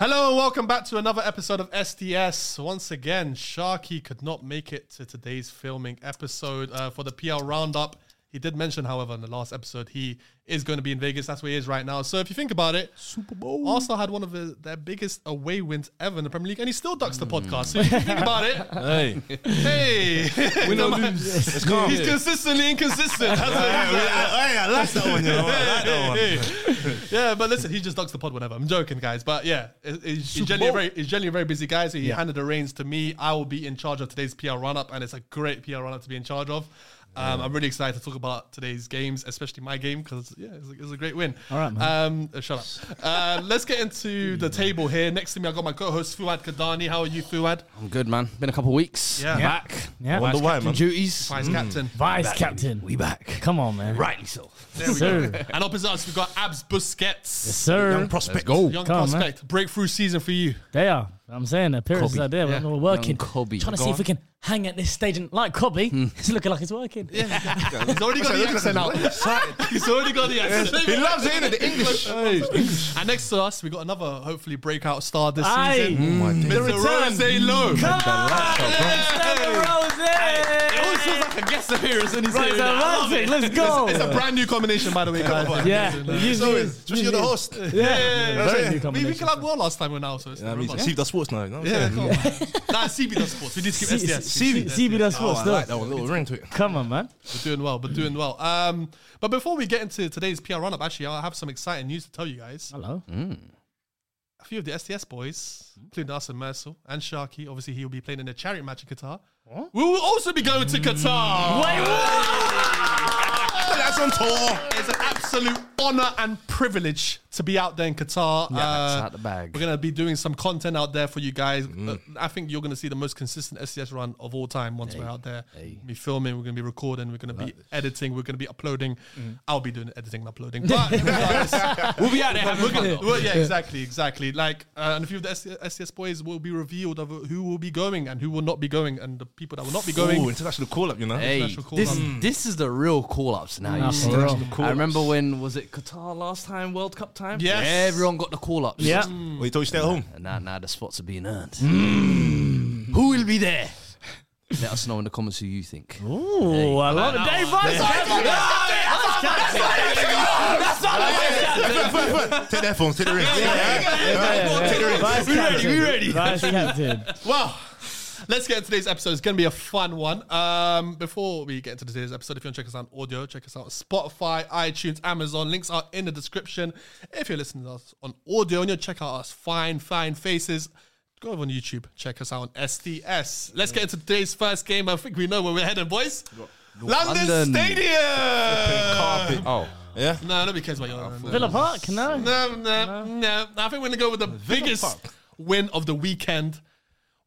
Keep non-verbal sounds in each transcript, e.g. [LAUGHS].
Hello and welcome back to another episode of STS. Once again, Sharky could not make it to today's filming episode uh, for the PL roundup. He did mention, however, in the last episode, he is going to be in Vegas. That's where he is right now. So if you think about it, Super Bowl. Arsenal had one of the, their biggest away wins ever in the Premier League, and he still ducks the podcast. So if you think about it, Hey, [LAUGHS] hey, we don't lose. It's calm. he's consistently inconsistent. That's what he's like. I like that one, you know. I like that one. yeah, but listen, he just ducks the pod whenever. I'm joking, guys. But yeah, it- it's- he's generally, a very, he's generally a very busy guy. So he handed the reins to me. I will be in charge of today's PR run up, and it's a great PR run up to be in charge of. Um, I'm really excited to talk about today's games, especially my game, because yeah, it's a, it's a great win. All right, man. Um, uh, shut up. Uh, let's get into the table here. Next to me, I got my co-host Fuad Kadani. How are you, Fuad? I'm good, man. Been a couple weeks. Yeah. Back. Yeah. Wonder Vice why, captain man. Duties. Mm. Vice captain. Vice captain. We back. Come on, man. Rightly so. There we Sir. go. And opposite us, we've got Abs Busquets, Yes, sir. Young [LAUGHS] prospect. Go. young Come on, man. prospect, breakthrough season for you. They are. I'm saying the appearances Kobe. are there. Yeah. We're working. Young Kobe. Trying to Go see on. if we can hang at this stage and like Kobe. It's looking like it's working. He's [LAUGHS] already got the accent out. He's already got the accent. He loves it, innit? The [LAUGHS] English. And next to us, we got another hopefully breakout star this Aye. season. Oh Mr. Rose Low. Come on, Ah, It always Mr. feels Rose! like a guest appearance when he's Right, here. it's a I love rising. it. Let's go. It's, it's a brand new combination, by the way, guys. Yeah, [LAUGHS] It's always- Just you're the host. yeah. yeah. Very Yeah. new We, we combination. collabed well last time we were now, so it's I not mean, robust. see, that's sports now. you know what I'm Yeah, saying? come on. Nah, CB does sports. We need to keep C- SDS. C- CB does Oh, sports, I like though. that one. Little ring to it. Come on, man. We're doing well. We're doing well. Um, but before we get into today's PR run-up, actually, I have some exciting news to tell you guys. Hello. a few of the STS boys, including us and Mercil and Sharky. Obviously, he'll be playing in a chariot match in Qatar. We will also be going to Mm. Qatar. That's on tour. It's an absolute honor and privilege to be out there in Qatar. Uh, that's out the bag. We're gonna be doing some content out there for you guys. Uh, I think you're gonna see the most consistent STS run of all time once we're out there. We'll be filming, we're gonna be recording, we're gonna be editing, we're gonna be uploading. I'll be doing editing and uploading, but [LAUGHS] regardless, we'll be out there. having fun. Well, yeah, exactly, exactly. Like, uh, and a few of the STS boys will be revealed of who will be going and who will not be going, and the people that will not be going. Ooh, international call up, you know. Hey, International this, call-up. this is the real call ups now. Nah, you see. for real. I remember when was it Qatar last time World Cup time? Yes. everyone got the call ups. Yeah. Well, you told you stay at [LAUGHS] home. and now now the spots are being earned. Who will be there? Let us know in the comments who you think. Ooh, I love it. Dave Vice captain. Take their phones, take the ring. Vice captain. We ready? Vice captain. Well, let's get into today's episode. It's going to be a fun one. Um, before we get into today's episode, if you want to check us out on audio, check us out on Spotify, iTunes, Amazon. Links are in the description. If you're listening to us on audio and you check out us fine, fine faces, go over on YouTube, check us out on STS. Let's get into today's first game. I think we know where we're heading, boys. London, London. Stadium. Oh, Yeah. No, nobody cares about you. Villa Park? No. No, no, no. I think we're gonna go with the biggest win of the weekend: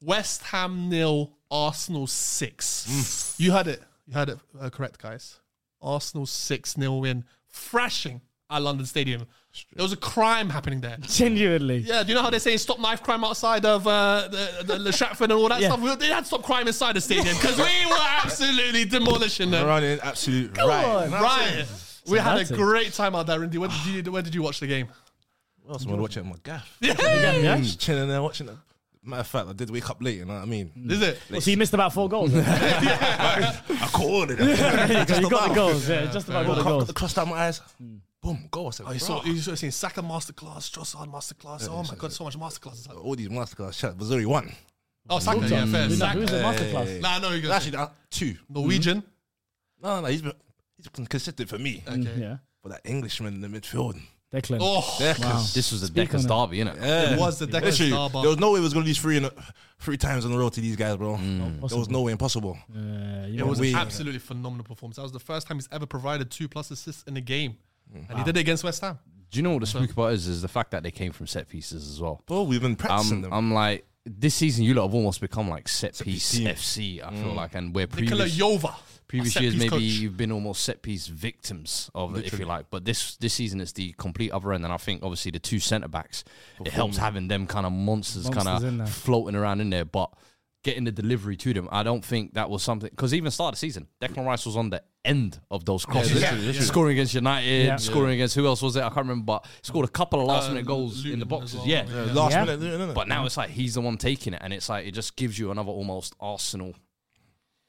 West Ham nil, Arsenal six. You had it. You had it uh, correct, guys. Arsenal six nil win, thrashing at London Stadium. There was a crime happening there. Genuinely. Yeah, do you know how they're saying stop knife crime outside of uh, the, the, the Stratford and all that Yeah. stuff? We- They had to stop crime inside the stadium because we were absolutely demolishing them. Running absolute right. on. Right. We had a United. great time out there, Rindy. When did you, when did you watch the game? What else am I watching? My gaff. Yeah. Just chilling there watching it. Matter of fact, I did wake up late, you know what I [LAUGHS] mean? Is it? Well, so you missed about four goals. [LAUGHS] I caught it. Just [LAUGHS] you got the about. goals. Yeah, just about got the Cro- goals. Hmm. Crossed out my eyes. Boom, goal. I said, Oh, you "Bruh." saw you saw seeing Saka masterclass, Trossard masterclass. oh my god, so much masterclasses. all these masterclass shots. There's only one. Oh, Saka, yeah, fair. Who's Saka. the masterclass? Nah, no, you got Actually, that, two. Mm. Norwegian. No, no, no. He's been, he's been consistent for me. Okay. Mm, Yeah. But that Englishman in the midfield. Declan. Oh, this was a Declan's on derby, innit? it was the Declan Literally, star, but there was no way we was going to lose three, in a, three times in a row to these guys, bro. Hmm. there was no way impossible. Uh, you it know, was we- an absolutely Mm. phenomenal performance. That was the first time he's ever provided two plus assists in a game, and he did it against West Ham. Do you know what the spooky part is? Is the fact that they came from set pieces as well. Bro, we've been practicing I'm, them. I'm like, this season, you lot have almost become like set piece team. FC, I feel like, and where Nikola previous, Jova. previous set years, piece maybe coach. you've been almost set piece victims of it, if you like. But this this season is the complete other end. And I think, obviously, the two centre backs, it helps having them kind of monsters, Monsters in kind there. of floating around in there. But getting the delivery to them, I don't think that was something. Because even start of the season, Declan Rice was on the end of those crosses. literally, Yeah. literally. Scoring against United, Yeah. scoring against who else was it? I can't remember, but scored a couple of last minute goals in the Luton boxes. as well, yeah. right? Yeah, Last Yeah. minute, innit? But now it's like he's the one taking it, and it's like it just gives you another almost Arsenal,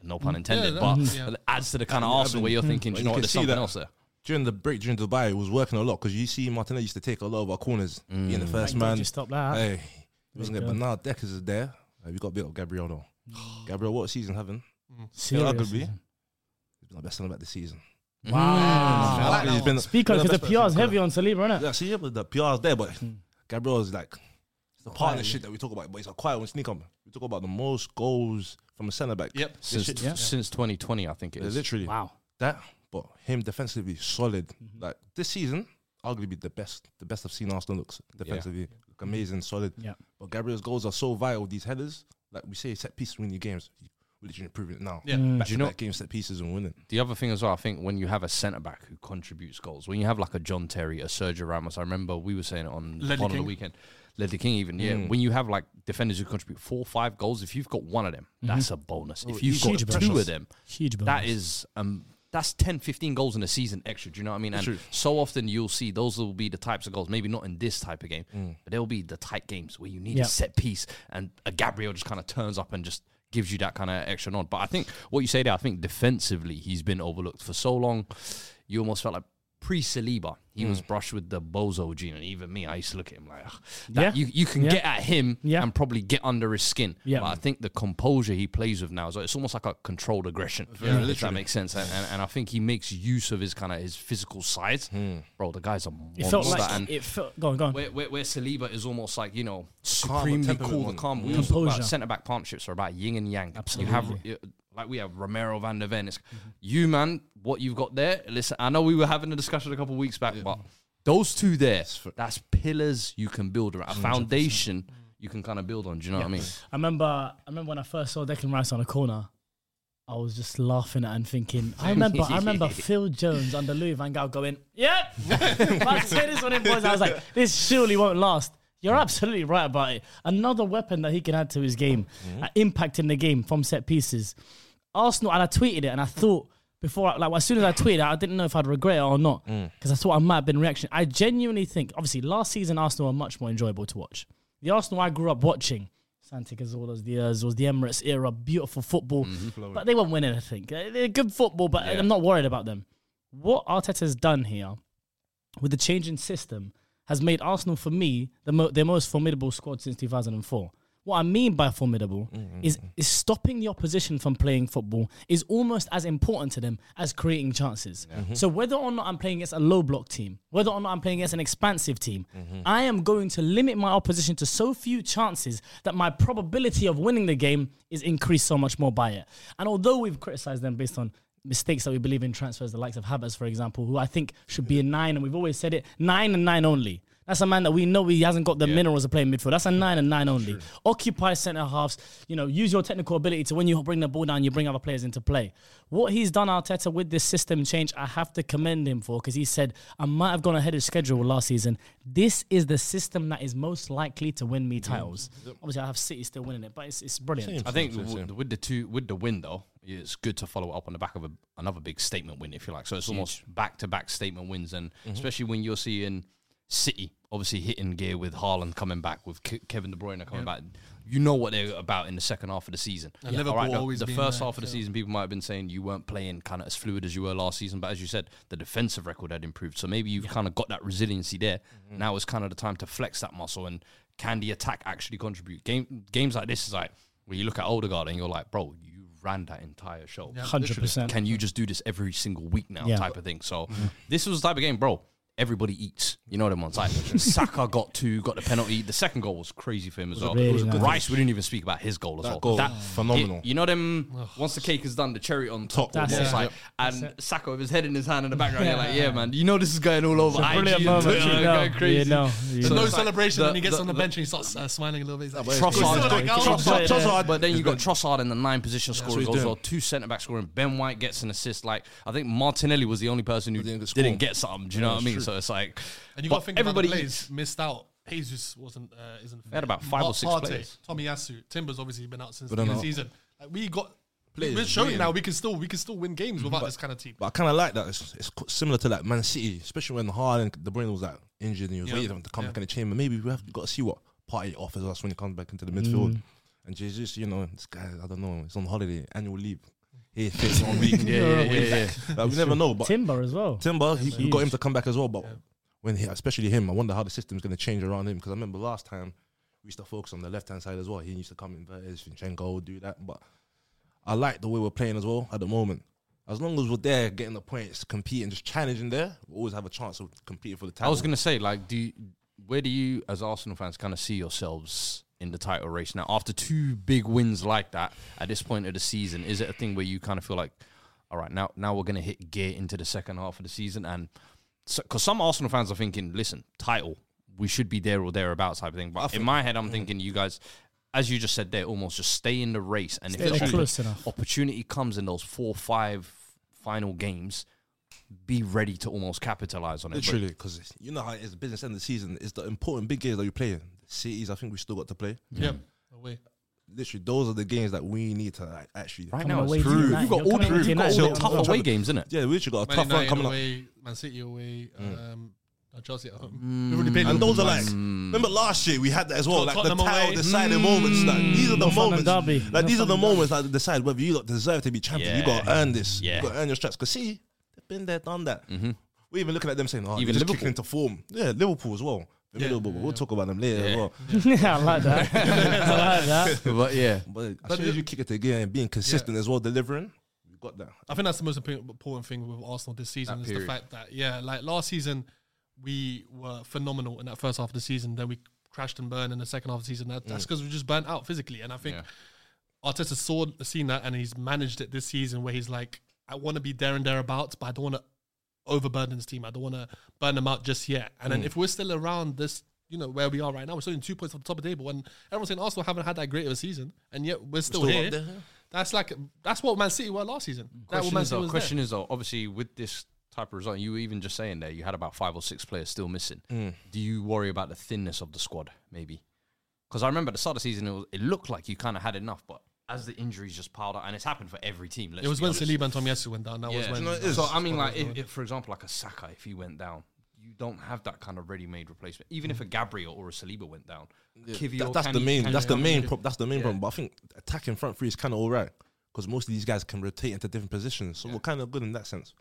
no pun intended, that- but yeah. it [LAUGHS] adds to the kind of Arsenal where you're thinking, do you you know what, can there's see something that. else there. during the break during Dubai, it was working a lot because you see Martinez used to take a lot of our corners, being the first Thank God man. you stopped that. Hey, he wasn't there. God. But now Deckers is there. Uh, we got a bit of Gabriel [SIGHS] though. Gabriel, what season having? Serious. He's been the best centre back this season. Wow. I like that he's been Speak on been because the best PR is player. heavy on Saliba, isn't it? Yeah, see, yeah, but the PR's there, but Gabriel is like Hmm. it's the partnership that we talk about, but it's a quiet one. Sneak on. We talk about the most goals from a centre back. Yep. Since, since 2020, I think it Yeah, is. literally Wow. that, but him defensively solid. Mm-hmm. Like this season, arguably the best, the best I've seen Arsenal looks defensively. Look amazing, solid. Yeah. But Gabriel's goals are so vital. These headers, like we say, set pieces win your games. We're literally proving it now. Yeah. Back you to know- back game set pieces and winning. The other thing as well, I think when you have a centre back who contributes goals, when you have like a John Terry, a Sergio Ramos, I remember we were saying it on the Ledley pod on the King. weekend, Ledley King even, yeah. When you have like defenders who contribute four, five goals, if you've got one of them, that's a bonus. If you've got two huge bonus. of them, Huge bonus. that is um that's 10 15 goals in a season extra do you know what i mean and so often you'll see those will be the types of goals maybe not in this type of game but there'll be the tight games where you need Mm. Yeah. a set piece and a gabriel just kind of turns up and just gives you that kind of extra nod but i think what you say there i think defensively he's been overlooked for so long you almost felt like Pre-Saliba, he Mm. was brushed with the bozo gene, and even me, I used to look at him like, "Ugh." that, Yeah. you, you can Yeah. get at him Yeah. and probably get under his skin. Yeah. But I think the composure he plays with now is it's almost like a controlled aggression. If that makes sense. And, and, and I think he makes use of his kind of his physical side. Hmm. Bro, the guy's a monster. It felt like and it felt. Go on, go on. where, where, where Saliba is almost like, you know, Calm, supremely temperament cool, the one. calm. We Mm. always talk about Composure. centre back partnerships are about yin and yang. You have like we have Romero van der Ven. It's, Mm-hmm. You man, what you've got there. Listen, I know we were having a discussion a couple of weeks back, but those two there, that's pillars you can build around, a foundation you can kind of build on. Do you know what I mean? I remember, I remember when I first saw Declan Rice on a corner. I was just laughing at and thinking. I remember, I remember Phil Jones under Louis Van Gaal going, [LAUGHS] "Yep, let's say this one in, boys." I was like, "This surely won't last." You're absolutely right about it. Another weapon that he can add to his game, uh, impacting the game from set pieces. Arsenal, and I tweeted it, and I thought before, I, like as soon as I tweeted, it, I didn't know if I'd regret it or not because I thought I might have been reaction. I genuinely think, obviously, last season Arsenal were much more enjoyable to watch. The Arsenal I grew up watching, Santa Cazorla's, the Urs, was the Emirates era, beautiful football, but they won't win anything. They- They're good football, but I'm not worried about them. What Arteta's done here with the change in system has made Arsenal, for me, the mo- their most formidable squad since 2004. What I mean by formidable is, is stopping the opposition from playing football is almost as important to them as creating chances. So whether or not I'm playing against a low block team, whether or not I'm playing against an expansive team, I am going to limit my opposition to so few chances that my probability of winning the game is increased so much more by it. And although we've criticized them based on mistakes that we believe in transfers, the likes of Havertz, for example, who I think should be a nine, and we've always said it, nine and nine only. That's a man that we know he hasn't got the minerals to play in midfield. That's a nine and nine only. Occupy centre halves. You know, use your technical ability to when you bring the ball down, you bring other players into play. What he's done, Arteta, with this system change, I have to commend him for because he said I might have gone ahead of schedule last season. This is the system that is most likely to win me titles. Obviously, I have City still winning it, but it's, it's brilliant. I think w- with the two with the win though, it's good to follow up on the back of a, another big statement win, if you like. So it's almost back to back statement wins, and Mm-hmm. especially when you're seeing City obviously hitting gear with Haaland coming back, with Ke- Kevin De Bruyne coming back. You know what they're about in the second half of the season. And Liverpool the- always the been first there, half of the season, people might have been saying you weren't playing kind of as fluid as you were last season, but as you said, the defensive record had improved. So maybe you've kind of got that resiliency there. Now it's kind of the time to flex that muscle and can the attack actually contribute? Game games like this is like where you look at Odegaard and you're like, bro, you ran that entire show. Hundred percent. Can you just do this every single week now, Yeah. Mm-hmm. type of thing? So this was the type of game, bro. everybody eats. You know them ones. [LAUGHS] Like Saka got two, got the penalty. The second goal was crazy for him as well. really It was a good Rice, we didn't even speak about his goal as well. That goal, phenomenal. You, you know them. Once the cake is done, the cherry on top. That's almost it. like- and Saka with his head in his hand in the background. You're like, yeah, man. You know this is going all over. It's a brilliant IG, moment. Twitter, You [LAUGHS] know, going you crazy. know, you no know. it's like celebration the- when he gets the- on the, the- bench and he starts uh, smiling a little bit. He's like, oh, Trossard, Good. Trossard, Good. Good. Trossard. But then you got Trossard in the nine position what scoring he's goals. as doing. Well, two centre back scoring. Ben White gets an assist. Like I think Martinelli was the only person who Didn't didn't, get score. get something. Do you know what I mean? So it's like, and you but got to think everybody about the players missed out. Jesus wasn't uh, isn't. had about five or six players. Tommy Yasu, Timber's obviously been out since the But I beginning of know. the season. Like, we got. Players we're showing win. now we can still we can still win games without this kind of team. But I kind of like that. It's, it's qu- similar to like Man City, especially when Harden, De Bruyne was like injured and you was Yeah. waiting for him to come Yeah. back in the chamber. Maybe we have got to see what party offers us when he comes back into the midfield. Mm. And Jesus, you know, this guy, I don't know, he's on holiday, annual leave. He fits [LAUGHS] on week. yeah, yeah, yeah, yeah. Like, we never know. But Timber as well. Timber, he, we got Huge. him to come back as well. But when he, especially him, I wonder how the system's going to change around him. Because I remember last time we used to focus on the left hand side as well. He used to come inverted, Zinchenko, do that. But I like the way we're playing as well at the moment. As long as we're there, getting the points, competing, just challenging there, we always have a chance of competing for the title. I was gonna say, like, do you, where do you, as Arsenal fans, kind of see yourselves in the title race now? After two big wins like that at this point of the season, is it a thing where you kind of feel like, all right, now now we're gonna hit gear into the second half of the season, and because some Arsenal fans are thinking, listen, title, we should be there or thereabouts type of thing. But in my head, I'm thinking, you guys. As you just said, there almost just stay in the race, and Stay if the close enough. opportunity comes in those four, five final games, be ready to almost capitalize on it. But Literally, because you know how it is, the business end of the season. It's the important big games that you're playing. Cities, I think we still got to play. Yeah, away. Literally, those are the games that we need to like, actually. Right Coming now, away it's to Peru. United. You've got You're all the, coming you've away got all to the United. tough away games, innit? Yeah, we literally got Man a tough one United coming up. Mm. away, Man City away, um, uh, Chelsea at home. We've already played And Liverpool those are like, twice. Mm. remember last year we had that as well, like the Tottenham away. Mm. title deciding moments. Like, these are the Northumberland moments. derby. Like these are the Northumberland moments that decide whether you lot deserve to be champion. You Yeah. got to earn this. Yeah. Mm-hmm. You got to earn your straps. Because see, they've been there, done that. We're even looking at them saying, "Oh, Even even just Liverpool. kicking into form." Yeah, Liverpool as well. Yeah. Liverpool. We'll talk about them later Yeah. as well. [LAUGHS] yeah, I like that. [LAUGHS] I like that. but yeah, But, But as soon it- as you kick it again and being consistent as well, delivering, we got that. I think that's the most impo- important thing with Arsenal this season That is period. the fact that yeah, like last season we were phenomenal in that first half of the season. Then we crashed and burned in the second half of the season. That, That's because we just burnt out physically. And I think Yeah. Arteta saw seen that and he's managed it this season where he's like, I want to be there and thereabouts, but I don't want to overburden this team. I don't want to burn them out just yet. And then if we're still around this. You know where we are right now. We're still in two points off the top of the table, and everyone's saying Arsenal haven't had that great of a season, and yet we're still, still up here. there, yeah. That's like that's what Man City were last season. that what question Man is, City though, was there. question is though, obviously with this type of result, you were even just saying there, you had about five or six players still missing. Do you worry about the thinness of the squad, maybe? Because I remember at the start of the season, it, was, it looked like you kind of had enough, but as the injuries just piled up, and it's happened for every team. Let's It was be when honest. Saliba and Tomiyasu went down. That was Yeah. when. know, it is. So I mean, like, if, if, for example, like a Saka, if he went down, you don't have that kind of ready-made replacement. Even if a Gabriel or a Saliba went down, Kivio That- that's can- the main. can That's the come main. in. Pro- that's the main problem. But I think attacking front three is kind of all right because most of these guys can rotate into different positions, so we're kind of good in that sense.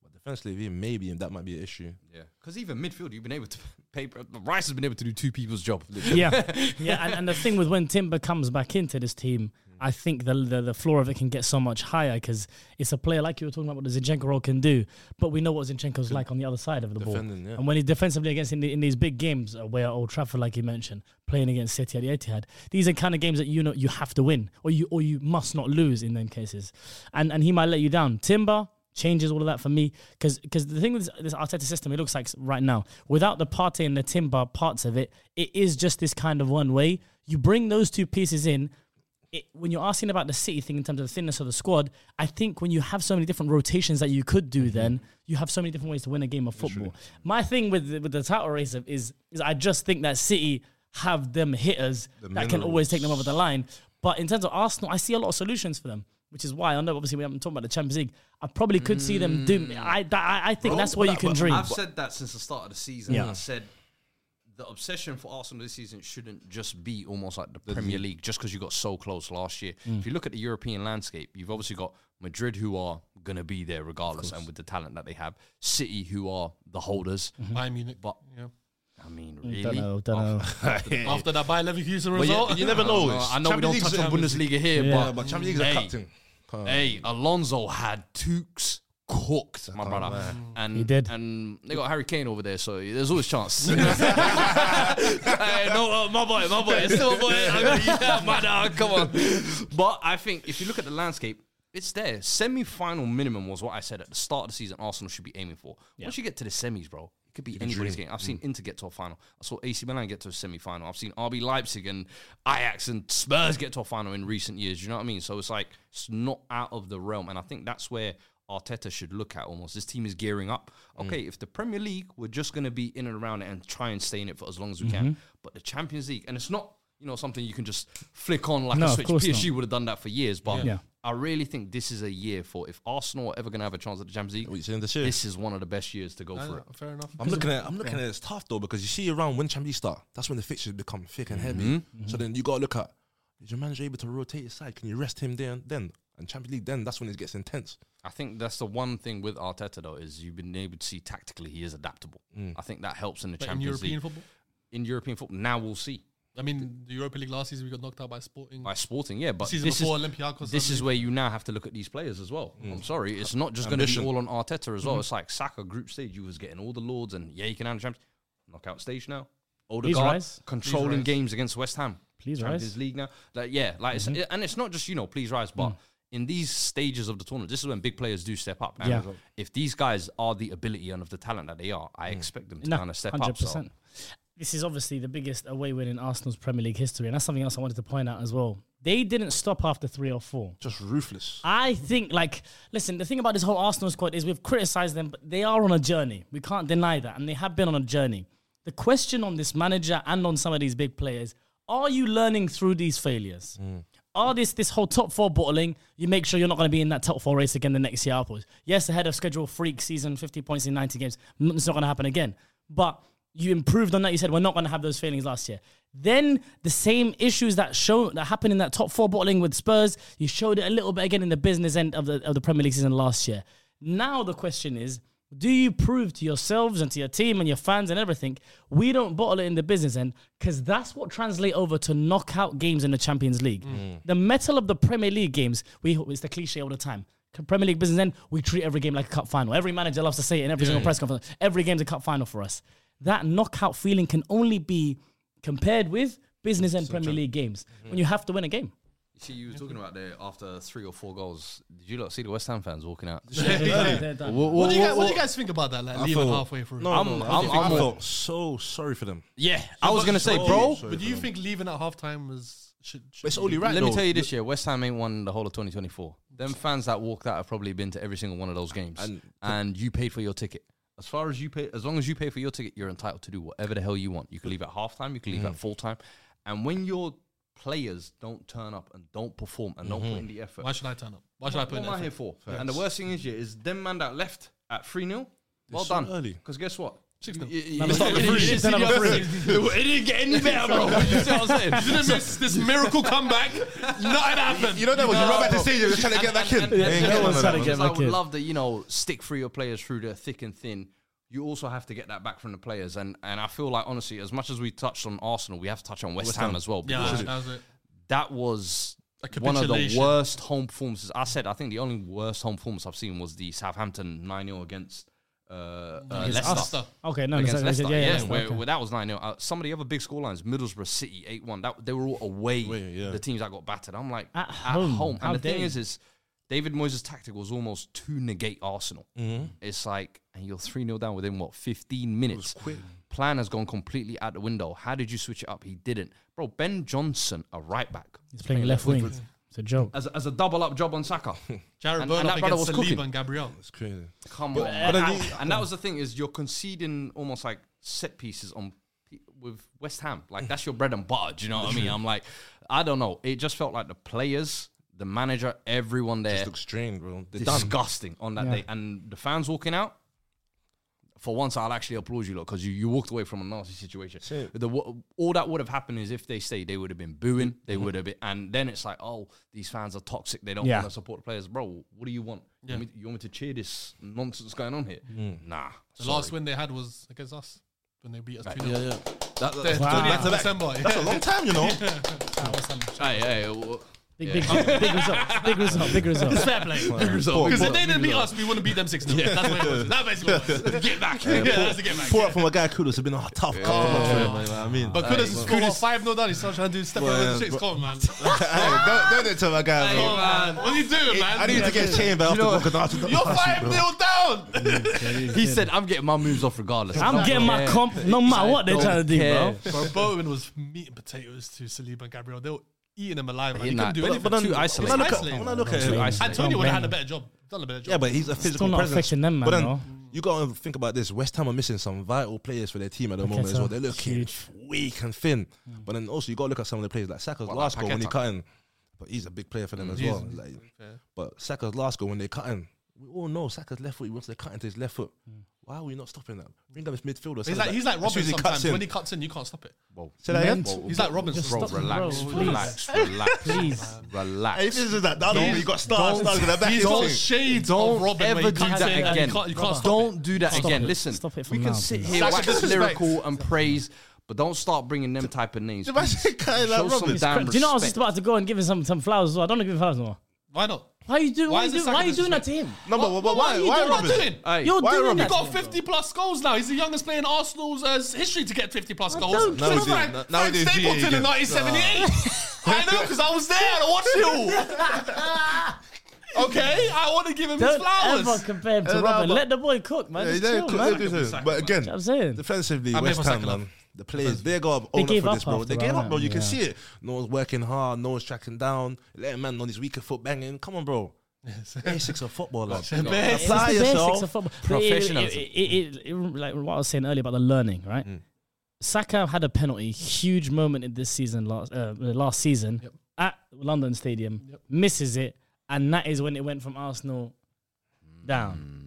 But defensively, maybe that might be an issue. Yeah, because even midfield, you've been able to. [LAUGHS] Pay, Rice has been able to do two people's job. [LAUGHS] yeah, yeah. And, and the thing with when Timber comes back into this team, I think the the, the floor of it can get so much higher because it's a player like you were talking about what the Zinchenko role can do, but we know what Zinchenko's like on the other side of the ball. Defending, yeah. And when he's defensively against in, the, in these big games uh, where Old Trafford, like you mentioned, playing against City at the Etihad, these are kind of games that you know you have to win or you or you must not lose in them cases, and and he might let you down. Timber. Changes all of that for me because the thing with this, this Arteta system it looks like s- right now without the Partey and the Timber parts of it it is just this kind of one way you bring those two pieces in it, when you're asking about the City thing in terms of the thinness of the squad, I think when you have so many different rotations that you could Mm-hmm. do, then you have so many different ways to win a game of football. My thing with the, with the title race of- is is I just think that City have them hitters that can always take them over the line. But in terms of Arsenal, I see a lot of solutions for them, which is why I know obviously we haven't talked about the Champions League. I probably could see them do. I that, I, I think that's where you can dream. I've said that since the start of the season. Yeah. I said the obsession for Arsenal this season shouldn't just be almost like the Premier League, just because you got so close last year. If you look at the European landscape, you've obviously got Madrid, who are going to be there regardless, and with the talent that they have, City, who are the holders. Bayern Munich. But yeah. I mean, really, Don't know, don't know. [LAUGHS] After that Bayer Leverkusen But yeah, result, you never know. I know we don't Champions touch League's on Champions Bundesliga here, Yeah. but But Champions League's Hey. a captain. Can't- Hey, Alonso had Tukes, cooked, my brother. And He did. And they got Harry Kane over there, so there's always chance. [LAUGHS] hey, no, uh, my boy, my [LAUGHS] boy, it's still my boy. I'm gonna, yeah, my dog, come on. But I think if you look at the landscape, it's there. Semi-final minimum was what I said at the start of the season. Arsenal should be aiming for. Once you get to the semis, bro, it could be anybody's game. I've seen Inter get to a final. I saw AC Milan get to a semi-final. I've seen RB Leipzig and Ajax and Spurs get to a final in recent years. You know what I mean? So it's like it's not out of the realm, and I think that's where Arteta should look at almost. This team is gearing up. Okay, if the Premier League, we're just going to be in and around it and try and stay in it for as long as we can. But the Champions League, and it's not you know something you can just flick on like No, a of switch. course not. PSG would have done that for years, but Yeah. I really think this is a year for if Arsenal are ever going to have a chance at the Champions League. What you saying this year? This is one of the best years to go for it. Fair enough. I'm looking at I'm looking at it, it's tough though because you see around when Champions League start, that's when the fixtures become thick and heavy. Mm-hmm. So then you gotta look at is your manager able to rotate his side? Can you rest him there and then? And Champions League then that's when it gets intense. I think that's the one thing with Arteta though is you've been able to see tactically he is adaptable. I think that helps in the But in Champions European League. football, in European football, now we'll see I mean, the Europa League last season we got knocked out by Sporting. by Sporting. Yeah, but season this before is, Olympiacos, This I [LAUGHS] is where you now have to look at these players as well. Mm. I'm sorry, it's not just going to be Ambition. all on Arteta as well. Mm-hmm. It's like Saka group stage. You was getting all the lords and yeah, you can handle champions. Knockout stage now. Odegaard rise. controlling rise. games against West Ham. Please Champions rise. Mm-hmm. League now. Like yeah, like it's, and it's not just you know please rise, but Mm. in these stages of the tournament, this is when big players do step up. And Yeah. if these guys are the ability and of the talent that they are, Mm. I expect them to kind of step up. So. This is obviously the biggest away win in Arsenal's Premier League history, and that's something else I wanted to point out as well. They didn't stop after three or four. Just ruthless. I think, like, listen, the thing about this whole Arsenal squad is we've criticised them, but they are on a journey. We can't deny that, and they have been on a journey. The question on this manager and on some of these big players: Are you learning through these failures? Are this this whole top four bottling? You make sure you're not going to be in that top four race again the next year upwards. Yes, ahead of schedule, freak season, 50 points in 90 games. N- It's not going to happen again. But you improved on that. You said we're not going to have those failings last year. Then the same issues that show that happened in that top four bottling with Spurs, you showed it a little bit again in the business end of the of the Premier League season last year. Now the question is, do you prove to yourselves and to your team and your fans and everything we don't bottle it in the business end because that's what translate over to knockout games in the Champions League. The metal of the Premier League games, we it's the cliche all the time. Premier League business end, we treat every game like a cup final. Every manager loves to say it in every single press conference. Every game's a cup final for us. That knockout feeling can only be compared with business end Premier League games when you have to win a game. See, you were talking about there after three or four goals. Did you lot see the West Ham fans walking out? [LAUGHS] What do you guys? What do you guys think about that? Like leaving feel- halfway through. No, I'm- no, no, I'm- I, I'm- felt so sorry for them. Yeah, I was gonna say, Oh, so- bro. Sorry But do for you them. think leaving at halftime was? Should, should It's only right. Let me though. tell you this year, West Ham ain't won the whole of 2024. Them fans that walked out have probably been to every single one of those games, and, And- you paid for your ticket. As far as you pay, as long as you pay for your ticket, you're entitled to do whatever the hell you want. You can leave at halftime, you can leave at full time, and when your players don't turn up and don't perform and don't put in the effort, Why should I turn up? Why should I put what in am I effort? here for? And the worst thing is, yeah, is them man that left at 3 nil. Well so done. early. Because guess what? You- nil. you- you- Number [LAUGHS] [LAUGHS] you- you- three. you- Three. you- Then number you- [LAUGHS] It didn't get any better, bro. You see what I'm saying? You didn't miss this miracle [LAUGHS] comeback. Nothing happened. You know that when you run back to stage, you're just trying to get that kid. and- Yeah, no one's trying to get Because I back would in. love that you know stick through your players through the thick and thin. You also have to get that back from the players, and and I feel like honestly, as much as we touched on Arsenal, we have to touch on West, Ham, as well. Yeah, because that was it. that was one of the capitulation. worst home performances. I said I think the only worst home performance I've seen was the Southampton 9-0 against uh, uh, Leicester. Leicester. Okay, no, Against no, Leicester, yeah, yeah, yeah, Leicester, where, okay. where that was 9 0. Uh, some of the other big scorelines, Middlesbrough City 8 1, That they were all away, Away, yeah. the teams that got battered. I'm like, At at, home, home. how And the thing dare is, is David Moyes' tactic was almost to negate Arsenal. Mm-hmm. It's like, and you're 3 0 down within what, 15 minutes? Plan has gone completely out the window. How did you switch it up? He didn't. Bro, Ben Johnson, a right back, He's playing left wing. It's a joke. as, as a double up job on [LAUGHS] Saka. Jared And- Bowen and up that brother against was Saliba cooking. and Gabriel. It's crazy. Come on. but then and, you- and that was the thing is you're conceding almost like set pieces on pe- with West Ham. Like that's your bread and butter. Do you know what I mean? I'm like, I don't know. It just felt like the players, the manager, everyone there, Looks strained, bro. They're done. disgusting on that Yeah. day, and the fans walking out. For once, I'll actually applaud you, lot, because you, you walked away from a nasty situation. The, wa- all that would have happened is if they stayed, they would have been booing. They Mm-hmm. would have been, and then it's like, oh, these fans are toxic. They don't Yeah. want to support the players, bro. What do you want? You, want me, you want me to cheer this nonsense going on here? Nah. Mm. The last win they had was against us when they beat us 2 Yeah, 0. yeah. That, that, Wow. Back to back. December. [LAUGHS] That's a long time, you know. [LAUGHS] Hey, hey, w- Big, big, big result. Big result. Big result. It's [LAUGHS] fair play. Big result. Because if they didn't beat us, we wouldn't beat them 6 0. That's what it was. That basically what it was. Get back. Yeah, [LAUGHS] that's the get back. Pour up from a guy Kudos have been a tough call. I mean, But Kudus is scored 5 0 down. He's still trying to do step over the shit. Come on, man. Come [LAUGHS] Hey, don't, don't do it to my guy, bro. Oh, on, man. What are you doing, man? I need to get chained back off the block and after the You're party, 5 bro. 0 down. He said, "I'm getting my moves off regardless. I'm getting my Yeah. comp no matter what they're trying to do, bro. Don't care. Bro, Bowen was meat and potatoes to Saliba and Gabriel. They were eating him alive, man. He Eating couldn't that. do But- anything. but then- Too when I isolated. look at- Isolated. when I look at him, Too isolated. Antonio would have had a Don't better job. Done a better job. Yeah, but he's a physical not presence. affecting them, man, But then though. you gotta think about this. West Ham are missing some vital players for their team at the moment as Paqueta, well. They're looking huge. Mm. weak and thin. But then also you gotta look at some of the players like Saka's last goal when he Paqueta. cut in. But he's a big player for them as well. Like, but Saka's last goal when they cut in. We all know Saka's left foot. He wants to cut into his left foot. Mm. Why are we not stopping that? Bring up his midfielder. He's like, he's like as Robin soon as he cuts sometimes. in- When he cuts in, you can't stop it. Say that again? Mental. He's like Robin. Just Bro, stop, relax, bro, relax, relax, Please. relax. Hey, if this is that done, He's- you got stars, stars in the back. He's you know? got shades Don't of Robin. ever when he do cuts that in and again. You can't, you can't stop don't do that Stop again. it. Listen, Stop it from we can now, sit please. here That's wax disrespect. lyrical and praise, but don't start bringing them type of names. If I say Kai like Show some Robin, damn Do you know I was just respect. about to go and give him some, some flowers as well? I don't want to give him flowers no more. Why not? Why are you doing? Why Why, is you it do, why are you doing that to second him? No, but, but Why why, are why, you Robin? doing that? Hey, You're why doing Robin? that. He got 50 plus goals now. He's the youngest player in Arsenal's uh, history to get 50 plus goals. don't Since do that. Frank- Now we Frank do VAR Stapleton in again. 1978. [LAUGHS] I know because I was there. I watched it all. okay, I want to give him Don't his flowers. ever compare him to Yeah, no, Robin. but- Let the boy cook, man. Yeah, Just they chill, could- man. they could do. But again, I'm saying. defensively, I'm here West for Ham, second half. man. The players, they got own up gave for up this, bro. after They that, gave up, bro. You can yeah. see it. No one's working hard. No one's tracking down. Letting man on his weaker foot banging. Come on, bro. Basics of [LAUGHS] football, lad. Best. It's Apply the basics yourself. of football. But it- Professionalism. It, it, it, it, like what I was saying earlier about the learning, right? Mm. Saka had a penalty, huge moment in this season, last uh, last season at London Stadium, misses it, and that is when it went from Arsenal down. Mm.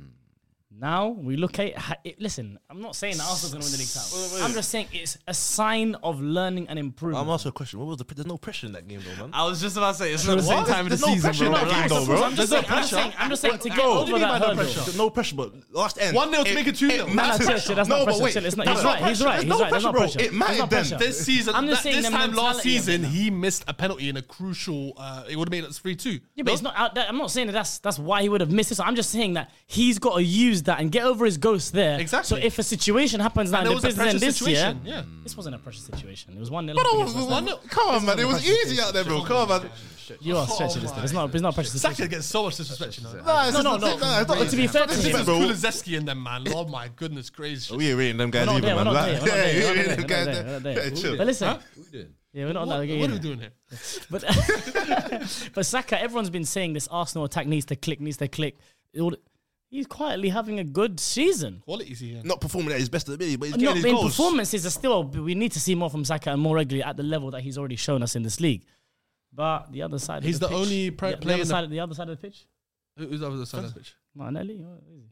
Now we look at ha- it. Listen, I'm not saying that Arsenal's going to win the league title. I'm just saying it's a sign of learning and improvement. I'm asking a question. What was the? There's no pressure in that game, though, man. I was just about to say it's not the What? same time of the There's no season, pressure bro. in that game, Relax. though, bro. I'm just saying. I'm just saying. I'm just saying to get over that hurdle. There's no pressure, but last end. One nil to make it two nil. No, no, matters. chill, chill, that's No, not but pressure. wait. chill, it's not, That's he's not right. He's pressure. right. He's There's no right. pressure, There's not bro. pressure. It There's mattered not then. pressure. This season, I'm that- just saying this the time last mentality of it season, now. he missed a penalty in a crucial. Uh, it would have made us three two. Yeah, but it's not. Out there. I'm not saying that that's that's why he would have missed this. I'm just saying that he's got to use that and get over his ghost there. Exactly. So if a situation happens now And it in the was a business end pressure this situation. year, Yeah. this wasn't a pressure situation. It was one 0 But it was one nil. Come on, man. It was easy out there, bro. Come on, man. You are Oh, stretching this. Though. It's not. It's not a pressure Saka situation. gets so much disrespect, you know. Nah, it's No, not- no, no. nah, it's not- But to be it's fair not to the him- This same, is bro. Kulizeski and them, man. Oh my goodness gracious. We ain't rating them guys We're either, not there. man. We're not there. [LAUGHS] Like, We're not Yeah, there. you ain't We're not rating them there. guys We're [LAUGHS] not there. Yeah, chill. But listen, doing? yeah, we're not What, allowed to get what are in we there. doing here? But but [LAUGHS] Saka, everyone's been saying this Arsenal attack needs to click, needs to click. It would- He's quietly having a good season. Quality's here. Not performing at his best ability, but he's Not getting his in goals. performances are still. We need to see more from Saka and more regularly at the level that he's already shown us in this league. But the other side, He's of the, the pitch, only pre- the, the player other in the- side, the other side of the pitch. Who's that? Was the pitch? Martinelli, what is he?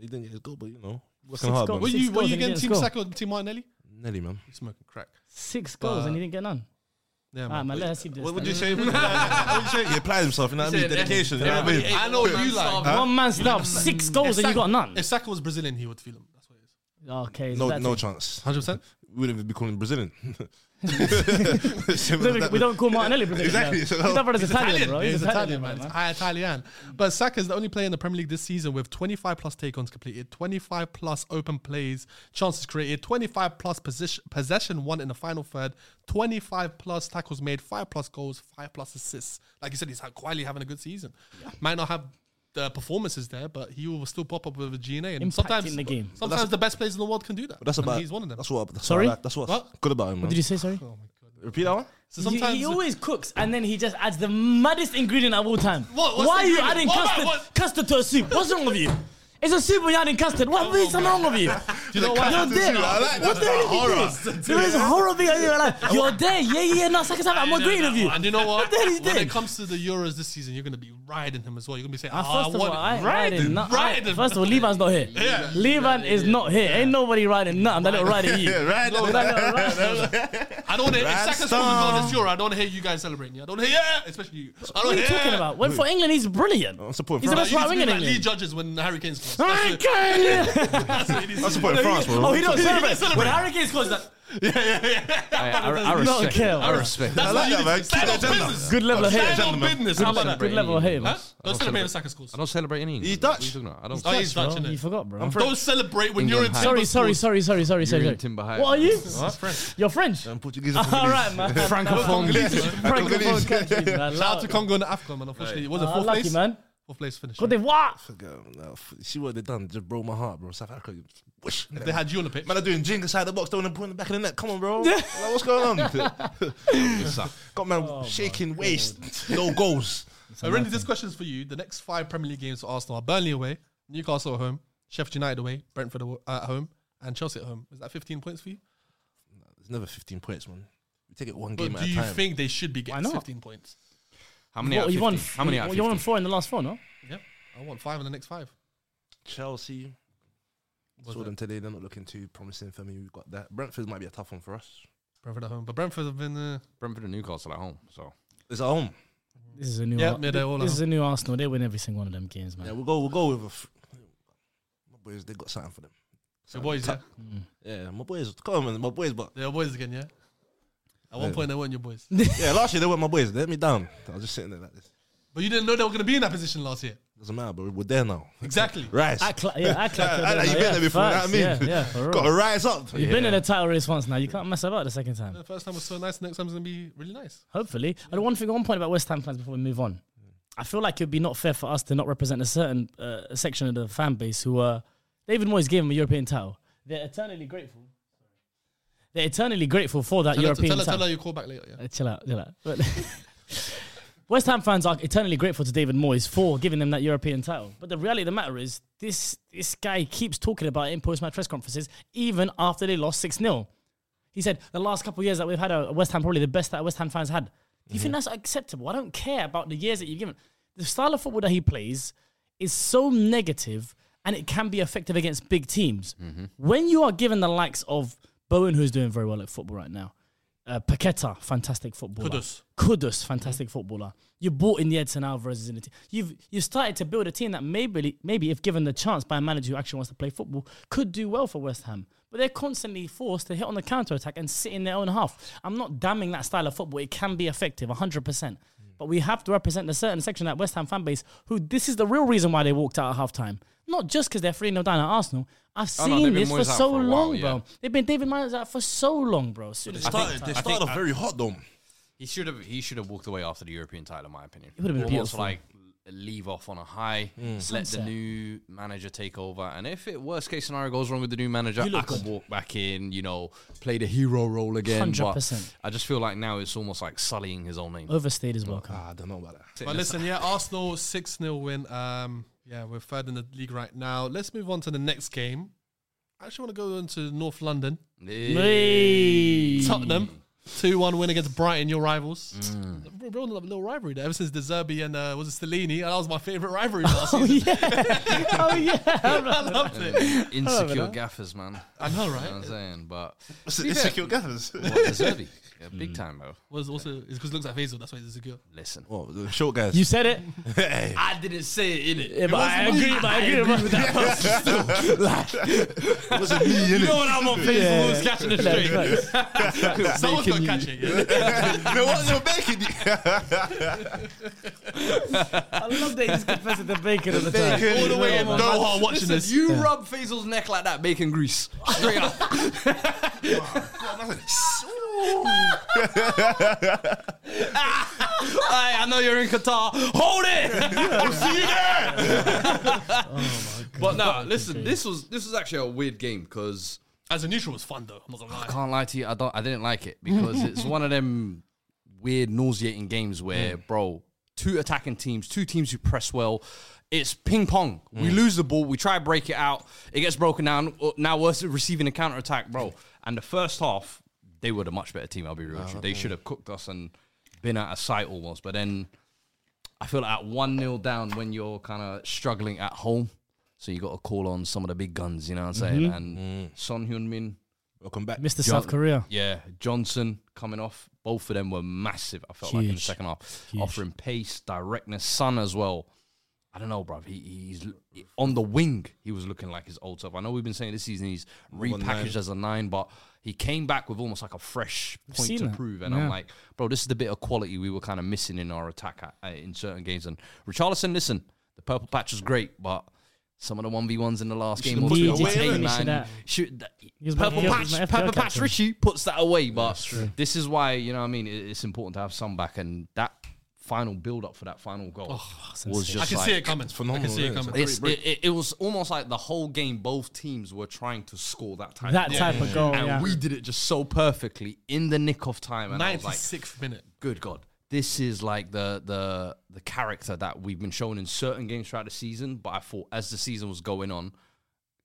He didn't get his goal, but you know, Six working hard, goals. Were man. Six you were goals you and he again didn't Team score. Saka or Team Martinelli? Nelly, man. He's smoking crack. six goals and he didn't get none. Yeah, Alright, man. man, let us see this. What would then. you say? What would you say? [LAUGHS] He applies himself, you know what I mean? Dedication, you know what I mean? I know what you like. Huh? One man's love, six goals and you got none. If Saka was Brazilian, he would feel him. That's what it is. Okay, so No, that's no it. chance. Hundred percent. [LAUGHS] We wouldn't even be calling him Brazilian. [LAUGHS] [LAUGHS] We don't- we don't call Martinelli [LAUGHS] Brazilian. Exactly, no. so- He's not brother's Italian, bro. He's Italian, man. It's Italian. But Saka is the only player in the Premier League this season with 25 plus take-ons completed, 25 plus open plays, chances created, 25 plus position, possession won in the final third, 25 plus tackles made, five plus goals, five plus assists. Like you said, he's ha- quietly having a good season. Might not have. The performances there, but he will still pop up with a GNA. And Impacting sometimes the game. Sometimes the best players in the world can do that. That's And about. He's one of them. That's what. That's Sorry? What I like- that's what's What? good about him. Man. What did you say? Sorry. repeat that one? so He- sometimes he, always cooks and then he just adds the maddest ingredient at all time. What- what's the Why are you ingredient? adding What about custard, what- custard to a soup? What's wrong with you? It's a soup when you're adding custard. What is wrong with you? Oh, you know what? You're there. I like what that. the hell is this? There is horror thing in your life. You're there. Yeah, yeah, yeah. No, second time. I'm I know agreeing that with you. one. And you know what? [LAUGHS] What the hell is when this? it comes to the Euros this season, you're going to be riding him as well. You're going to be saying, oh, Uh, I first of all, want I, riding, riding, riding, not, I, first of all, Levan's not here. Yeah. Levan is not here. Ain't nobody riding nothing. That [LAUGHS] little riding you. right. That little riding- I don't want to hear, if Ride Saka's probably song. going this Euro, I don't wanna hear you guys celebrating. Yeah, I don't wanna hear, yeah, especially you. I don't What are you hear, talking about? When for England, he's brilliant. I'm supporting He's the France. best right You winger need in to be like Lee England. judges when Harry Kane scores. Okay. That's what it is. I'm supporting [LAUGHS] France, bro. Oh, he don't He celebrate. doesn't When Harry Kane scores, Oh, he's like, I, I, I does not respect it. care. I respect it. That's I what like you that, need. man. Keep Stand that on agenda. business. Good level of hate, Stand on gentlemen. business. I How don't about that? celebrate Good level of any hate, man. English. Huh? I Don't don't celebrate in celebrate. second schools. I don't celebrate any. English. He's What are Dutch. you talking about? I don't. Oh, he's Dutch, bro. Dutch, innit? You forgot, bro. I'm French. Don't celebrate when England you're in high. timber Sorry, sorry, schools. sorry, sorry, sorry, You're sorry. in Timber High. What are you? Huh? French. You're French. I'm Portuguese. [LAUGHS] and [LAUGHS] All right, Congolese. man. Francophone. [LAUGHS] Francophone countries, man. Shout out to Congo and Africa, man. Unfortunately, it was a Ah, fourth Lucky, place. man. Fourth place finish. Cote right? d'Ivoire. Girl, no, f- see what they done? Just broke my heart, bro. South Africa, just whoosh. If they had you on the pitch, Man, are doing jing inside the box, throwing the ball in the back of the net. Come on, bro. Like, what's going [LAUGHS] on? [LAUGHS] Got man Oh, shaking waist, no goals. Uh, Randy, this question's for you. The next five Premier League games for Arsenal are Burnley away, Newcastle at home, Sheffield United away, Brentford aw- uh, at home, and Chelsea at home. Is that 15 points for you? It's never 15 points, man. We take it one But game do at a you time. think they should be getting not? 15 points? How many? What, out of you won. 15? How many? out of You won 15? four in the last four, no? Yep. I want five in the next five. Chelsea Was saw it them today. They're not looking too promising for me. We've got that. Brentford might be a tough one for us. Brentford at home. But Brentford have been. Uh, Brentford and Newcastle at home. So It's at home. This is a new. Yeah, Ar- yeah, they're all this out. is a new Arsenal. They win every single one of them games, man. Yeah, we'll go. We'll go with a. F- my boys, they got something for them. your boys, [LAUGHS] yeah? Yeah, my boys. Come on, man, my boys. But They're your boys again, yeah? At one Yeah. point, they weren't your boys. [LAUGHS] yeah, last year they weren't my boys. They let me down. I was just sitting there like this. But you didn't know they were going to be in that position last year. Doesn't matter, but we're there now. [LAUGHS] Exactly. Rise. Act like, yeah, act like, Act you're like you've there, been yeah, there before, you know what I facts, mean? Yeah, yeah, for real. [LAUGHS] got to rise up. You've been in a title race once now. You can't mess about the second time. The first time was so nice, next time's going to be really nice. Hopefully, I don't want to think one point about West Ham fans before we move on. I feel like it'd be not fair for us to not represent a certain uh, section of the fan base who are. David Moyes gave them a European title. They're eternally grateful. They're eternally grateful for that Tell her, European tell her, title. tell her you call back later, yeah? Uh, chill out, chill out. But [LAUGHS] West Ham fans are eternally grateful to David Moyes for giving them that European title. But the reality of the matter is, this this guy keeps talking about it in post match press conferences, even after they lost 6 0. He said, the last couple of years that we've had a West Ham, probably the best that West Ham fans had. Do you think that's acceptable? I don't care about the years that you've given. The style of football that he plays is so negative and it can be effective against big teams. When you are given the likes of Bowen, who's doing very well at football right now, uh, Paqueta, fantastic footballer. Kudus. Kudus, fantastic footballer. You bought in the Edson Alvarez in the team. You've you started to build a team that maybe maybe if given the chance by a manager who actually wants to play football could do well for West Ham. But they're constantly forced to hit on the counter attack and sit in their own half. I'm not damning that style of football. It can be effective, 100. percent But we have to represent a certain section of that West Ham fan base who this is the real reason why they walked out at half time. Not just because they're 3 0 down at Arsenal. I've Oh, no, seen they've been this for Moyes out so for a while, long, bro. yeah. They've been David Moyes out for so long, bro. As soon as They started, they started I- very hot though. he should have. He should have walked away after the European title, in my opinion. It would've been almost beautiful. Hmm. like leave off on a high. Let the Sunset. new manager take over, and if it worst case scenario goes wrong with the new manager, I You can look good. walk back in. You know, play the hero role again. but 100%. I just feel like now it's almost like sullying his own name. overstayed his welcome. Ah, I don't know about that. But listen, yeah, Arsenal 6 0 win. Um, yeah, we're third in the league right now. Let's move on to the next game. I actually want to go into North London. Hey. Tottenham, 2 1 win against Brighton, your rivals. Mm. We're building up a little rivalry there ever since De Zerbi and uh, was it Stellini? That was my favourite [LAUGHS] rivalry last Oh season. yeah! [LAUGHS] oh yeah! [LAUGHS] I loved it. [LAUGHS] Insecure gaffers, man. I know, You know what right? I'm saying, but It's insecure gathers. what, Deserby, yeah, Hmm. big time, bro. Was also it's because it looks like Hazel. That's why it's insecure. Listen, Well, the short guys. You said it. I didn't say it in it. Yeah, but I agree. But I agree with that. wasn't me, innit? You know what I'm on Facebook? [LAUGHS] Yeah. Who's catching the Like, straight? like, Someone's got to catch it. Yeah? You know what? [LAUGHS] You're making it. I love that he's confessing the bacon at the time. Bacon. All the way in Yeah, man. Doha watching this. You rub Faisal's neck like that, bacon grease. Straight up. [LAUGHS] Aye, I know you're in Qatar. Hold it. I'll see you there. But no, listen. This was this was actually a weird game because As a neutral, it was fun though. I'm not gonna lie. I can't lie to you. I don't. I didn't like it because it's one of them weird, nauseating games where, bro, two attacking teams, two teams who press well. It's ping pong. We lose the ball. We try to break it out. It gets broken down. Uh, Now we're receiving a counter attack, bro. And the first half, they were the much better team. I'll be real. with you. They should have cooked us and been out of sight almost. But then I feel like at one 0 down when you're kind of struggling at home. So you got to call on some of the big guns, you know what I'm saying? And Son Hyun Min, Welcome back. Mr. South Korea. yeah, Johnson coming off. Both of them were massive. I felt like in the Huge. second half, offering pace, directness, Son as well. I don't know, bruv. He, he's l- on the wing. He was looking like his old self. I know we've been saying this season he's nine. repackaged as a nine, but He came back with almost like a fresh point seen to that. prove, and I'm Yeah. like, bro, this is the bit of quality we were kind of missing in our attack at, uh, in certain games. And Richarlison, listen, the purple patch was great, but. Some of the one v ones in the last game, put or it two away, games, innit? man, He should have. shoot that- He was my- purple he was patch, my FPL purple patch. captain. Richie puts that away, but this is why you know what I mean. It, it's important to have some back, and that final build up for that final goal Oh, was just I can like, see it coming. I phenomenal, can see it innit? coming. it's, it, it, it was almost like the whole game. Both teams were trying to score that type. That of type of goal, goal. and yeah. we did it just so perfectly in the nick of time. And I was like, 96th minute. good God, this is like the the the character that we've been shown in certain games throughout the season. But I thought as the season was going on,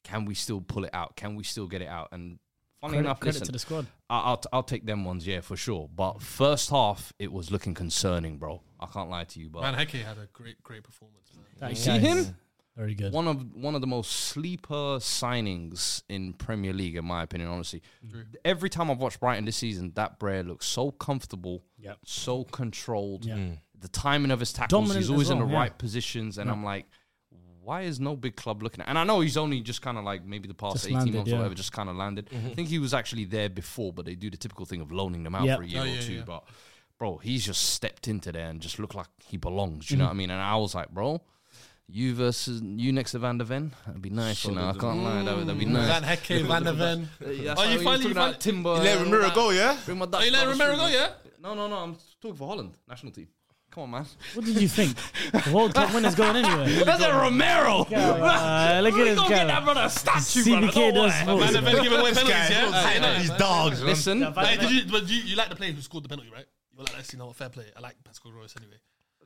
can we still pull it out? Can we still get it out? And funny Credit- enough, credit listen, to the squad. I, I'll t- I'll take them ones, yeah, for sure. But first half, it was looking concerning, bro. I can't lie to you, but Man, Heke had a great, great performance. man. That see guy him? is Very good. one of one of the most sleeper signings in Premier League, in my opinion. Honestly, every time I've watched Brighton this season, that Brer looks so comfortable, Yep. so controlled. Yeah. Mm. The timing of his tackles, Dominant he's as always in well, the yeah. right positions, and I'm like, why is no big club looking at? And I know he's only just kind of like maybe the past Just 18 landed, months or yeah. whatever, just kind of landed. Mm-hmm. I think he was actually there before, but they do the typical thing of loaning them out Yep. for a year Oh, or yeah, two, yeah. but. Bro, he's just stepped into there and just looked like he belongs. Mm-hmm. You know what I mean? And I was like, bro, you versus you next to Van der Ven. That'd be nice, you know. I can't lie, that would that'd be Van nice. [LAUGHS] Heke, Van der Ven. Mm. That's Oh, how you finally- we talking you about finally- Timber. You and let all Romero that. go, yeah? Bring my Are Dutch you letting brothers Romero through, go, man. yeah? No, no, no. I'm talking for Holland national team. Come on, man. What did you think? The World Cup winner's [LAUGHS] going anyway. That's a [LAUGHS] Romero. Uh, look at We this gonna get that guy. brother a statue, brother. CBK No does way. vote. Van der Ven giving away penalties, yeah? Uh, you know, These man. dogs. Listen, Hey, did you, but you, you like the player who scored the penalty, right? You're like, that's, you know what, fair play. I like Pascal Gross anyway.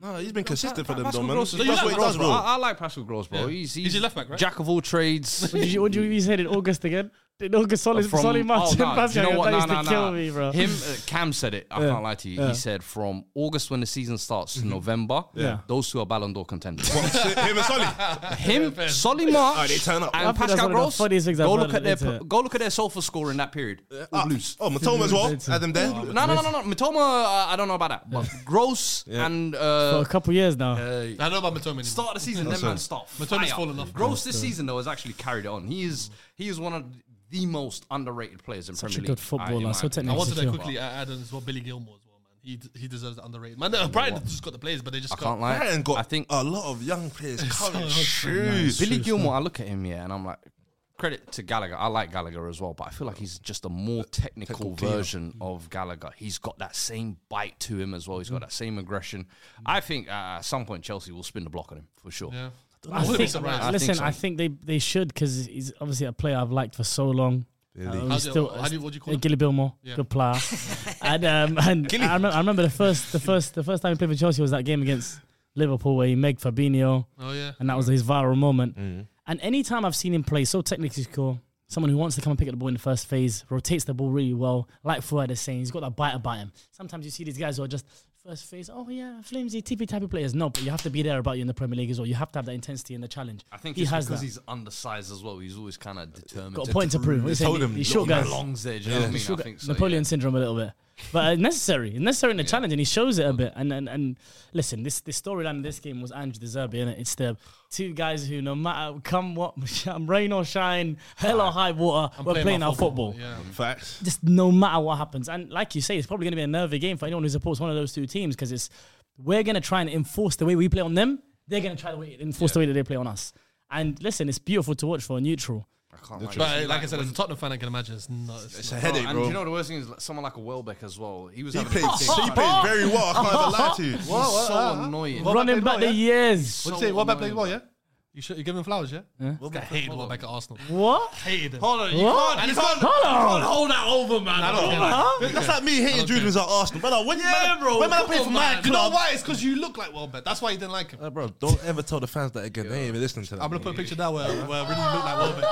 No, he's been consistent for them, though, Pascal man. Gross is No, you That's like what he Gross, does, Gross, bro. I, bro. I like Pascal Gross, bro. Yeah. He's, he's, He's your left back, right? Jack of all trades. What did you, what did you, you said in August again? In August, Solly, from- Solly Martin oh, nah, do Pascal you know what? that Nah, used nah, to nah. kill me, bro. Him, uh, Cam said it. I can't lie to you. He said from August when the season starts to November, Mm-hmm. Yeah. those two are Ballon d'Or contenders. Him and Solly. [LAUGHS] Him, Solly March, Oh, they turn up. I and think that's Pascal one of the Gross. funniest things I've Go heard look at of their the internet. go look at their sulfur score in that period. All Ah, blues. Oh, Matoma as well. Blues. Had them there. No, no, no, no, no. Matoma, uh, I don't know about that, but Gross and For uh, a couple years now. uh, I know about Matoma anymore. start of the season, then man start. Matoma's fire. fallen off. Gross this season though has actually carried it on. He is he is one of the most underrated players in Such a Premier good League. uh, in footballer. my So opinion. I technically wanted to secure. quickly add on as well Billy Gilmore as well, man. He d- he deserves the underrated. Man, no, Brighton just got the players, but they just I got. can't lie. Brighton got I think a lot of young players coming. Billy Shoes. Gilmore, I look at him yeah, and I'm like, credit to Gallagher. I like Gallagher as well, but I feel like he's just a more technical, version Mm. of Gallagher. He's got that same bite to him as well. He's got that same aggression. I think uh, at some point Chelsea will spin the block on him for sure. Yeah. I wouldn't be think, surprised. I think listen, so. I think they, they should because he's obviously a player I've liked for so long. Um, How he's do you- still- how do you- what do you call uh, him? Gilly Billmore, Yeah. [LAUGHS] good player. and um, and I, remember, I remember the first the first the first time he played for Chelsea was that game against Liverpool where he made Fabinho, Oh yeah. and that was his viral moment. And any time I've seen him play, so technically cool. Someone who wants to come and pick up the ball in the first phase, rotates the ball really well. Like Fuad is saying, he's got that bite about him. Sometimes you see these guys who are just first phase, oh yeah, flimsy, tippy tappy players. No, but you have to be there about you in the Premier League as well. You have to have that intensity and the challenge. I think he it's has because that. he's undersized as well. He's always kind of determined. got a point to prove. What are you saying? told him, He's He short guys. belongs there. Do you know what I mean? Sugar- I think so, Napoleon yeah. syndrome a little bit, but it's necessary. It's necessary in the challenge, and he shows it a bit. And and, and listen, this this storyline of this game was Andrew Deserbi, and it's the two guys who, no matter come what [LAUGHS] rain or shine, hell or high water, we're playing, my our football. Yeah. Facts. Just no matter what happens, and like you say, it's probably going to be a nervy game for anyone who supports one of those two teams because it's we're going to try and enforce the way we play on them. They're going to try to way- enforce the way that they play on us. And listen, it's beautiful to watch for a neutral. I can't lie. But uh, like I said, as a Tottenham fan, I can imagine it's not. It's It's not. a Bro, headache, Oh, and do bro. you know the worst thing is like, someone like a Welbeck as well. He was He having [LAUGHS] played, a big he played oh, very well. I can't even lie to you. He's so annoying. Running back the years. What'd you say? so What about playing annoying, well? Yeah. You should. You give him flowers, yeah. This guy hated what back at Arsenal. What? Hated him. Hold on, you What? can't. And You it's can't, not- Hold on. can't hold that over, man. I don't care. That's like me hating Jude was at Arsenal. But when, oh. Yeah, man, bro, when man I come play for on, my man. You know club, why? It's because you look like Welbeck. That's why you didn't like him. Uh, bro, don't ever tell the fans that again. They ain't even listening to that. I'm gonna put a picture now [LAUGHS] where where Ridley looked like Welbeck.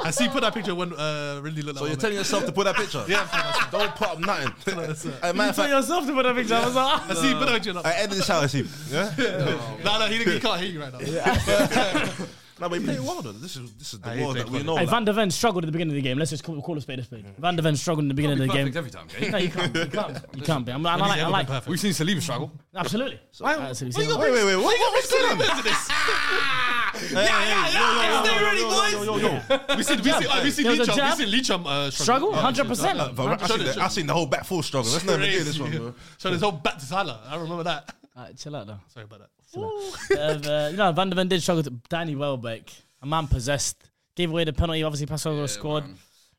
I see. Put that picture when uh, Ridley looked so like. you're Welbeck. telling yourself to put that picture? Yeah. Don't put up nothing. [LAUGHS] Hey, matter You of put fact, yourself to put a picture. I was like, I see. Put that picture up. I ended the shower, see. Yeah? No, no, he, he can't hear you right now. No, but he played well, though. This is, this is the he world played that we well. know. Hey, like, Van der Ven struggled at the beginning of the game. Let's just call, call a spade a spade. Van der Ven struggled at the beginning of the game. every time. okay? [LAUGHS] No, you can't. You can't. You can't be. I'm, I'm, I like. I Everton like perfect. We've seen Saliba struggle. absolutely. Absolutely. wait, wait, wait. What, what, what's going on? Listen to this. Yeah, yeah, yeah. Stay ready, boys. We seen, we seen, uh, we seen There was a Leacham. jab. We seen Leacham uh, Struggle, hundred percent. Like, bro, I've seen, the, I seen the whole back four struggle. Let's never do this one, [LAUGHS] bro. So there's whole back to Salah. I remember that. [LAUGHS] Chill out though. Sorry about that. Uh, but, you know, Van der Ven did struggle. To, Danny Welbeck, a man possessed, gave away the penalty. Obviously, Pascal scored.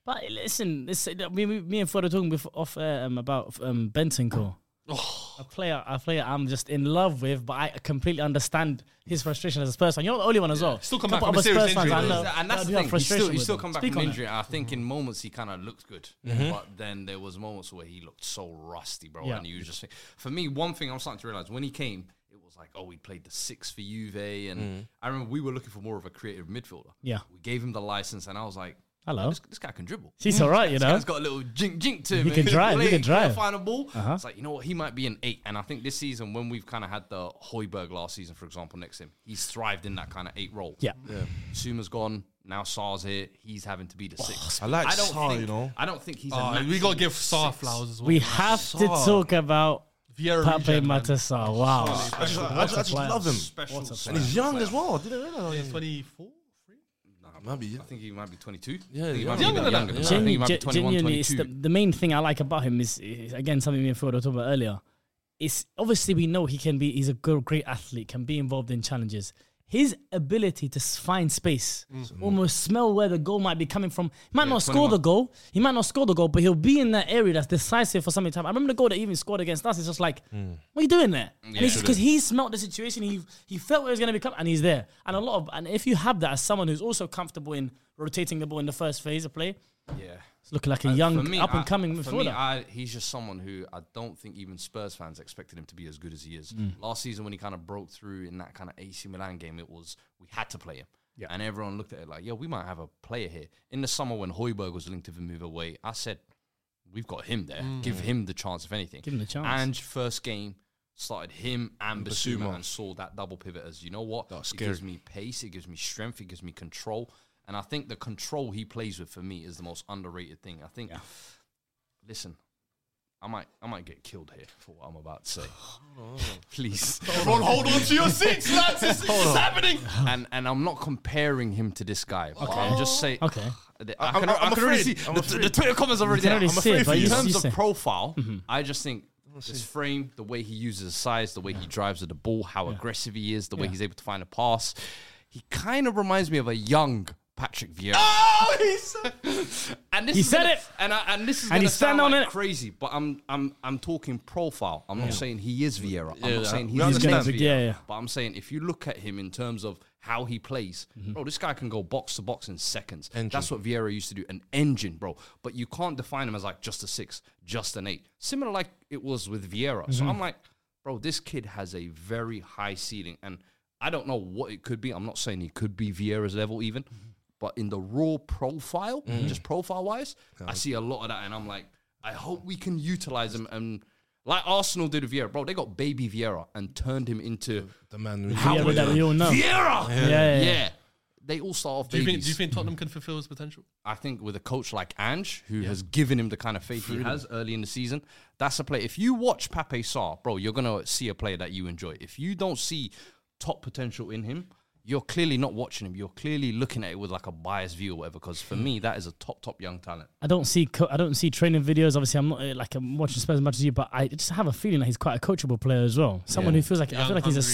But listen, this, me, me, me and Ford were talking before, off air, um, about um, Bentancur. Oh. A player, a player I'm just in love with, but I completely understand his frustration as a Spurs fan. You're not the only one as well. Still come Couple back from a other serious Spurs fans injury, I though. know and that's that the do have thing. He's still, frustration he's still with come them. back Speak from on Mm-hmm. it. injury. and I think in moments he kind of looked good, but then there was moments where he looked so rusty, bro. Yeah. And you just think, for me, one thing I'm starting to realize when he came, it was like, oh, we played the six for Juve, and I remember we were looking for more of a creative midfielder. Mm. Yeah. we gave him the license, and I was like, Hello. this, this guy can dribble. He's all right, you This know. guy's got a little jink jink to him. can drive, he play, can drive. Find a ball. Uh-huh. It's like you know what? He might be an eight, and I think this season when we've kind of had the Hoiberg last season, for example, next to him, he's thrived in that kind of eight role. Yeah. Suma's gone. Now Sar's here. He's having to be Oh, the six. I like don't Sarr, think, you know. I don't think he's. Oh, a we natural gotta give Saar six. flowers as well. We have to talk about Vieira Pape regen, man. Matasar. Wow. I just, I just, I just player. love him. Special And he's young as well. I didn't realize. He's 24. Maybe, yeah. I think he might be 22. Yeah, I think he yeah. might be Younger than a that. bit younger than that. I think he Genu- might be ge- 21, genuinely, it's the, 22. the main thing I like about him is, is again something me and Ford were talking about earlier. It's obviously we know he can be. He's a good, great athlete. Can be involved in challenges. His ability to s- find space, almost smell where the goal might be coming from. He might not score 21. the goal. He might not score the goal, but he'll be in that area that's decisive for something. Time. I remember the goal that he even scored against us. It's just like, what are you doing there? Yeah. Because he smelt the situation. He he felt where it was going to be coming, and he's there. And a lot of and if you have that as someone who's also comfortable in rotating the ball in the first phase of play, yeah. it's looking like a Uh, young, for me, up I- and coming For me, midfielder. I, he's just someone who I don't think even Spurs fans expected him to be as good as he is. Mm. Last season, when he kind of broke through in that kind of AC Milan game, it was we had to play him. And everyone looked at it like, yeah, we might have a player here. In the summer when Hoiberg was linked to the move away, I said, we've got him there. Give him the chance, if anything. Mm. Give him the chance. And first game started him and Basuma and saw that double pivot as, you know what? It gives me pace, it gives me strength, it gives me control. And I think the control he plays with for me is the most underrated thing. I think, listen, I might, I might get killed here for what I'm about [SIGHS] to say. [LAUGHS] Please, Everyone, hold on to your seats, lads. [LAUGHS] It's, it's happening. and and I'm not comparing him to this guy. But I'm just saying. Okay. I I'm- can, i I'm can already see afraid. I'm the, the Twitter comments are already can there. already I'm see it, afraid but in you- you terms say- of profile, Mm-hmm. I just think his frame, the way he uses his size, the way he drives at the ball, how aggressive he is, the way he's able to find a pass, he kind of reminds me of a young Patrick Vieira. Oh, he's. [LAUGHS] And this He is said gonna- it. and I, and this is And gonna he's sound standing on like it. crazy, but I'm I'm I'm talking profile. I'm not saying he is Vieira. I'm not saying he's, we the next understand. Vieira. Yeah, yeah. But I'm saying if you look at him in terms of how he plays, Mm-hmm. bro, this guy can go box to box in seconds. That's what Vieira used to do, an engine, bro. But you can't define him as like just a six, just an eight. Similar like it was with Vieira. Mm-hmm. So I'm like, bro, this kid has a very high ceiling, and I don't know what it could be. I'm not saying he could be Vieira's level even. Mm-hmm. But in the raw profile, just profile wise, I see a lot of that, and I'm like, I hope we can utilize him. And like Arsenal did with Vieira, bro, they got baby Vieira and turned him into The man. How Yeah, would but that we all know. Yeah, Vieira. Yeah. yeah, yeah. They all start off Do you, babies. think, do you think Tottenham can fulfill his potential? I think with a coach like Ange, who has given him the kind of faith he has early in the season, that's a player. If you watch Pape Sarr, bro, you're gonna see a player that you enjoy. If you don't see top potential in him, you're clearly not watching him. You're clearly looking at it with like a biased view or whatever. Because for me, that is a top, top young talent. I don't see co- I don't see training videos. Obviously, I'm not uh, like I'm watching Spurs as much as you, but I just have a feeling that he's quite a coachable player as well. Someone who feels like I Young, feel like he's a hungry.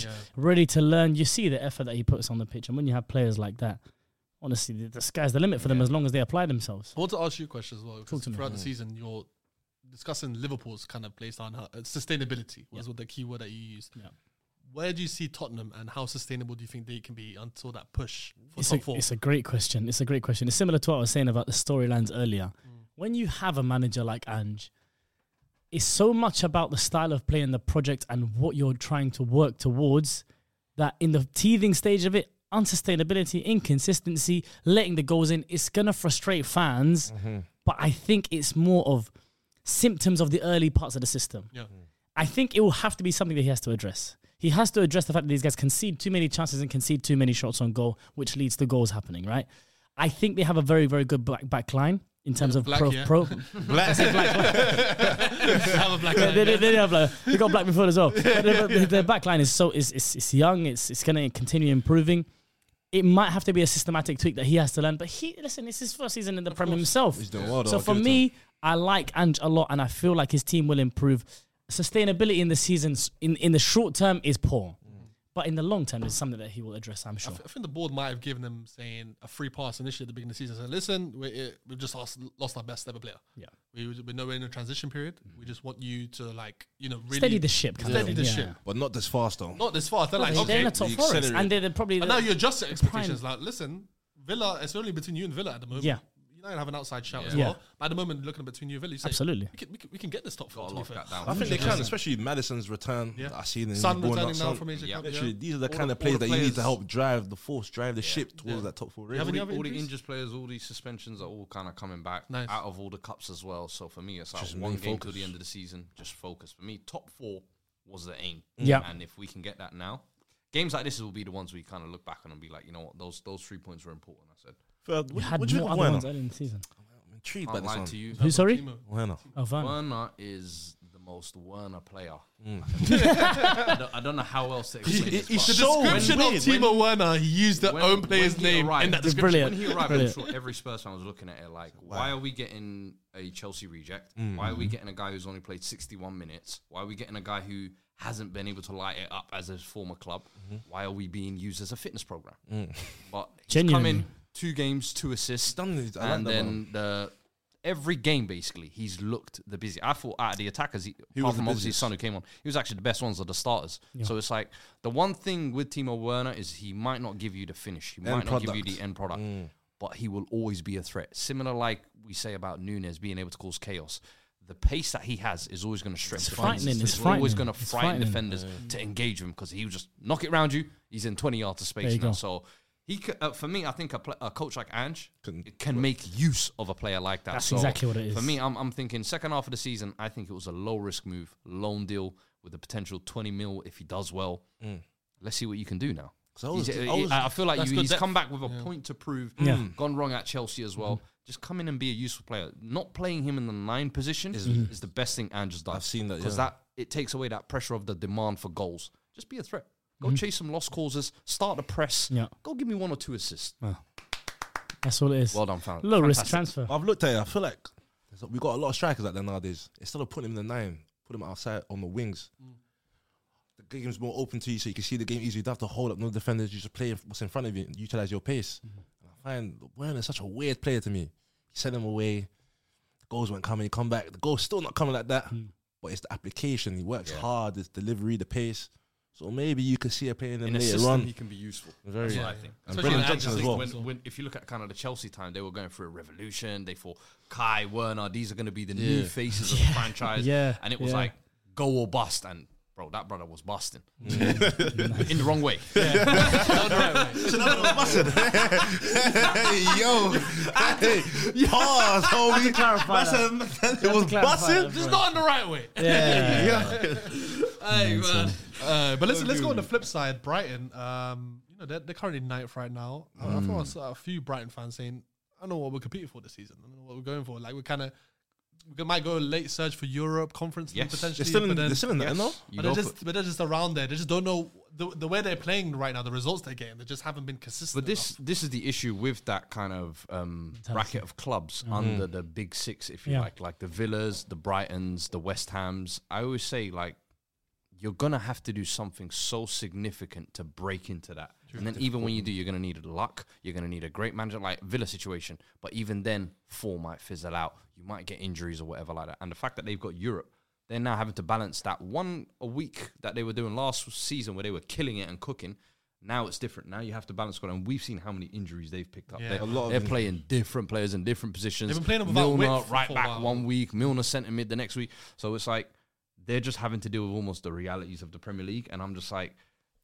sponge, ready to learn. You see the effort that he puts on the pitch, and when you have players like that, honestly, the, the sky's the limit for them as long as they apply themselves. I want to ask you a question as well. because to me. Throughout the season, you're discussing Liverpool's kind of place on uh, sustainability was what the key word that you used. Yeah. Where do you see Tottenham, and how sustainable do you think they can be until that push for It's a, top four? it's a great question. It's a great question. It's similar to what I was saying about the storylines earlier. Mm. When you have a manager like Ange, it's so much about the style of play and the project and what you're trying to work towards that in the teething stage of it, unsustainability, inconsistency, letting the goals in, it's going to frustrate fans. Mm-hmm. But I think it's more of symptoms of the early parts of the system. yeah. I think it will have to be something that he has to address. He has to address the fact that these guys concede too many chances and concede too many shots on goal, which leads to goals happening, right? I think they have a very, very good black back line in terms of black, pro. yeah. [LAUGHS] pro Black. have a black they, man, yeah. they, they, they have like, [LAUGHS] they got black midfield as well. But their, their- their back line is so is it's, it's young. It's it's going to continue improving. it might have to be a systematic tweak that he has to learn. But he listen, it's his first season in the Prem himself. He's doing well, though, So I'll for give it to me, I like Ange a lot, and I feel like his team will improve. Sustainability in the seasons in, in the short term is poor, but in the long term is something that he will address. I'm I, sure. th- I think the board might have given them saying a free pass initially at the beginning of the season. Saying, listen, we it, we've just lost, lost our best ever player. Yeah. we we know we're in a transition period. We just want you to like you know really Mm. Steady the ship, kind of steady thing, the yeah. ship. but not this fast though. Not this far. They're like they're okay, in the top the four, accelerate. and they're, they're probably and the- now you adjust your prime- expectations. Like listen, Villa. It's only between you and Villa at the moment. Yeah. United have an outside shout as Yeah. well. But at the moment, looking between you and Villa, you say, Absolutely. We can, we can, we can get this top four. To be lock fair. that down. I think they can, 100%. especially Madison's return. Yeah. Yeah. I seen in Sun Bournemouth, returning now Sun- from Asia Yeah. Cup. Literally, these are the All kind of all players the that you need to players- help drive the force, drive the ship towards Yeah. that top four. You have race. any all other the, all the injuries? injured players, all these suspensions are all kind of coming back Nice. out of all the cups as well. So for me, it's like Just one main game till focus. the end of the season. Just focus. For me, top four was the aim. Yeah. and if we can get that now, games like this will be the ones we kind of look back on and be like, you know what, those those three points were important. I said, Ferd, you what, had what do you more think of other ones eh? Werner? early in the season. I'm intrigued by can't lie this to one. you. Who, sorry? Timo. Werner. Oh, Werner. Werner is the most Werner player. I, don't, [LAUGHS] I don't know how else to explain Mm. [LAUGHS] He- this. he's but- The So description weird. of Timo Werner, he used the When- own when player's he name in arrived- that It's description. brilliant. When he arrived, Brilliant. I'm sure every Spurs fan was looking at it like, why are we getting a Chelsea reject? Why are we Mm-hmm. getting a guy who's only played 61 minutes? Why are we getting a guy who hasn't been able to light it up as his former club? Mm-hmm. Why are we being used as a fitness program? Mm. But he's come Genuinely. in two games, two assists, done it. I like and that then the. Every game, basically, he's looked the busy. I thought out of the attackers, he, He apart was the from obviously busiest. Son who came on, he was actually the best ones of the starters. So it's like the one thing with Timo Werner is he might not give you the finish. He might End not give you product. the end product, but he will always be a threat. Similar like we say about Nunes being able to cause chaos. The pace that he has is always going to stretch. defenders. frightening, it's always frightening, going to it's frighten frightening. defenders to engage him because he will just knock it round you. He's in twenty yards of There space you now. go. So he, c- uh, for me, I think a, pla a coach like Ange Can- can, make use of a player like that. That's So exactly what it For is. me, I'm, I'm thinking second half of the season. I think it was a low risk move, loan deal with a potential twenty mil if he does well. Let's see what you can do now. 'Cause Mm. I was- He's- uh, I he- was- I feel like That's you, good he's depth. come back with a point to prove. Yeah. Mm. Gone wrong at Chelsea as well. Just come in and be a useful player. Not playing him in the nine position is, Mm-hmm. the best thing Ange has done. I've seen that, because yeah. that uh, it takes away that pressure of the demand for goals. Just be a threat. Go Mm-hmm. chase some lost causes. Start the press. Yeah. Go give me one or two assists. That's all it is. Well done, fam. Low risk Fantastic. transfer. I've looked at it. I feel like there's- we got a lot of strikers out there nowadays. Instead of putting him in the nine, put him outside on the wings. The game's more open to you, so you can see the game easily. You don't have to hold up no defenders. You just play what's in front of you and utilize your pace. And I find Werner's such a weird player to me. You send him away. The goals weren't coming. He come back. The goal's still not coming like that. Hmm. But it's the application. He works hard. It's delivery, the pace. So maybe you could see a player in them In a later system, on. he can be useful. Very That's what yeah. I think. And Especially Brennan in Johnson Ange's as league, well. When, when, if you look at kind of the Chelsea time, they were going through a revolution. They thought Kai Werner, these are going to be the new [LAUGHS] faces of the franchise. Yeah. and it was Yeah. like go or bust. And bro, that brother was busting Mm. [LAUGHS] in the wrong way. [LAUGHS] Hey, yo. hey, pause, homie. clarify that. That's a- it was clarify that, busted. bro. It's not in the right way. Yeah. Hey, man. Uh, but listen, let's go on the flip side. Brighton, um, you know, they're, they're currently ninth right now. I- I thought I saw a few Brighton fans saying, I don't know what we're competing for this season. I don't know what we're going for. Like, we're kind of, we might go late surge for Europe, conference League Yes. potentially. They're still but in, then- they're still in that, no? but they're, You go for- just, but they're just around there. They just don't know the, the way they're playing right now, the results they're getting. They just haven't been consistent. But this this is the issue with that kind of um, bracket of clubs under the big six, if you Yeah. like, like the Villas, the Brightons, the West Hams. I always say like you're gonna have to do something so significant to break into that. And then even when you do, you're gonna need luck. You're gonna need a great manager, like Villa situation. But even then, four might fizzle out. You might get injuries or whatever like that. And the fact that they've got Europe, they're now having to balance that one a week that they were doing last season where they were killing it and cooking. Now it's different. Now you have to balance squad, and we've seen how many injuries they've picked up. Yeah. They're, A lot of they're playing different players in different positions. They've been playing them without Milner, width for- right for a back while. one week, Milner centre mid the next week. So it's like they're just having to deal with almost the realities of the Premier League. And I'm just like,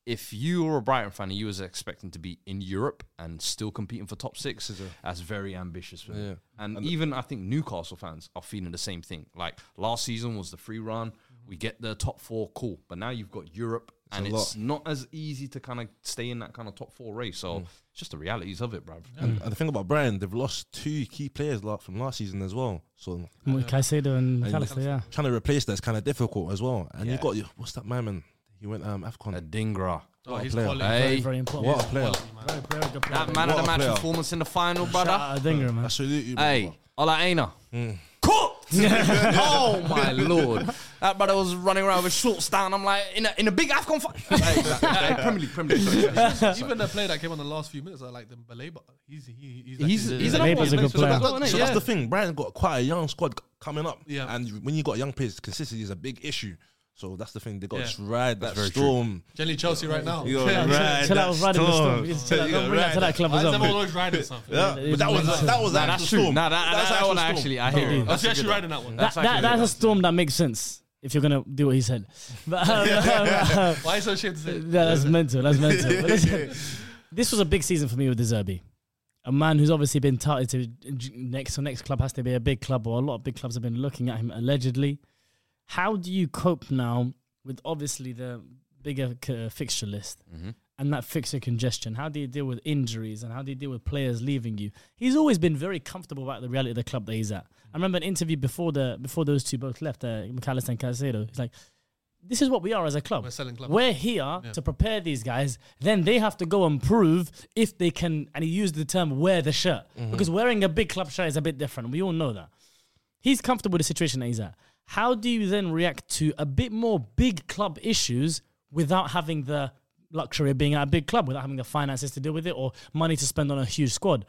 if you were a Brighton fan and you was expecting to be in Europe and still competing for top six, that's very ambitious for me. Yeah. And, even I think Newcastle fans are feeling the same thing. Like last season was the free run. Mm-hmm. We get the top four, cool. But now you've got Europe and a it's not as easy to kind of stay in that kind of top four race. Mm. So it's just the realities of it, bruv. And, and the thing about Brian, they've lost two key players like, from last season as well. So Caicedo and And- McAllister, yeah. trying to replace that's kind of difficult as well. And Yeah. you got your, what's that man? man? He went um, Afcon. A Dingra. Oh, he's player. quality. Hey. Very, very important. what a player! Quality, man. Very, very good player. That man of What the a match player. performance in the final, Shout brother. out to Dinger, man. Absolutely. bro. Hey, Ola Aina. [LAUGHS] Cooked! oh my lord. That brother was running around with shorts down. I'm like, in a, in a big Afghan fight. hey, that- hey, Premier League, Premier League. sorry. Even the player that came on the last few minutes, I like the Baleba. He's he, he's like, He's, he's Yeah, another Labour's one. a good So that's- player. So yeah. that's the thing. Brighton got quite a young squad c- coming up, Yeah. and when you got young players, consistency is a big issue. So that's the thing. They got Yeah. to ride that very storm. generally Chelsea right now. You gotta Chill out, Ride chill out, that riding the storm. storm. Just chill out. You Don't gotta bring that ride to that it. club Why as is well. everyone always riding something? Oh, Yeah, it is but that was mental. that was Nah, actual that's true. storm. Nah, that, That's that, that actual one storm. actually, I hear it. Indeed. I was That's a actually good riding one. that one. That, That's that, actually that's good. a storm that makes sense if you're gonna do what he said. [LAUGHS] But, um, yeah, Why is so ashamed to say? that's mental. That's mental. [LAUGHS] But listen, this was a big season for me with the Zerbi, a man who's obviously been touted to next. So next club has to be a big club, or a lot of big clubs have been looking at him allegedly. How do you cope now with obviously the bigger c- uh, fixture list? and that fixer congestion? How do you deal with injuries and how do you deal with players leaving you? He's always been very comfortable about the reality of the club that he's at. I remember an interview before the before those two both left, uh, McAllister and Caicedo. He's like, "This is what we are as a club. We're selling club. We're here Yeah. to prepare these guys. Then they have to go and prove if they can." And he used the term "wear the shirt" because wearing a big club shirt is a bit different. We all know that. He's comfortable with the situation that he's at. How do you then react to a bit more big club issues without having the luxury of being at a big club, without having the finances to deal with it or money to spend on a huge squad?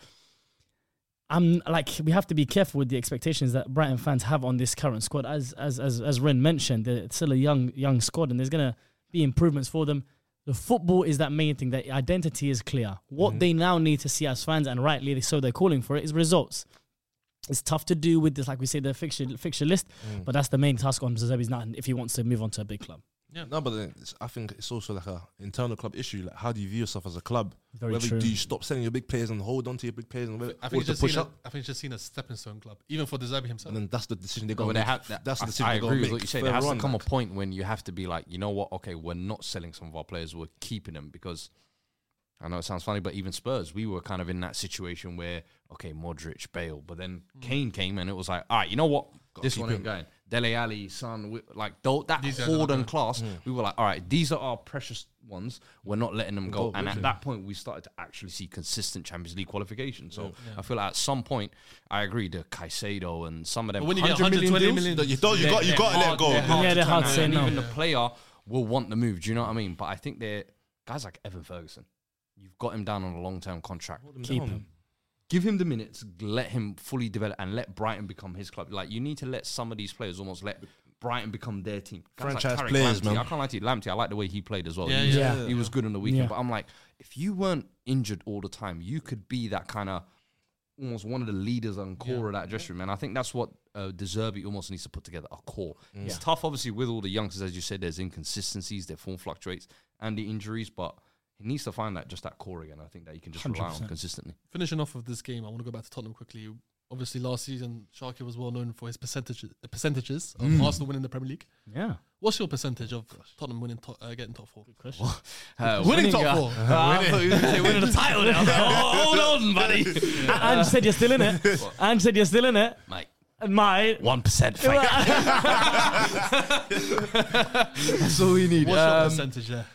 I'm like we have to be careful with the expectations that Brighton fans have on this current squad. As as as as Ren mentioned, they're still a young young squad, and there's gonna be improvements for them. The football is that main thing. Their identity is clear. What they now need to see as fans, and rightly so, they're calling for it is results. It's tough to do with this, like we say, the fixture fixture list, but that's the main task on Zazebi's now if he wants to move on to a big club. No, but then it's, I think it's also like a internal club issue. Like, how do you view yourself as a club? Very Whether true. do you stop selling your big players and hold on to your big players and whether, I or think, he's to just push seen a, up? I think he's just seen a stepping stone club, even for Deserbi himself. And then that's the decision they're No, going they to have, make. That's the I, decision I they're going agree to with make. what you say. There has further on, to come like. a point when you have to be like, you know what? Okay, we're not selling some of our players. We're keeping them because I know it sounds funny, but even Spurs, we were kind of in that situation where okay, Modric, Bale, but then Hmm. Kane came and it was like, all right, you know what? this one ain't going. Dele Alli, Son, wi- like tho- that These guys are horde not and class. Hmm. We were like, all right, these are our precious ones. We're not letting them go. and at that point, we started to actually see consistent Champions League qualification. So I feel like at some point, I agree. The Caicedo and some of them But when you get 100 million 120 deals, million, No, You don't. You got. You got to let hard- go. hard Yeah, to they're turn hard to around. say And no. Even the player will want the move. Do you know what I mean? But I think they're guys like Evan Ferguson. You've got him down on a long term contract. Keep him. Give him the minutes. Let him fully develop and let Brighton become his club. Like you need to let some of these players almost let. Brighton become their team. Guys Franchise Tarek players, Lamptey. man. I can't lie to you, Lamptey. I like the way he played as well. Yeah, he, was, yeah. he was good on the weekend. Yeah. But I'm like, if you weren't injured all the time, you could be that kind of almost one of the leaders and core of that dressing room. And I think that's what uh, De Zerbi almost needs to put together a core. It's tough, obviously, with all the youngsters, as you said, there's inconsistencies, their form fluctuates, and the injuries, but he needs to find that just that core again. I think that he can just rely on 100%. consistently. Finishing off with this game, I want to go back to Tottenham quickly. Obviously, last season Sharkey was well known for his percentages, percentages of Arsenal winning the Premier League. Yeah. What's your percentage of Tottenham winning, to, uh, getting top four? Uh, Winning top uh, four. uh, I thought you were [LAUGHS] gonna say winning the title. There. I was like, oh, hold on, buddy. And said you're still in it. And said you're still in it. [LAUGHS] Mate, Mate. one percent. That's all we need. What's your Um, percentage there?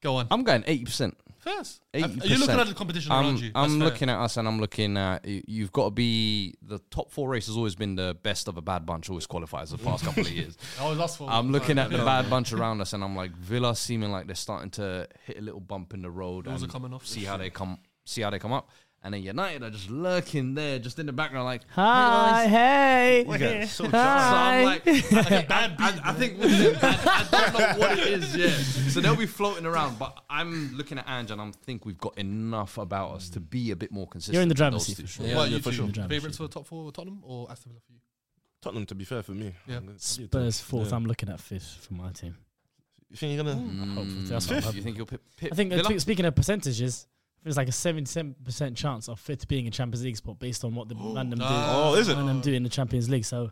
Go on. I'm going eighty percent. First, uh, are you 80%. looking at the competition I'm, around you? I'm That's fair. looking at us and I'm looking at y- you've got to be the top four race has always been the best of a bad bunch, always qualifies the past couple [LAUGHS] of years. I Oh, was asked for. I'm looking at the bad bunch around us and I'm like Villa seeming like they're starting to hit a little bump in the road. Those and are coming off. See how they come see how they come up. And then United are just lurking there, just in the background, like Hi. Hey. so I'm Hi. like, [LAUGHS] I, I- I think with [LAUGHS] them, I, I don't know what it is, yeah. So they'll be floating around, but I'm looking at Ange and I'm think we've got enough about us to be a bit more consistent. You're in the with driver's those seat two. for sure. What are you for two? sure. Favorites for top four, Tottenham or Aston Villa for you? Tottenham, to be fair, for me. Yeah. I'm gonna- Spurs fourth. Yeah. I'm looking at fifth for my team. You think you're Mm. gonna? Oh, Hopefully, that's what I'm You hoping. think you'll pip, pip I think uh, Villa? t- speaking of percentages, there's like a 77% chance of fifth being a Champions League spot based on what the random do. Oh, is it? random do in the Champions League. So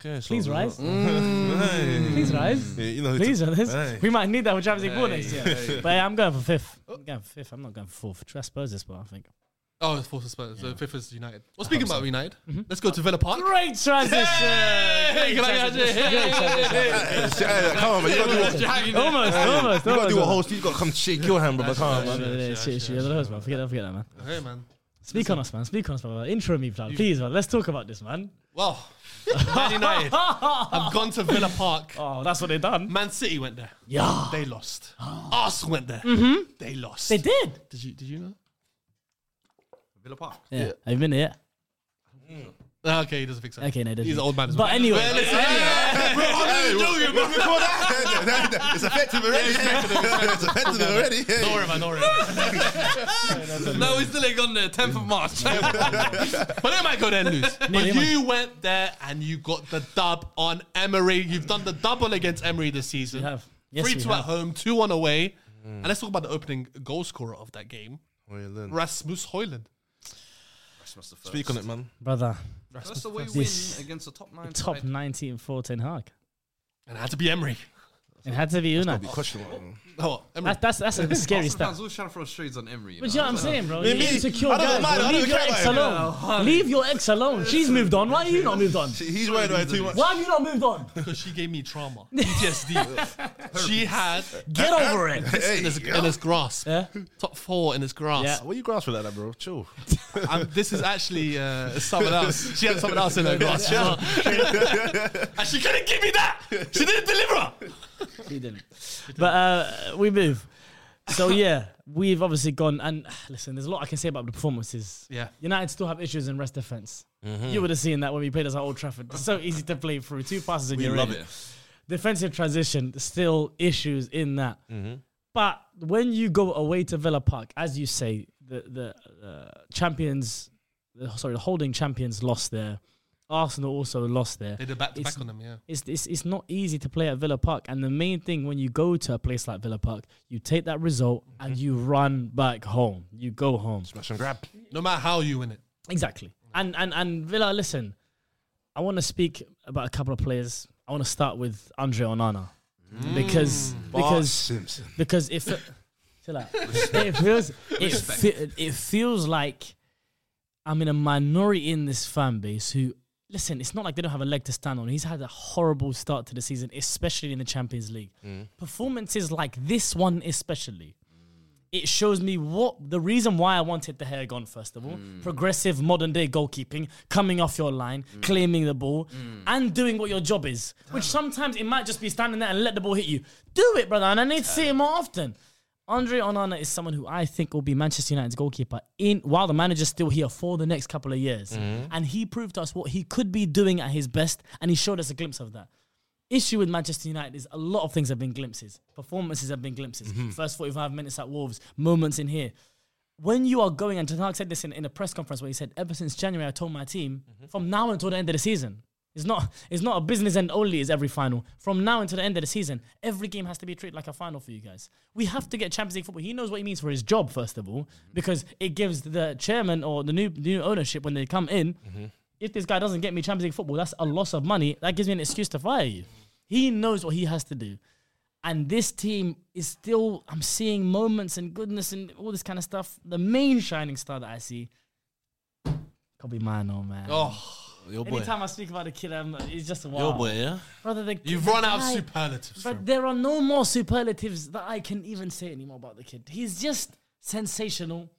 Okay. So please rise. Hey. Please rise. Yeah, you know, it's- Please, rise. Hey. we might need that for Champions League four Hey, next year. hey. But yeah, I'm going for fifth. I'm going for fifth. I'm not going for fourth. That's Spurs this spot, I think. Oh, it's four suspended. So fifth is United. Well, speaking about United, let's go to Villa Park. Great transition. Hey, can I get a- Great transition. come on, man. You gotta do a- Almost, almost, you gotta do a almost. whole. You gotta come shake your hand, brother. Come on, No, man. no, no, no, shit, shit, yeah, those, man. Forget that, forget that, man. Hey, man. Speak on us, man. Speak on us, man. Intro me, blood. Please, man. Let's talk about this, man. Well, [LAUGHS] Man United have gone to Villa Park. [LAUGHS] Oh, that's what they done. Man City went there. Yeah. Oh. Mm-hmm. They [GASPS] lost. Arsenal went there. They lost. They did. Did you? Did you know? Villa Park. Yeah. Have you been there? Ah, Okay, he doesn't think so. Okay, no, it doesn't. He's an old man. as But well. anyway. Well, listen, Hey, I'm what- joking, what we [LAUGHS] call that? It's effective already. It's [LAUGHS] effective already. Don't worry, man. Don't worry. No, we still ain't gone there. 10th of March. But they might go there and [LAUGHS] lose. but they you might. went there and you got the dub on Emery. You've done the double against Emery this season. We have. Yes, Three we two at have. home, two one away. And let's talk about the opening goal scorer of that game, Right, Rasmus Hoyland. Speak on it, man. Brother, That's the way This- win against the top nine. top side. 19 for Ten Hag. And it had to be Emery. It had to be Una. Be questionable. man. Oh, Emery. That, that's, [LAUGHS] that's a scary Arsenal stat. fans always trying to throw shades on Emery. you But know? you know what I'm saying, bro? Me, You're me. insecure I don't mind, guys. bro. I don't Leave your care ex about it. alone. Leave your ex alone. She's moved on. Why have you not moved on? See, He's worried about it too much. Why have you not moved on? Because she gave me [LAUGHS] trauma. PTSD. she had Get over it. [LAUGHS] Hey, in his, yeah. in his grasp. Yeah. Top four in his grasp. What you grasping like that, bro? Chill. Um, this is actually uh, someone else. She had someone else in her grasp. and she couldn't give me that. She didn't deliver. He didn't. But uh, we move. So yeah, we've obviously gone and [SIGHS] listen. There's a lot I can say about the performances. Yeah. United still have issues in rest defense. You would have seen that when we played us at Old Trafford. It's so easy to play through two passes and you're love in. it. Defensive transition still issues in that. But when you go away to Villa Park, as you say, the the uh, champions, the, sorry, the holding champions lost there. Arsenal also lost there. They did back to It's- back on them, yeah. It's, it's it's not easy to play at Villa Park, and the main thing when you go to a place like Villa Park, you take that result and you run back home. You go home. Smash and grab. No matter how you win it. Exactly. And and and Villa, listen, I want to speak about a couple of players. I want to start with Andre Onana because because Simpson. [LAUGHS] because if [LAUGHS] chill out. it feels it, fe- it feels like I'm in a minority in this fan base who listen. It's not like they don't have a leg to stand on. He's had a horrible start to the season, especially in the Champions League. Performances like this one, especially. It shows me what the reason why I wanted the hair gone, first of all. Progressive modern day goalkeeping, coming off your line, claiming the ball, and doing what your job is, which sometimes it might just be standing there and let the ball hit you. Do it, brother, and I need to see it more often. Andre Onana is someone who I think will be Manchester United's goalkeeper in while the manager's still here for the next couple of years. And he proved to us what he could be doing at his best, and he showed us a glimpse of that. Issue with Manchester United is a lot of things have been glimpses. Performances have been glimpses. First 45 minutes at Wolves, moments in here. When you are going, and Ten Hag said this in, in a press conference where he said, ever since January, I told my team, from now until the end of the season, it's not, it's not a business end only is every final. From now until the end of the season, every game has to be treated like a final for you guys. We have to get Champions League football. He knows what he means for his job, first of all, because it gives the chairman or the new new ownership when they come in, if this guy doesn't get me Champions League football, that's a loss of money. That gives me an excuse to fire you. He knows what he has to do. And this team is still, I'm seeing moments and goodness and all this kind of stuff. The main shining star that I see, Kobe Mano, man. Oh, Your boy. Anytime I speak about the kid, I'm, it's just a Your wow. boy, yeah? Brother, the, you've the run out of guy- superlatives. But bro. there are no more superlatives that I can even say anymore about the kid. He's just sensational,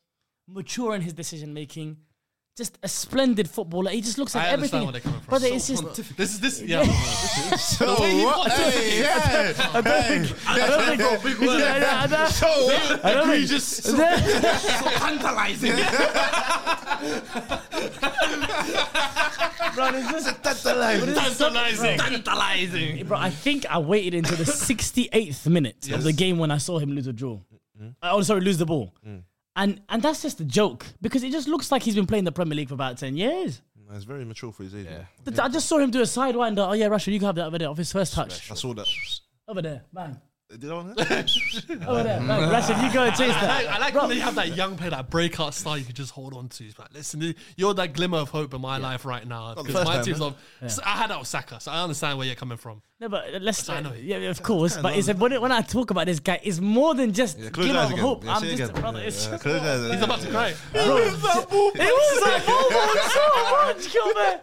mature in his decision making, just a splendid footballer. He just looks at I understand everything. where they're coming from. Brother, So it's just This is this, yeah. So way he what? got to- [LAUGHS] Hey, yeah. Hey. I don't think- it's just- I don't- I don't- So what? [LAUGHS] I [LAUGHS] don't think- [LAUGHS] Egregious. Tantalizing. Bro, it's just- That's the life. it's so- Tantalizing. Tantalizing. Bro, I think I waited [LAUGHS] until the 68th minute of the game when I saw him lose a draw. Mm-hmm. Uh, Oh, sorry, lose the ball. Mm. And and that's just a joke because it just looks like he's been playing the Premier League for about 10 years. It's very mature for his age. man. Th- I just saw him do a sidewinder. Oh, yeah, Rashford, you can have that over there off his first touch. I saw that. Over there, bang. Did I want Over there. No, Rashid, you [LAUGHS] go and chase I like, that. I like when you have that young player, that breakout star you can just hold on to. It's like, listen, you're that glimmer of hope in my life right now. the Because first my time, team's man. off. so I had that with Saka, so I understand where you're coming from. No, but let's. I know. Yeah, of course. But it's when, it- when I talk about this guy, it's more than just Yeah, close give your eyes up again. hope. Yeah, I'm say it just again. brother. Yeah, It's yeah, just. close your eyes He's again. about to cry. It [LAUGHS] was that ball. It's so much, come on.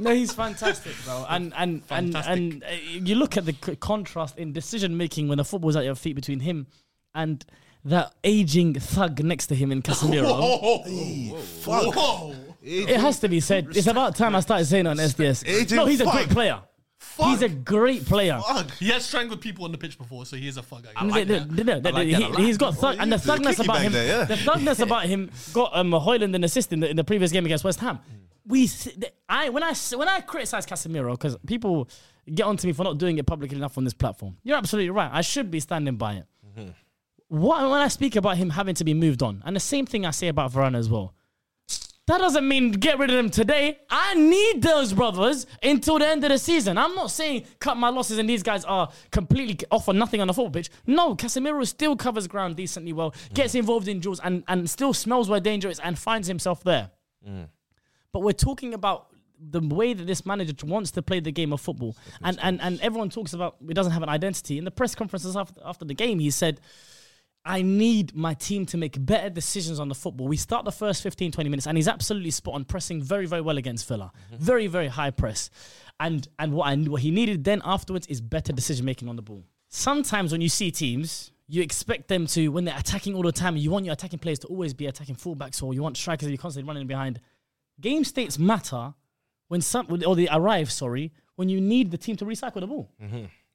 No, he's fantastic, bro. And and and Fantastic. and uh, you look at the c- contrast in decision making when the football's at your feet between him and that aging thug next to him in [LAUGHS] Casemiro. Oh, Fuck. whoa. It has to be said. It's about time I started saying it on SDS. Aging No, he's a thug. great player. He's a great player. He has strangled people on the pitch before, so he is a fuck. I No, like no, that. no, no, no, like he- that a lot. He's got thug, and the he's a thugness kicky about back him. there, yeah. The thugness about him got um, Hoyland an assist in the, in the previous game against West Ham. We, s- th- I when I s- when I criticize Casemiro because people get onto me for not doing it publicly enough on this platform. You're absolutely right. I should be standing by it. Mm-hmm. What when I speak about him having to be moved on, and the same thing I say about Varane as well. That doesn't mean get rid of them today. I need those brothers until the end of the season. I'm not saying cut my losses and these guys are completely offer nothing on the football pitch. No, Casemiro still covers ground decently well, gets involved in duels and, and still smells where danger is and finds himself there. But we're talking about the way that this manager wants to play the game of football. And, and, and everyone talks about he doesn't have an identity. In the press conferences after, after the game, he said, I need my team to make better decisions on the football. We start the first 15, 20 minutes, and he's absolutely spot on, pressing very, very well against Villa. Very, very high press. And and what, I, what he needed then afterwards is better decision making on the ball. Sometimes when you see teams, you expect them to, when they're attacking all the time, you want your attacking players to always be attacking fullbacks or you want strikers to be constantly running behind. Game states matter when some, or they arrive, sorry, when you need the team to recycle the ball.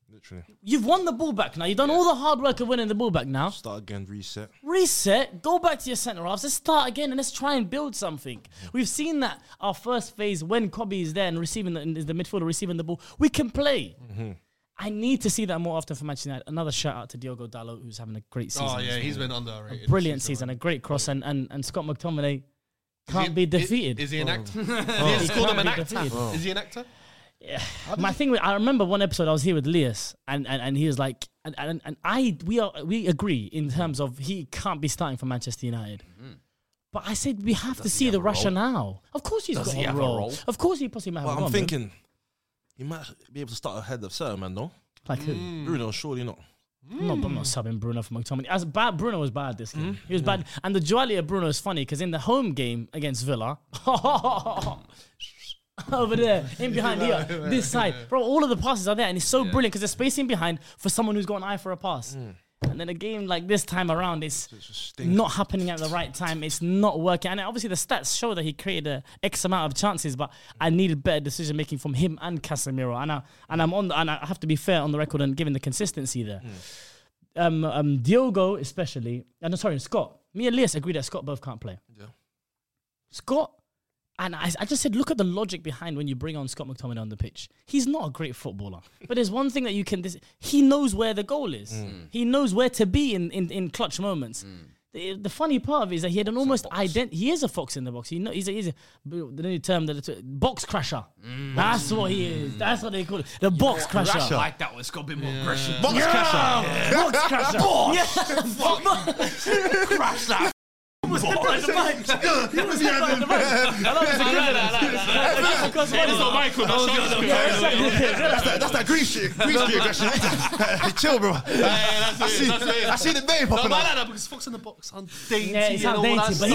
Literally. You've won the ball back now. You've done all the hard work of winning the ball back now Start again, reset. reset, go back to your centre halves, let's start again and let's try and build something. We've seen that our first phase when Kobe is there and receiving the, and is the midfielder receiving the ball, we can play. Mm-hmm. I need to see that more often for Manchester United. Another shout out to Diogo Dallo, who's having a great season. Oh, yeah, he's been underrated. this Brilliant season, a great cross, and, and, and Scott McTominay can't be Is- defeated. Is he an actor? Is he called him can't an be actor? defeated. Is he an actor? My thing, with, I remember one episode I was here with Leas, and, and, and he was like, and, and, and I we are we agree in Mm-hmm. terms of he can't be starting for Manchester United. But I said we have to see the rationale. Of course he's got he a have a role. role? Of course he possibly might have. But one, I'm bro. thinking, he might be able to start ahead of certain man, though. like who? Mm. Bruno, surely not. I'm, not, I'm not subbing Bruno for McTominay. As bad, Bruno was bad this game. He was bad, and the duality of Bruno is funny because in the home game against Villa, [LAUGHS] over there, in behind here, this side, bro, all of the passes are there, and it's so brilliant because there's space in behind for someone who's got an eye for a pass. And then a game like this time around, it's [LAUGHS] not happening at the right time. It's not working. And obviously, the stats show that he created a X amount of chances, but I needed better decision making from him and Casemiro. And I and I'm on. The, and I have to be fair on the record and given the consistency there um, um, Diogo especially, and I'm sorry, Scott. Me and Lias agree that Scott both can't play. Yeah. Scott, and I, I just said, look at the logic behind when you bring on Scott McTominay on the pitch. He's not a great footballer, [LAUGHS] but there's one thing that you can. Dis- he knows where the goal is. Mm. He knows where to be in in, in clutch moments. The, the funny part of it is that he had an almost ident. He is a fox in the box. He know, he's a, he's a the new term that it's, box crasher. That's what he is. That's what they call it. The box crasher. I like that one. It's got a bit more aggression. Box Yeah. Box crasher. Yeah. Crash that. Because one is- That's that, that's that green shit. Green shit aggression. [LAUGHS] Chill, bro. I see, I see the name No, popping man, up. no, because Fox in the box on dainty. Yeah, he's and all outdated, that but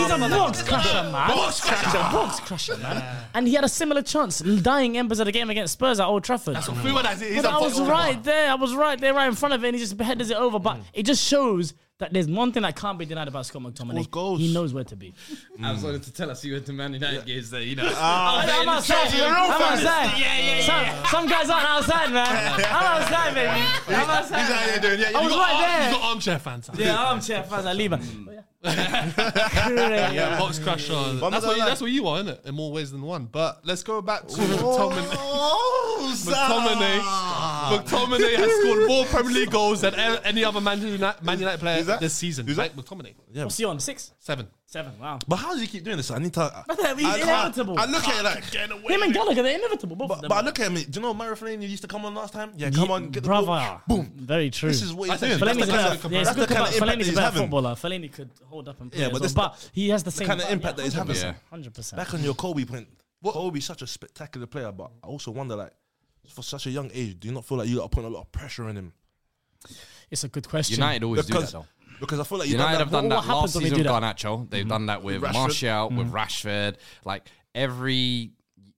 he's a stuff. box crusher, man. Box He's a box crusher, man. And he had a similar chance, dying embers of the game against Spurs at Old Trafford. That's what we were like, he's But a I box was crusher. right there. I was right there, right in front of it, and he just headers it over. Mm. But it just shows that there's one thing that can't be denied about Scott McTominay. Scores goals. He knows where [LAUGHS] to be. I was wanted to tell us you went to Man United games there, you know. I'm, I'm outside. You're all I'm fans. outside. Some, some guys aren't outside, [LAUGHS] man. I'm outside, baby. I'm outside. He's out here doing, yeah, I you was got- right there. He's got armchair fans. Yeah, armchair fans. I leave. Mm. her. [LAUGHS] [LAUGHS] Yeah, box crusher. Bummer That's what, you, don't that's what you are, isn't it? In [LAUGHS] more ways than one. But let's go back to McTominay. Oh, McTominay. Zah. McTominay has scored more Premier League goals than e- any other Man United, Man United player who's that? this season. Who's that? Mike McTominay, What's he on? Six? seven. Seven. [LAUGHS] Wow. But how do you keep doing this? I need to. But they're- he's I- I- inevitable. I look at it like. Him and Gallagher, they're inevitable. Both But, of them. but I look at me. Do you know Mariflane you used to come on last time? Yeah, come on, get the brother. ball. Boom. Very true. This is what he's That's doing. actually- kind That's the Fellaini's a better, of- yeah, it's that's a good the kind of combat. impact Fellaini's a he's better having. footballer. Fellaini could hold up and play. Yeah, as but well. this- but he has the same kind of impact that yeah, he's having. Yeah. Hundred percent. Back on your Kobe point. Kobe's such a spectacular player, but I also wonder, like, for such a young age, do you not feel like you got to put a lot of pressure on him? It's a good question. United always do that Because, though. because I feel like you United have done what- what that last happens when we season with do Mm-hmm. Garnacho. They've done that with Rashford. Martial, with Rashford. Like every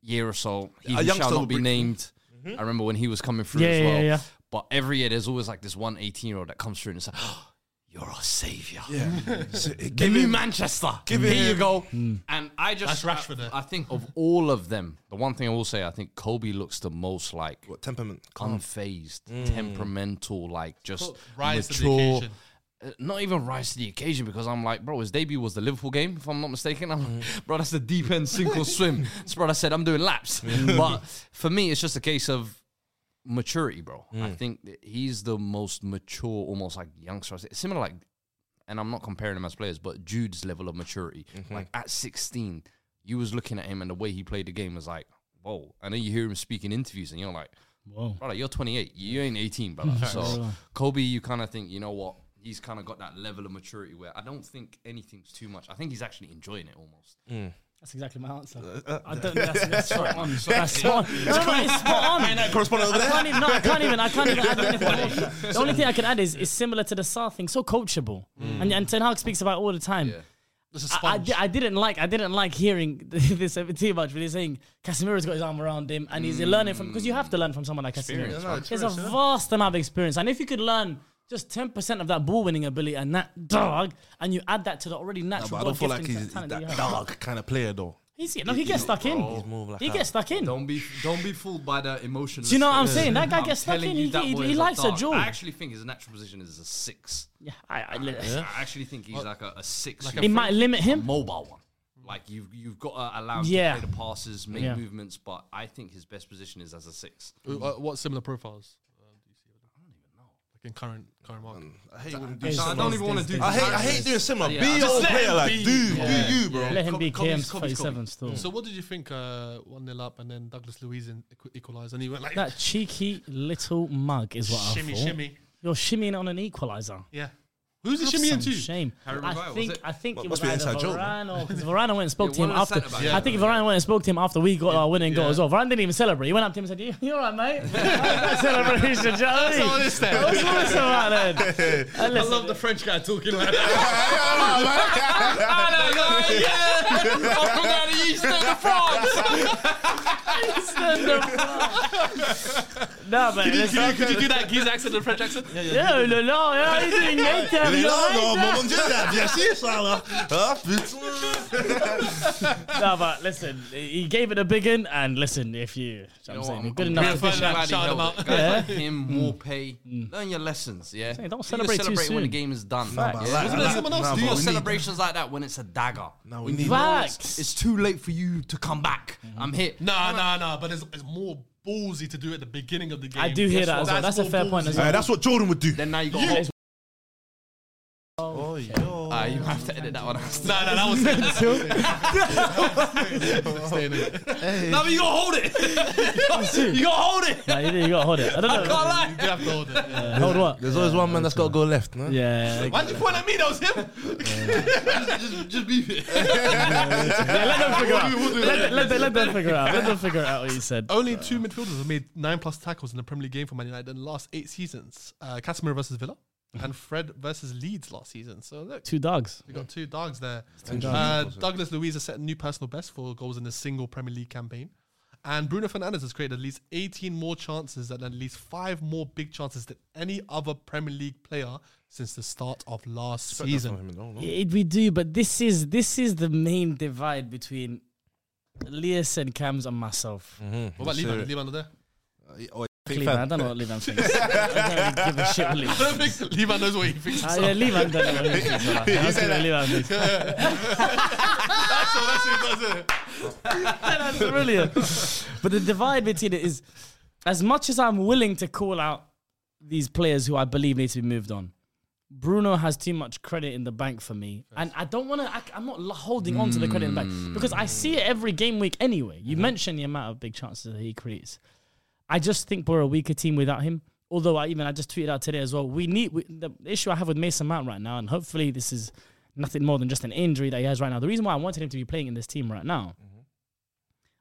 year or so, he A who youngster shall will not be break- named. I remember when he was coming through Mm-hmm. Yeah, as yeah, well. yeah. But every year, there's always like this one 18 year old that comes through and it's like, oh, "You're our savior." Yeah. So, Give give me him Manchester. give Here him- Hmm. you go. And I just That's eh? Rashford there. I, I think of all of them, the one thing I will say, I think Kobe looks the most like what, temperament. Calm. unfazed, Mm. temperamental, like just Rise to the mature. occasion. Uh, Not even rise to the occasion because I'm like, bro, his debut was the Liverpool game, if I'm not mistaken. I'm like, bro, that's the deep end sink or swim. So, bro, I said I'm doing laps. [LAUGHS] but for me, it's just a case of maturity, bro. I think that he's the most mature, almost like youngster. It's Similar, like, and I'm not comparing him as players, but Jude's level of maturity. Like at 16, you was looking at him and the way he played the game was like, whoa. And then you hear him speak in interviews, and you're like, Whoa. brother, you're 28. You ain't 18, [LAUGHS] brother. so Kobe, you kind of think, you know what? He's kind of got that level of maturity where I don't think anything's too much. I think he's actually enjoying it almost. That's exactly my answer. Uh, I don't. That's, that's spot [LAUGHS] on. That's spot on. No, no, no, it's spot on. Correspondent over I there. can't even. No, I can't even. I can't even [LAUGHS] add anything. more. The only thing I can add is it's similar to the Saar thing. So coachable, Mm. and and Ten Hag speaks about it all the time. This is I, I, sponge. di- I didn't like I didn't like hearing [LAUGHS] this too much, but he's saying Casemiro's got his arm around him and Mm. he's learning from because you have to learn from someone like Casemiro. Experience, right? There's a vast amount of experience, and if you could learn just ten percent of that ball winning ability and that dog, and you add that to the already Nah, natural. but I don't feel like God-gifted he's, he's talent that you that have. dark kind of player, though. He's no, he gets stuck He's more in. of like He a- gets stuck in. Don't be don't be fooled by the emotion. Do you know what I'm saying? That guy gets stuck in. He, he, he likes a jewel. I actually think his natural position is a six. Yeah, I, I, I actually think he's like a, a six. It might limit a him. mobile one. Like you've you've got to allow him Yeah. to play the passes, make Yeah. movements, but I think his best position is as a six. Uh, what similar profiles? uh, do you see? Like in current current market. Hmm. I hate when Hey, dudes. so I don't even want to do. I hate, I comparisons. hate doing similar. Yeah, be I- your own let player, him like, be. dude, Yeah. do you, bro. Let him be Kobe- KM's Kobe's- Kobe's- 37 still. So what did you think? Uh, One 0 up, and then Douglas Luiz in- equ- equalised, and he went like That cheeky little mug is what I shimmy, thought. shimmy. You're shimmying on an equalizer. Yeah. Who's he Have shimmying to? some Shame. Harry Maguire, I was think it? I think Well, it must was be an either inside joke, Varane or because Varane went and spoke to Yeah, him one of the after. centre-backs. Yeah. I think Varane went and spoke to him after we got our winning goal as well. Varane didn't even celebrate. He went up to him and said, "You- "You're all right, mate." Celebration, Charlie. all this then. What's all this about then? [LAUGHS] And I listen, love the French guy talking like that. [LAUGHS] [LAUGHS] I'm from down the east end of France. stand up. No, but Could listen, you, could you do that Giz accent and French accent? Yeah, yeah. yeah, no, no, yeah, how you doing, mate? Yeah, Ele you all larga, ó, right, yeah? mamão de olhar. E assim, Salah. Ah, putain. No, but listen, he gave it a big un, and listen, if you, you know what I'm saying, good enough to glad dish that- out. Glad he Shout him held it. out. Guys like him, Hmm. Warpay, learn your lessons. Yeah, saying, don't Do your celebrate too celebrate when the soon. game is done. Facts. Nah, but yeah? Wasn't there like- someone else? nah, Do but Do your we need- celebrations like that when it's a dagger. Nah, we need- Facts. It's too late for you to come back. I'm hit. [LAUGHS] Nah, nah, nah. But it's, it's more ballsy to do it at the beginning of the game. I do hear Guess that what? as well. That's a more fair point ballsy. as Hey, well. Eh, that's what Jordan would do. Then now you got. You- Oh, yo. Ah, you have to edit that one. out. Nah, nah, that was No, but you gotta hold [LAUGHS] it. you gotta hold it. [LAUGHS] Nah, you, you gotta hold it. I don't know. Can't lie. You have to hold it. Yeah. Hold what? There's always one man that's got to go left, man. Yeah, yeah, Why'd you point at me? That was him. [LAUGHS] just, just beef it. let them figure out. Let, let, let, let them figure out. Let them figure out what you said. Only two midfielders have made nine plus tackles in the Premier League game for Man United in the last eight seasons. Uh, Casemiro versus Villa and Fred versus Leeds last season. So look, Two dogs. we got two dogs there. dogs. Uh, Douglas Luiz has set a new personal best for goals in a single Premier League campaign. And Bruno Fernandes has created at least 18 more chances and at least five more big chances than any other Premier League player since the start of last Oh, season. It, we do, but this is this is the main divide between Elias and Cams and myself. Mm-hmm. oh. What about Levan? Levan there? [LAUGHS] Cleveland, I don't know what Levan thinks. I don't really give a shit. Really. I don't think Levan knows what he thinks. [LAUGHS] Uh, yeah, Levan don't know what he thinks. alright. I'll see what Levan thinks. So that's [LAUGHS] what he does, isn't it? That's brilliant. But the divide between it is as much as I'm willing to call out these players who I believe need to be moved on, Bruno has too much credit in the bank for me, and I don't want to. I'm not l- holding on to the credit in the bank because I see it every game week anyway. You mentioned the amount of big chances that he creates. I just think we're a weaker team without him. Although I even I just tweeted out today as well. We need we, the issue I have with Mason Mount right now, and hopefully this is nothing more than just an injury that he has right now. The reason why I wanted him to be playing in this team right now,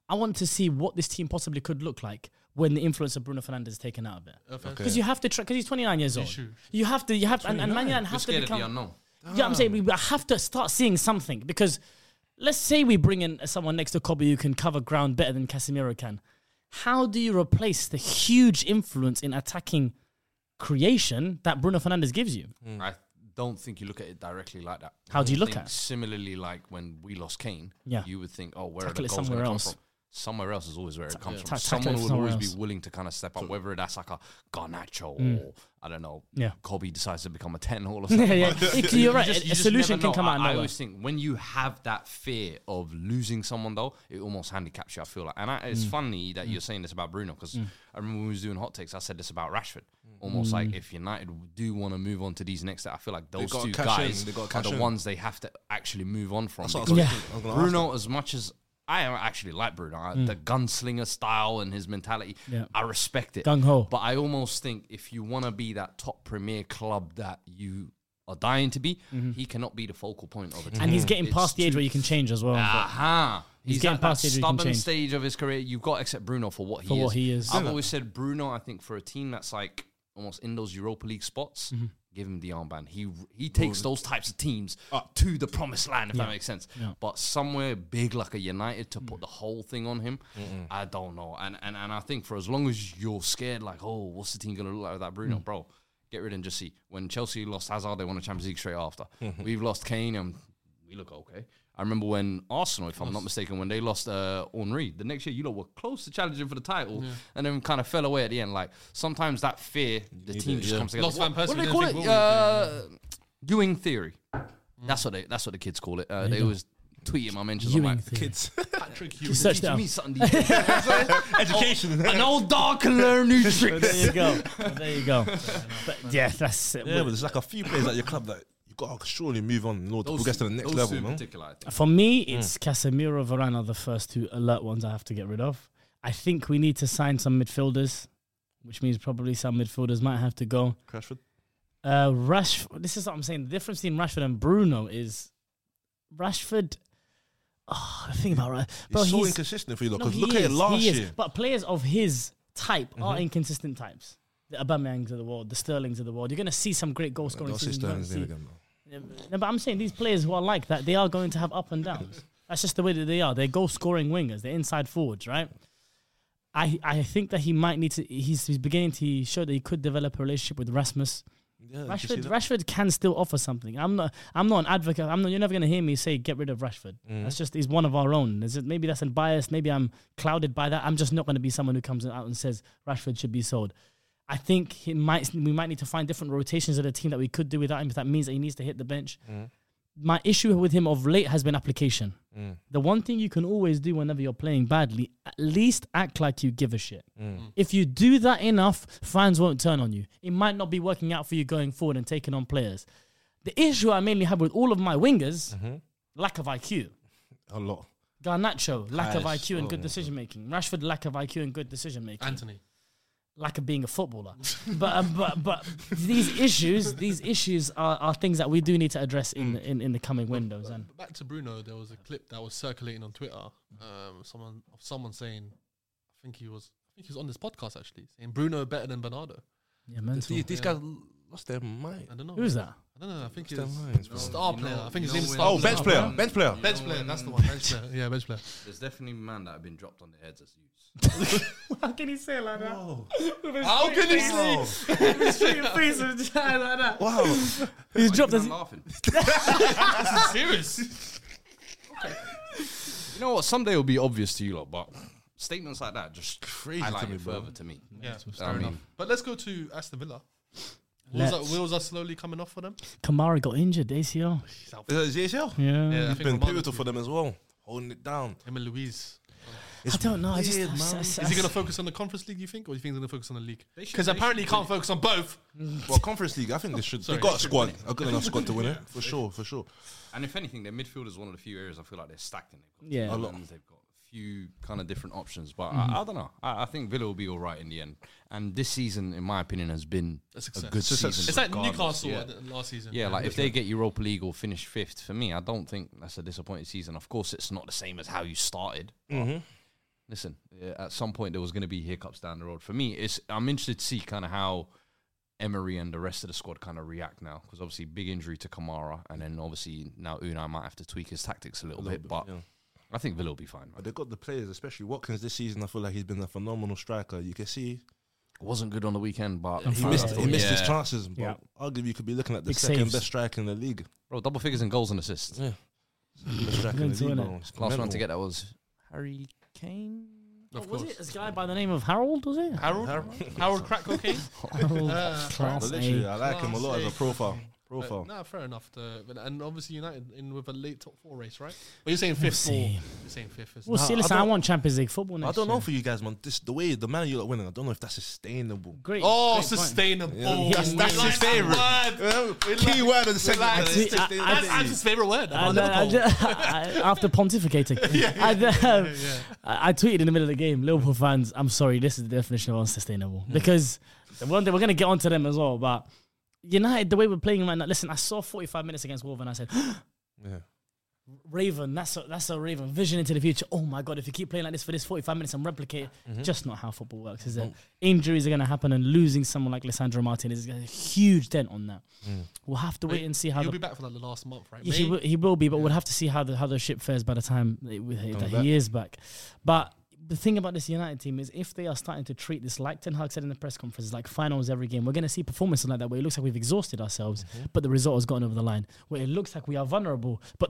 I want to see what this team possibly could look like when the influence of Bruno Fernandez is taken out of it. Okay. Because you have to try because he's 29 years old. should. You have to you have and, and Man United We're have to scared of the become. unknown. Yeah, I'm saying we have to start seeing something because let's say we bring in someone next to Kobe who can cover ground better than Casemiro can. How do you replace the huge influence in attacking creation that Bruno Fernandez gives you? I don't think you look at it directly like that. Hmm. How do you I look think at it? Similarly, like when we lost Kane, Yeah. you would think, oh, where are Tackle it the goals somewhere going to come else. from? Somewhere else is always where it comes ta- from. tackle it Someone will somewhere always else. Hmm. be willing to kind of step up, whether that's like a Garnacho or I don't know, Yeah. Kobe decides to become a ten all or something. [LAUGHS] yeah, yeah. like It- you You're right. just- a- you a just solution never can know. come out of I, I nowhere. always think when you have that fear of losing someone, though, it almost handicaps you. I feel like, and I, Mm. it's funny that you're saying this about Bruno because I remember when we was doing hot takes. I said this about Rashford. Almost Mm. like if United do want to move on to these next, I feel like those gotta two cash in, guys they gotta are cash the in. ones they have to actually move on from. That's what I was gonna because Yeah. think. I was gonna ask Mm. Bruno, as much as I actually like Bruno, I- the gunslinger style and his mentality, Yeah. I respect it. Gung ho. But I almost think if you want to be that top premier club that you are dying to be, he cannot be the focal point of a team. Mm-hmm. And he's getting Mhm. It's past the age too- Ah, where you can change as well. Aha. He's, getting at that past the age where he can stubborn change. stage of his career. You've got to accept Bruno for what he For is. what he is. I've always said Bruno. I think for a team that's like almost in those Europa League spots, Mm-hmm. give him the armband. He he takes those types of teams uh, to the promised land, if that makes sense. But somewhere big like a United to Mm. put the whole thing on him, I don't know. And and and I think for as long as you're scared, like oh, what's the team gonna look like with that Mm. Bruno, bro? Get rid and just see. When Chelsea lost Hazard, they won the Champions League straight after. We've lost Kane um, and we look okay. I remember when Arsenal, if I'm not mistaken, when they lost uh, Henri, the next year you know were close to challenging for the title, and then kind of fell away at the end. Like sometimes that fear, the team just comes together. Lost what, Van Persie, what do didn't they call think it? Wolves Uh, Ewing theory. Mm. That's what they. That's what the kids call it. Uh, they always tweet in my mentions. I'm Ewing like, theory. [LAUGHS] Kids. Patrick Hughes. You search teach that. up. me something. [LAUGHS] these days. Oh, Education. An old dog can learn [LAUGHS] new There tricks. [LAUGHS] you go. There you go. But yeah, that's it. Yeah, but there's like a few players at your club that you gotta surely move on in order to progress to the next those two level, in man. particular, I think. For me, Mm. it's Casemiro, Varane are the first two alert ones I have to get rid of. I think we need to sign some midfielders, which means probably some midfielders might have to go. Crashford. Uh, Rashford. This is what I'm saying. The difference between Rashford and Bruno is Rashford. Oh, the thing about Ra- bro, He's so he's- inconsistent for you, though. no, Because he look at it is, last he is. year. Mm-hmm. But players of his type are inconsistent types. The Aubameyangs of the world, the Sterlings of the world. You're going to see some great goal scoring Don't say seasons. You're gonna Sterling's name see- again, man. no, but I'm saying these players who are like that, they are going to have up and downs. That's just the way that they are. They're goal scoring wingers. They're inside forwards, right? I I think that he might need to. He's, he's beginning to show that he could develop a relationship with Rasmus. Yeah, you see Rashford that? Rashford can still offer something. I'm not I'm not an advocate. I'm not. You're never going to hear me say get rid of Rashford. Mm. That's just he's one of our own. Is it, maybe that's unbiased. Maybe I'm clouded by that. I'm just not going to be someone who comes out and says Rashford should be sold. I think he might we might need to find different rotations of the team that we could do without him. If that means that he needs to hit the bench. Mm. My issue with him of late has been application. Mm. The one thing you can always do whenever you're playing badly, at least act like you give a shit. If you do that enough, fans won't turn on you. It might not be working out for you going forward and taking on players. The issue I mainly have with all of my wingers, lack of IQ. A lot. Garnacho, lack of Guys, IQ and oh good decision making. Rashford, lack of IQ and good decision making Anthony. lack of being a footballer. but, um, but but these issues, these issues are, are things that we do need to address in, in, in the coming windows. And Back to Bruno, there was a clip that was circulating on Twitter. Um, someone of someone saying, I think he was, I think he was on this podcast actually, saying Bruno better than Bernardo. yeah, These, mental. these guys lost their mind. I don't know. Who's that? I don't know. I think Lost their he's minds, bro. star player. I think his you name's know star. Oh, bench player. Bench player. Bench player. That's the one. [LAUGHS] Bench player. Yeah, bench player. There's definitely man that have been dropped on their heads as youths. [LAUGHS] How can he say it like that? [LAUGHS] How can he Wow. Wow. [LAUGHS] He's dropped I'm as laughing. serious? You know what? Someday it'll be obvious to you lot, but statements like that just Crazy crazy to highlight me, it bro. further to me. [LAUGHS] Yeah, I fair mean- enough. But let's go to Aston Villa. Wheels are, Let's. wheels are slowly coming off for them. Kamara got injured, ACL. Is that JSL? Yeah. Yeah, I He's think been Romano- pivotal for them as well, holding it down. Him and Louise. I don't know. I just weird, I- I- man. I- Is Is he going to focus on the Conference League, you think? Or do you think he's going to focus on the league? They should- Because they apparently he should can't focus on both. Well, Conference League, I think they should. Sorry. They've got a squad, a good enough squad to win it for sure, for sure. And if anything, their midfield is one of the few areas I feel like they're stacked in. They've got Yeah. yeah, A lot. they've got a few kind of different options, but I, I don't know. I, I think Villa will be all right in the end. And this season, in my opinion, has been A a, success. good season. Success. It's like regardless, Newcastle yeah. at- last season. Yeah, like if they get Europa League or finish fifth, for me, I don't think that's a disappointing season. Of course, it's not the same as how you started. but Mm-hmm. Listen, yeah, at some point there was going to be hiccups down the road. For me, it's I'm interested to see kind of how Emery and the rest of the squad kind of react now, because obviously big injury to Kamara, and then obviously now Unai might have to tweak his tactics a little, bit, but yeah. I think Villa will be fine. But Man. they've got the players, especially Watkins this season. I feel like he's been a phenomenal striker. You can see Wasn't good on the weekend, but he missed, he missed his Yeah. chances. But Yeah. arguably, you could be looking at the Big second saves. best striker in the league. Bro, double figures in goals and assists. Yeah. Best striker in Good the to league. win bro. it. It's Last one commendable. to get that was Harry Kane. Of Oh, was course. it this guy by the name of Harold? Was it? Harold? Harold crack [LAUGHS] cocaine? [LAUGHS] Harold, Uh, But class Ah, literally, A. I like him a lot as a Class A. profile. But, Profile. Uh, nah, fair enough. The, but- and obviously United in with a late top four race, right? But you're saying fifth. see. or- You're saying fifth. isn't Ah. We'll Nah, see. I Listen, I, don't- want Champions League football next I don't know year. for you guys, man. This the way the man you lot winning. I don't know if that's sustainable. Great. it? Oh, great point. sustainable. Yeah, that's- We that's like his that favourite. word. We like- Key word of the we second. like See, that. I- That's that's his favorite word. I about know, I Liverpool. ju- [LAUGHS] I- after pontificating, [LAUGHS] I, um, [LAUGHS] I, I tweeted in the middle of the game, Liverpool fans, I'm sorry, this is the definition of unsustainable Hmm. because the one day we're going to get onto them as well. But United, the way we're playing right now, listen, I saw 45 minutes against Wolves and I said, Yeah. Raven, that's a, that's a Raven vision into the future. Oh my God, if you keep playing like this for this 45 minutes and replicate, it, just not how football works, is it? Injuries are going to happen, and losing someone like Lissandro Martinez is gonna be a huge dent on that. We'll have to wait, and see how He'll the be back for like the last month, right? yeah, he, May? will, he will be, but we'll have to see how the how the ship fares by the time it, with- that back. he is back. But the thing about this United team is, if they are starting to treat this like Ten Hag said in the press conference, like finals every game, we're going to see performances like that where it looks like we've exhausted ourselves, but the result has gotten over the line. Where it looks like we are vulnerable, but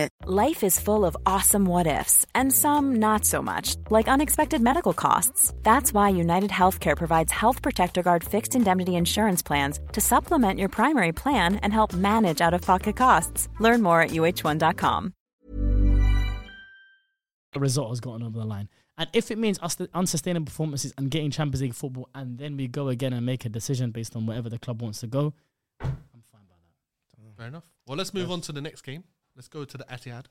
Life is full of awesome what ifs, and some not so much, like unexpected medical costs. That's why United Healthcare provides Health Protector Guard fixed indemnity insurance plans to supplement your primary plan and help manage out of pocket costs. Learn more at uh1.com. the result has gotten over the line. And if it means us unsustainable performances and getting Champions League football, and then we go again and make a decision based on wherever the club wants to go, I'm fine by that. Fair enough. Well, let's move on to the next game. Let's go to the Etihad.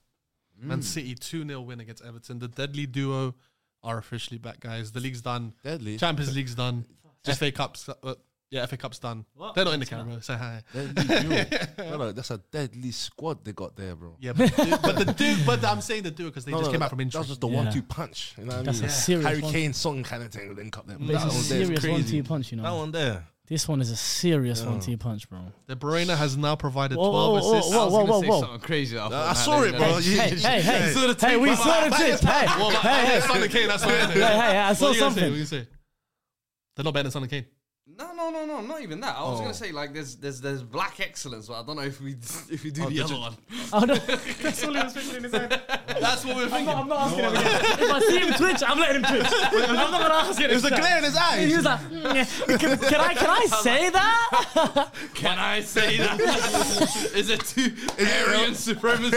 Man City 2 0 win against Everton. The deadly duo are officially back, guys. The league's done. Deadly. Champions League's done. FA Cup's. Uh, yeah, FA Cup's done. What? They're not in the camera. Say hi. [LAUGHS] Deadly duo. Brother, that's a deadly squad they got there, bro. Yeah, but, the- but the duo, but I'm saying the duo because they No, just no, came that- out from injury. That was just the Yeah. one-two punch. You know what That's I a mean? serious Harry one- Kane, song kind of thing. Link up them. But it's a one there is serious crazy. one-two punch, you know. That one there. This one is a serious one-two punch, bro. De Bruyne has now provided Whoa, 12 whoa, assists. whoa, whoa, whoa, whoa. something crazy. that I thought, nah, saw they- it, they- bro. they- You- hey, hey, hey, Saw the hey, tape, we man. saw the tip. Hey, Well, hey, hey, hey, Son of Kane, that's what it is. Hey, hey, I What saw you gonna say? something. What [LAUGHS] you gonna say? They're not better than Son of Kane. No, no, no, no, not even that. I was Oh. gonna say like there's there's there's black excellence, but I don't know if we [LAUGHS] if we do the did other you- one. Oh, no. That's all he was thinking in his head. That's what we're I'm thinking. not, I'm not asking him again. If I see him twitch, I'm letting him twitch. I'm not going to ask him. There's a glare in his He eyes. was like, "Mm, [LAUGHS] yeah. can, can I, can I say that? [LAUGHS] Can I say that? [LAUGHS] Is it too Aryan supremacy?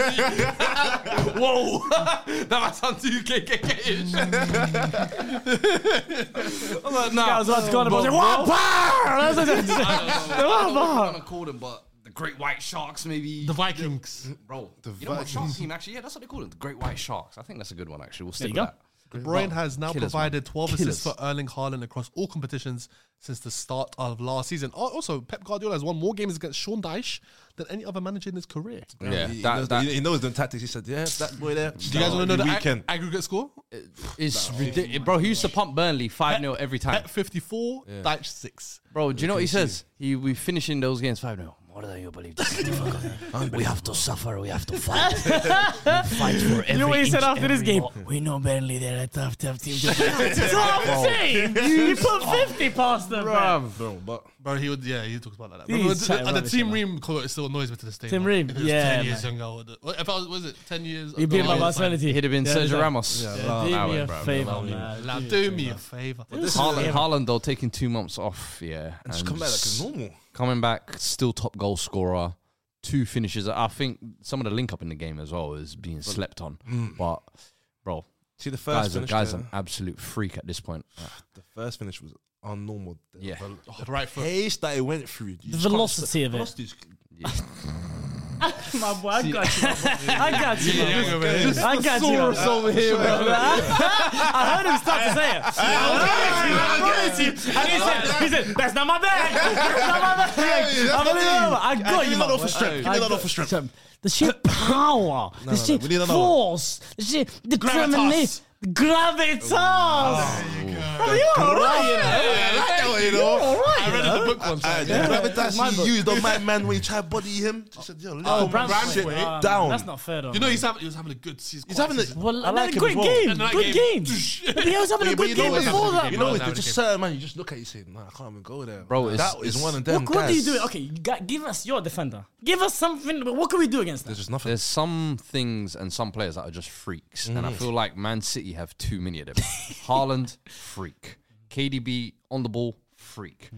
[LAUGHS] Whoa, [LAUGHS] that might sound too [LAUGHS] KKK-ish. I'm like, nah. I was about to go on about it. What bar? I don't know what to call them, but the Great White Sharks, maybe. Mm, The Vikings. Bro, you know what shark team actually? Yeah, that's what they call them. The Great White Sharks. I think that's a good one actually. We'll There stick you with go. that. De Bruyne has now Killers, provided 12 assists for Killers. Erling Haaland across all competitions since the start of last season. Al- Also, Pep Guardiola has won more games against Sean Dyche than any other manager in his career. Do Yeah, he, that- knows, that- he knows the tactics. He said, "Yeah, that boy there." Do you guys want to know the ag- Oh, weekend? aggregate score? It's ridiculous, bro. He used to pump Burnley five 0 every time. Pep 54, Dyche 6. Bro, do you know what he says? He we finishing those games five 0 More than you [LAUGHS] believe. This is difficult. we have to suffer. We have to fight. fight for every You know what he said inch, after this every game? mile. We know Burnley, they're a tough, tough team. That's what I'm saying. You put 50 past them, bro. Bro, but Bro, he would, yeah, he talks about that. He's Remember, the, chatting and the rubbish, Team man. Ream quote still annoys me to this day. Team man. Ream? If it was Yeah, 10 years man. younger, I would. If I was, was it 10 years? You beat ago, my I was like, personality. He'd have been Yeah, Sergio yeah. Ramos. Do Nah, me wait, a Oh, bro. favor, Nah, man. Like, do me a favor. Haaland, Haaland, though, taking two months off. Yeah. just and come back like s- a normal. Coming back, still top goal scorer. Two finishes. I think some of the link up in the game as well is being slept on. But, bro, See the first guys, are, finish. guys, there, an absolute freak at this point. the first finish was unnormal. The, Yeah. the, Oh, the right the foot. pace that it went through. The velocity of it. My boy, I got you. [LAUGHS] I got you. Yeah, man. younger, man. I got you. Thesaurus man. over here, bro. [LAUGHS] I heard him start to say it. [LAUGHS] I promise you. And he said, he said, that's not my bag. [LAUGHS] That's not my bag. I'm a little over. I got Give you, me my that boy. offer strip. Give I me that got- offer strip. Some- The sheer power, the sheer we need another one. force, the sheer Gravitas. determination, gravitas. Bro, you're all right, you know. All Uh, right, I you read it know. in the book once. like, Yeah. yeah. Gravitas My he book. used on my man when he tried to body him. Just said, Yo, let him Oh, sit Branswaite. Um, down. That's not fair, though. You know, he's having, he was having a good season. He's having a well, I and like then him a good as well. game, And that good game- game. But he was having a Yeah, but good you know game what- before that. You bro. know, That it's- there's was a just good certain man. You just look at it, you say, Nah, I can't even go there. Bro, it's- that is it's- one of them. What good do you guys. do? Okay, you got, give us your defender. Give us something. What can we do against that? There's just nothing. There's some things and some players that are just freaks, and I feel like Man City have too many of them. Haaland, freak. KDB on the ball, freak.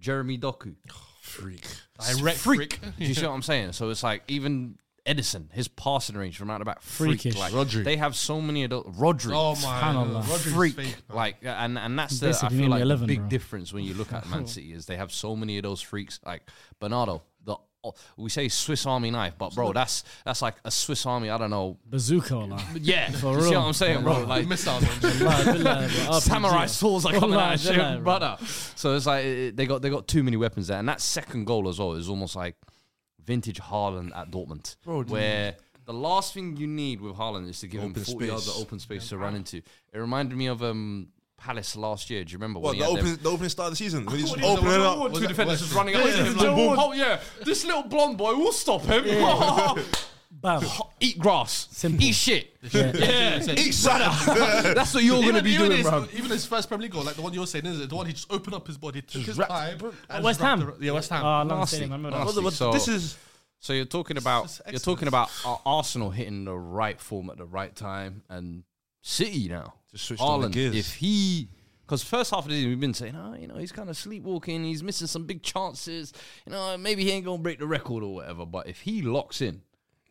Jeremy Doku, freak. direct freak. freak. Do you see what I'm saying? So it's like even Edison, his passing range from out and about, freak. Freakish. Like Rodri. they have so many of those. Rodri, Oh my Subhanallah. Rodri's freak. fake, man. like, and and that's the I Basically feel only like 11, the big bro. difference when you look at [LAUGHS] Man City is they have so many of those freaks. Like Bernardo, the oh, we say Swiss Army knife, but bro, that's that's like a Swiss Army. I don't know. Bazooka or like. Yeah, [LAUGHS] For you see real. what I'm saying, bro? Like missiles. [LAUGHS] man. samurai swords [LAUGHS] are coming out, of shit, Wallahi, bro. brother. uh, So it's like it- it- they got they got too many weapons there, and that second goal as well is almost like vintage Haaland at Dortmund, where. The last thing you need with Haaland is to give him Open 40 yards space. of open space to run into. It reminded me of um, Palace last year. Do you remember What when he the had them- opening, the opening start of the season? [LAUGHS] When he's What opening is it it? up. Two that- defenders was just that- running up. Yeah, to him yeah, like, Joe Wood. oh yeah, this little blonde boy will stop him. Bam. [LAUGHS] Eat grass. Simple. Eat shit. Yeah. Yeah. Eat [LAUGHS] [LAUGHS] salad. That's what you're going to Even- be even doing, his, bro. Even his first Premier League goal, like the one you're saying, is it the one he just opened up his body, took his wrapped- time. bro, and West just wrapped Ham? it- Yeah, West Ham. Oh, no, I'm Nasty. saying, I remember that. Nasty. But So- This is So you're talking about This is you're talking excellent. about uh, Arsenal hitting the right form at the right time and City now. Just switched on the Haaland, gears. if he because first half of the season we've been saying, oh, you know, he's kind of sleepwalking, he's missing some big chances, you know, maybe he ain't gonna break the record or whatever. But if he locks in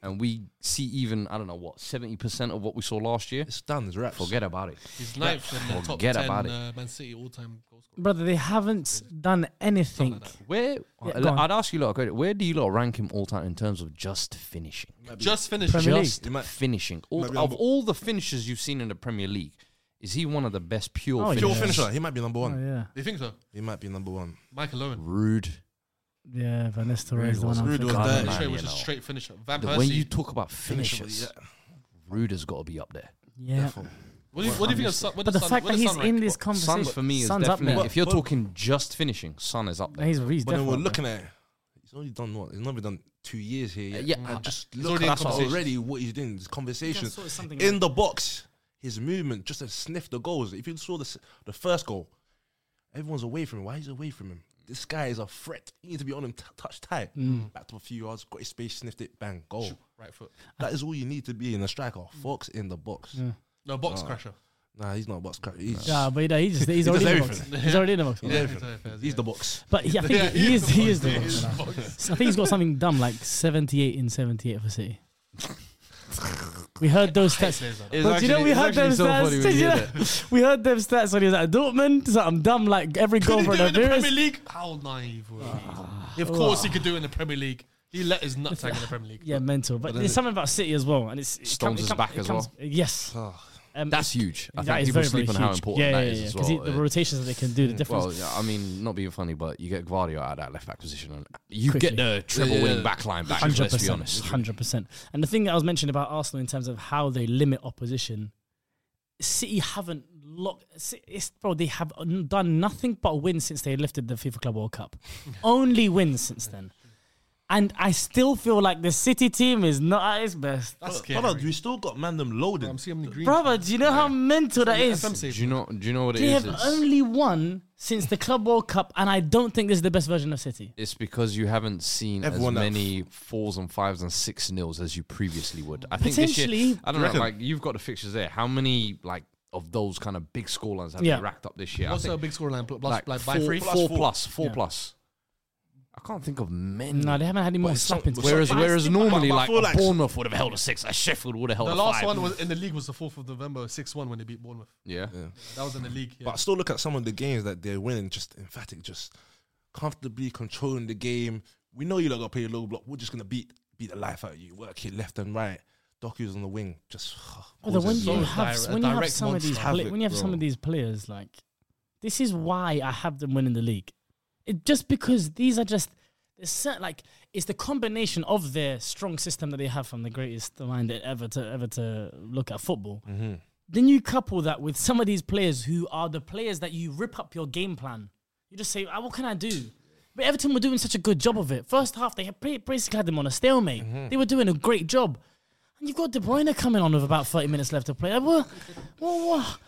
and we see even I don't know what seventy percent of what we saw last year, it's done. It's wraps. forget about it. He's ninth in the top Forget 10 about it. uh, Man City all-time goal scorer. Brother, they haven't done anything. Where Yeah, go on. I'd ask you lot a credit, where do you lot rank him all time in terms of just finishing? Just finished. Premier League. just It might- finishing. All, might be of unbe- all the finishers you've seen in the Premier League, is he one of the best pure Oh, yeah. Pure finishers? finisher. He might be number Oh, one. yeah. Do you think so? He might be number one. Michael Owen. Rude. Yeah, Van Nistelrooy is the one was- I'm Rude was thinking dirty. of. Straight you was know. just straight finisher. Van The- when you Persie. talk about Finisher, finishers, Rude has got to be up there. Yeah. What do you, what do you think of Son? What But does the Son- fact what that does he's Son in rank? this conversation, Suns for me is Sun's up definitely. there. If you're But- talking just finishing, Sun is up there. He's, he's But then definitely we're up there. looking at Uh, it. He's only done what? He's only done two years here. Yet. yeah, And just He's look already in at conversation. already what he's doing. His That's conversations sort of something in the box, his movement, just to sniff the goals. If you saw the s- the first goal, everyone's away from him. Why is he away from him? This guy is a threat. He needs to be on him, t- touch tight. Mm. Back to a few yards, got his space, sniffed it, bang, goal. Right foot. That is all you need to be in a striker. Fox in the box. Mm. No, box crusher. Nah, he's not a box. cra- He's, Yeah, but he, he just, he's does already in the box. everything. He's already in the box. he's everything. He's the box. But he, I think Yeah, he, he is, he is the [LAUGHS] Yeah, box. the man. box. I think he's got something dumb like 78 in 78 for City. we heard those stats. It's But you know, actually- we it's heard actually them so stats. [LAUGHS] funny when did you you hear know? we heard them stats when he was at Dortmund. Something dumb like every Could goal he for do an in the Premier appearance. League? How naive were Ah. we? Of course he could do it in the Premier League. He let his nuts hang in the Premier League. Yeah, mental. But there's something about City as well, and it's it Stones come- it is come- back it as comes- well. Yes, um, That's huge. I that think is people very, very sleep on how huge. important yeah, that yeah, is yeah, as 'cause well. he- the Uh, rotations that they can do, the difference. Well, yeah, I mean, not being funny, but you get Guardiola out of that left back position, and you Quickly. get the treble winning back line back. Hundred Let's be percent, honest. hundred percent. And the thing that I was mentioning about Arsenal in terms of how they limit opposition, City haven't locked. Ci- It's, bro, they have [LAUGHS] n- done nothing but win since they lifted the FIFA Club World Cup. Only wins since then. And I still feel like the City team is not at its best. That's scary. Brother, we still got man them loaded. I'm seeing the green. Brother, do you know how mental that is? Do you know? Do you know what it They is? have It's- only won since the Club World Cup, and I don't think this is the best version of City. It's because you haven't seen Everyone as that- many fours and fives and six nils as you previously would. I think this year, Potentially. I don't know. Like you've got the fixtures there. How many like of those kind of big scorelines have Yeah. they racked up this year? I What's think, a big scoreline? Plus, like, like, by four, three. four Plus four. plus, four Yeah. plus. I can't think of many. No, they haven't had any more it's some- slappings. but Whereas, But I whereas still- but- normally, but I like, feel a like- Bournemouth would have held a six, a Sheffield would have held The a last five. one was in the league was the fourth of November, six one when they beat Bournemouth. yeah. That was in the league. Yeah. But I still look at some of the games that they're winning, just emphatic, just comfortably controlling the game. We know you lot got to play low block. We're just gonna beat beat the life out of you. Work it left and right. Docu's on the wing, just [SIGHS] Well, Oh, the, when causes you so have direct- when you have direct some of monster these havoc, pla- when you have some bro. of these players, like this is why I have them winning the league. It just because these are just it's cer- like it's the combination of their strong system that they have from the greatest mind that ever to ever to look at football. Then you couple that with some of these players who are the players that you rip up your game plan. You just say, "Ah, "What can I do?" But Everton were doing such a good job of it. First half, they had pretty- basically had them on a stalemate. Mm-hmm. They were doing a great job. And you've got De Bruyne coming on with about 30 minutes left to play. Like, what, what,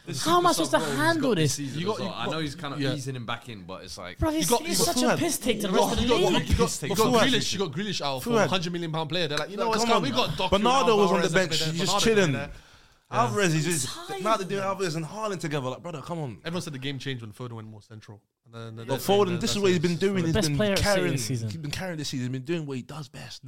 what? How am I supposed to handle this? You got, I know he's kind of yeah. easing him back in, but it's like. Bro, it's, got- it's you got such a Fuad. piss take to the You got, rest of you the got, league. you got, you got Fuad. Grealish. You got Grealish out for Fuad. hundred million pound player. They're like, you know, No, what's come going we on. got Doku, Bernardo was on the Alvarez, bench, Fernandes, he's just Bernardo chilling. there. Alvarez is just now they're doing Alvarez and Haaland together. Like, brother, come on. Everyone said the game changed when Foden went more central. And then, then- But then- Foden, then- this is that's what he's it. been doing. He's Best been player I've seen this carrying. He's season. Mm. been carrying this season. He's been doing what he does best.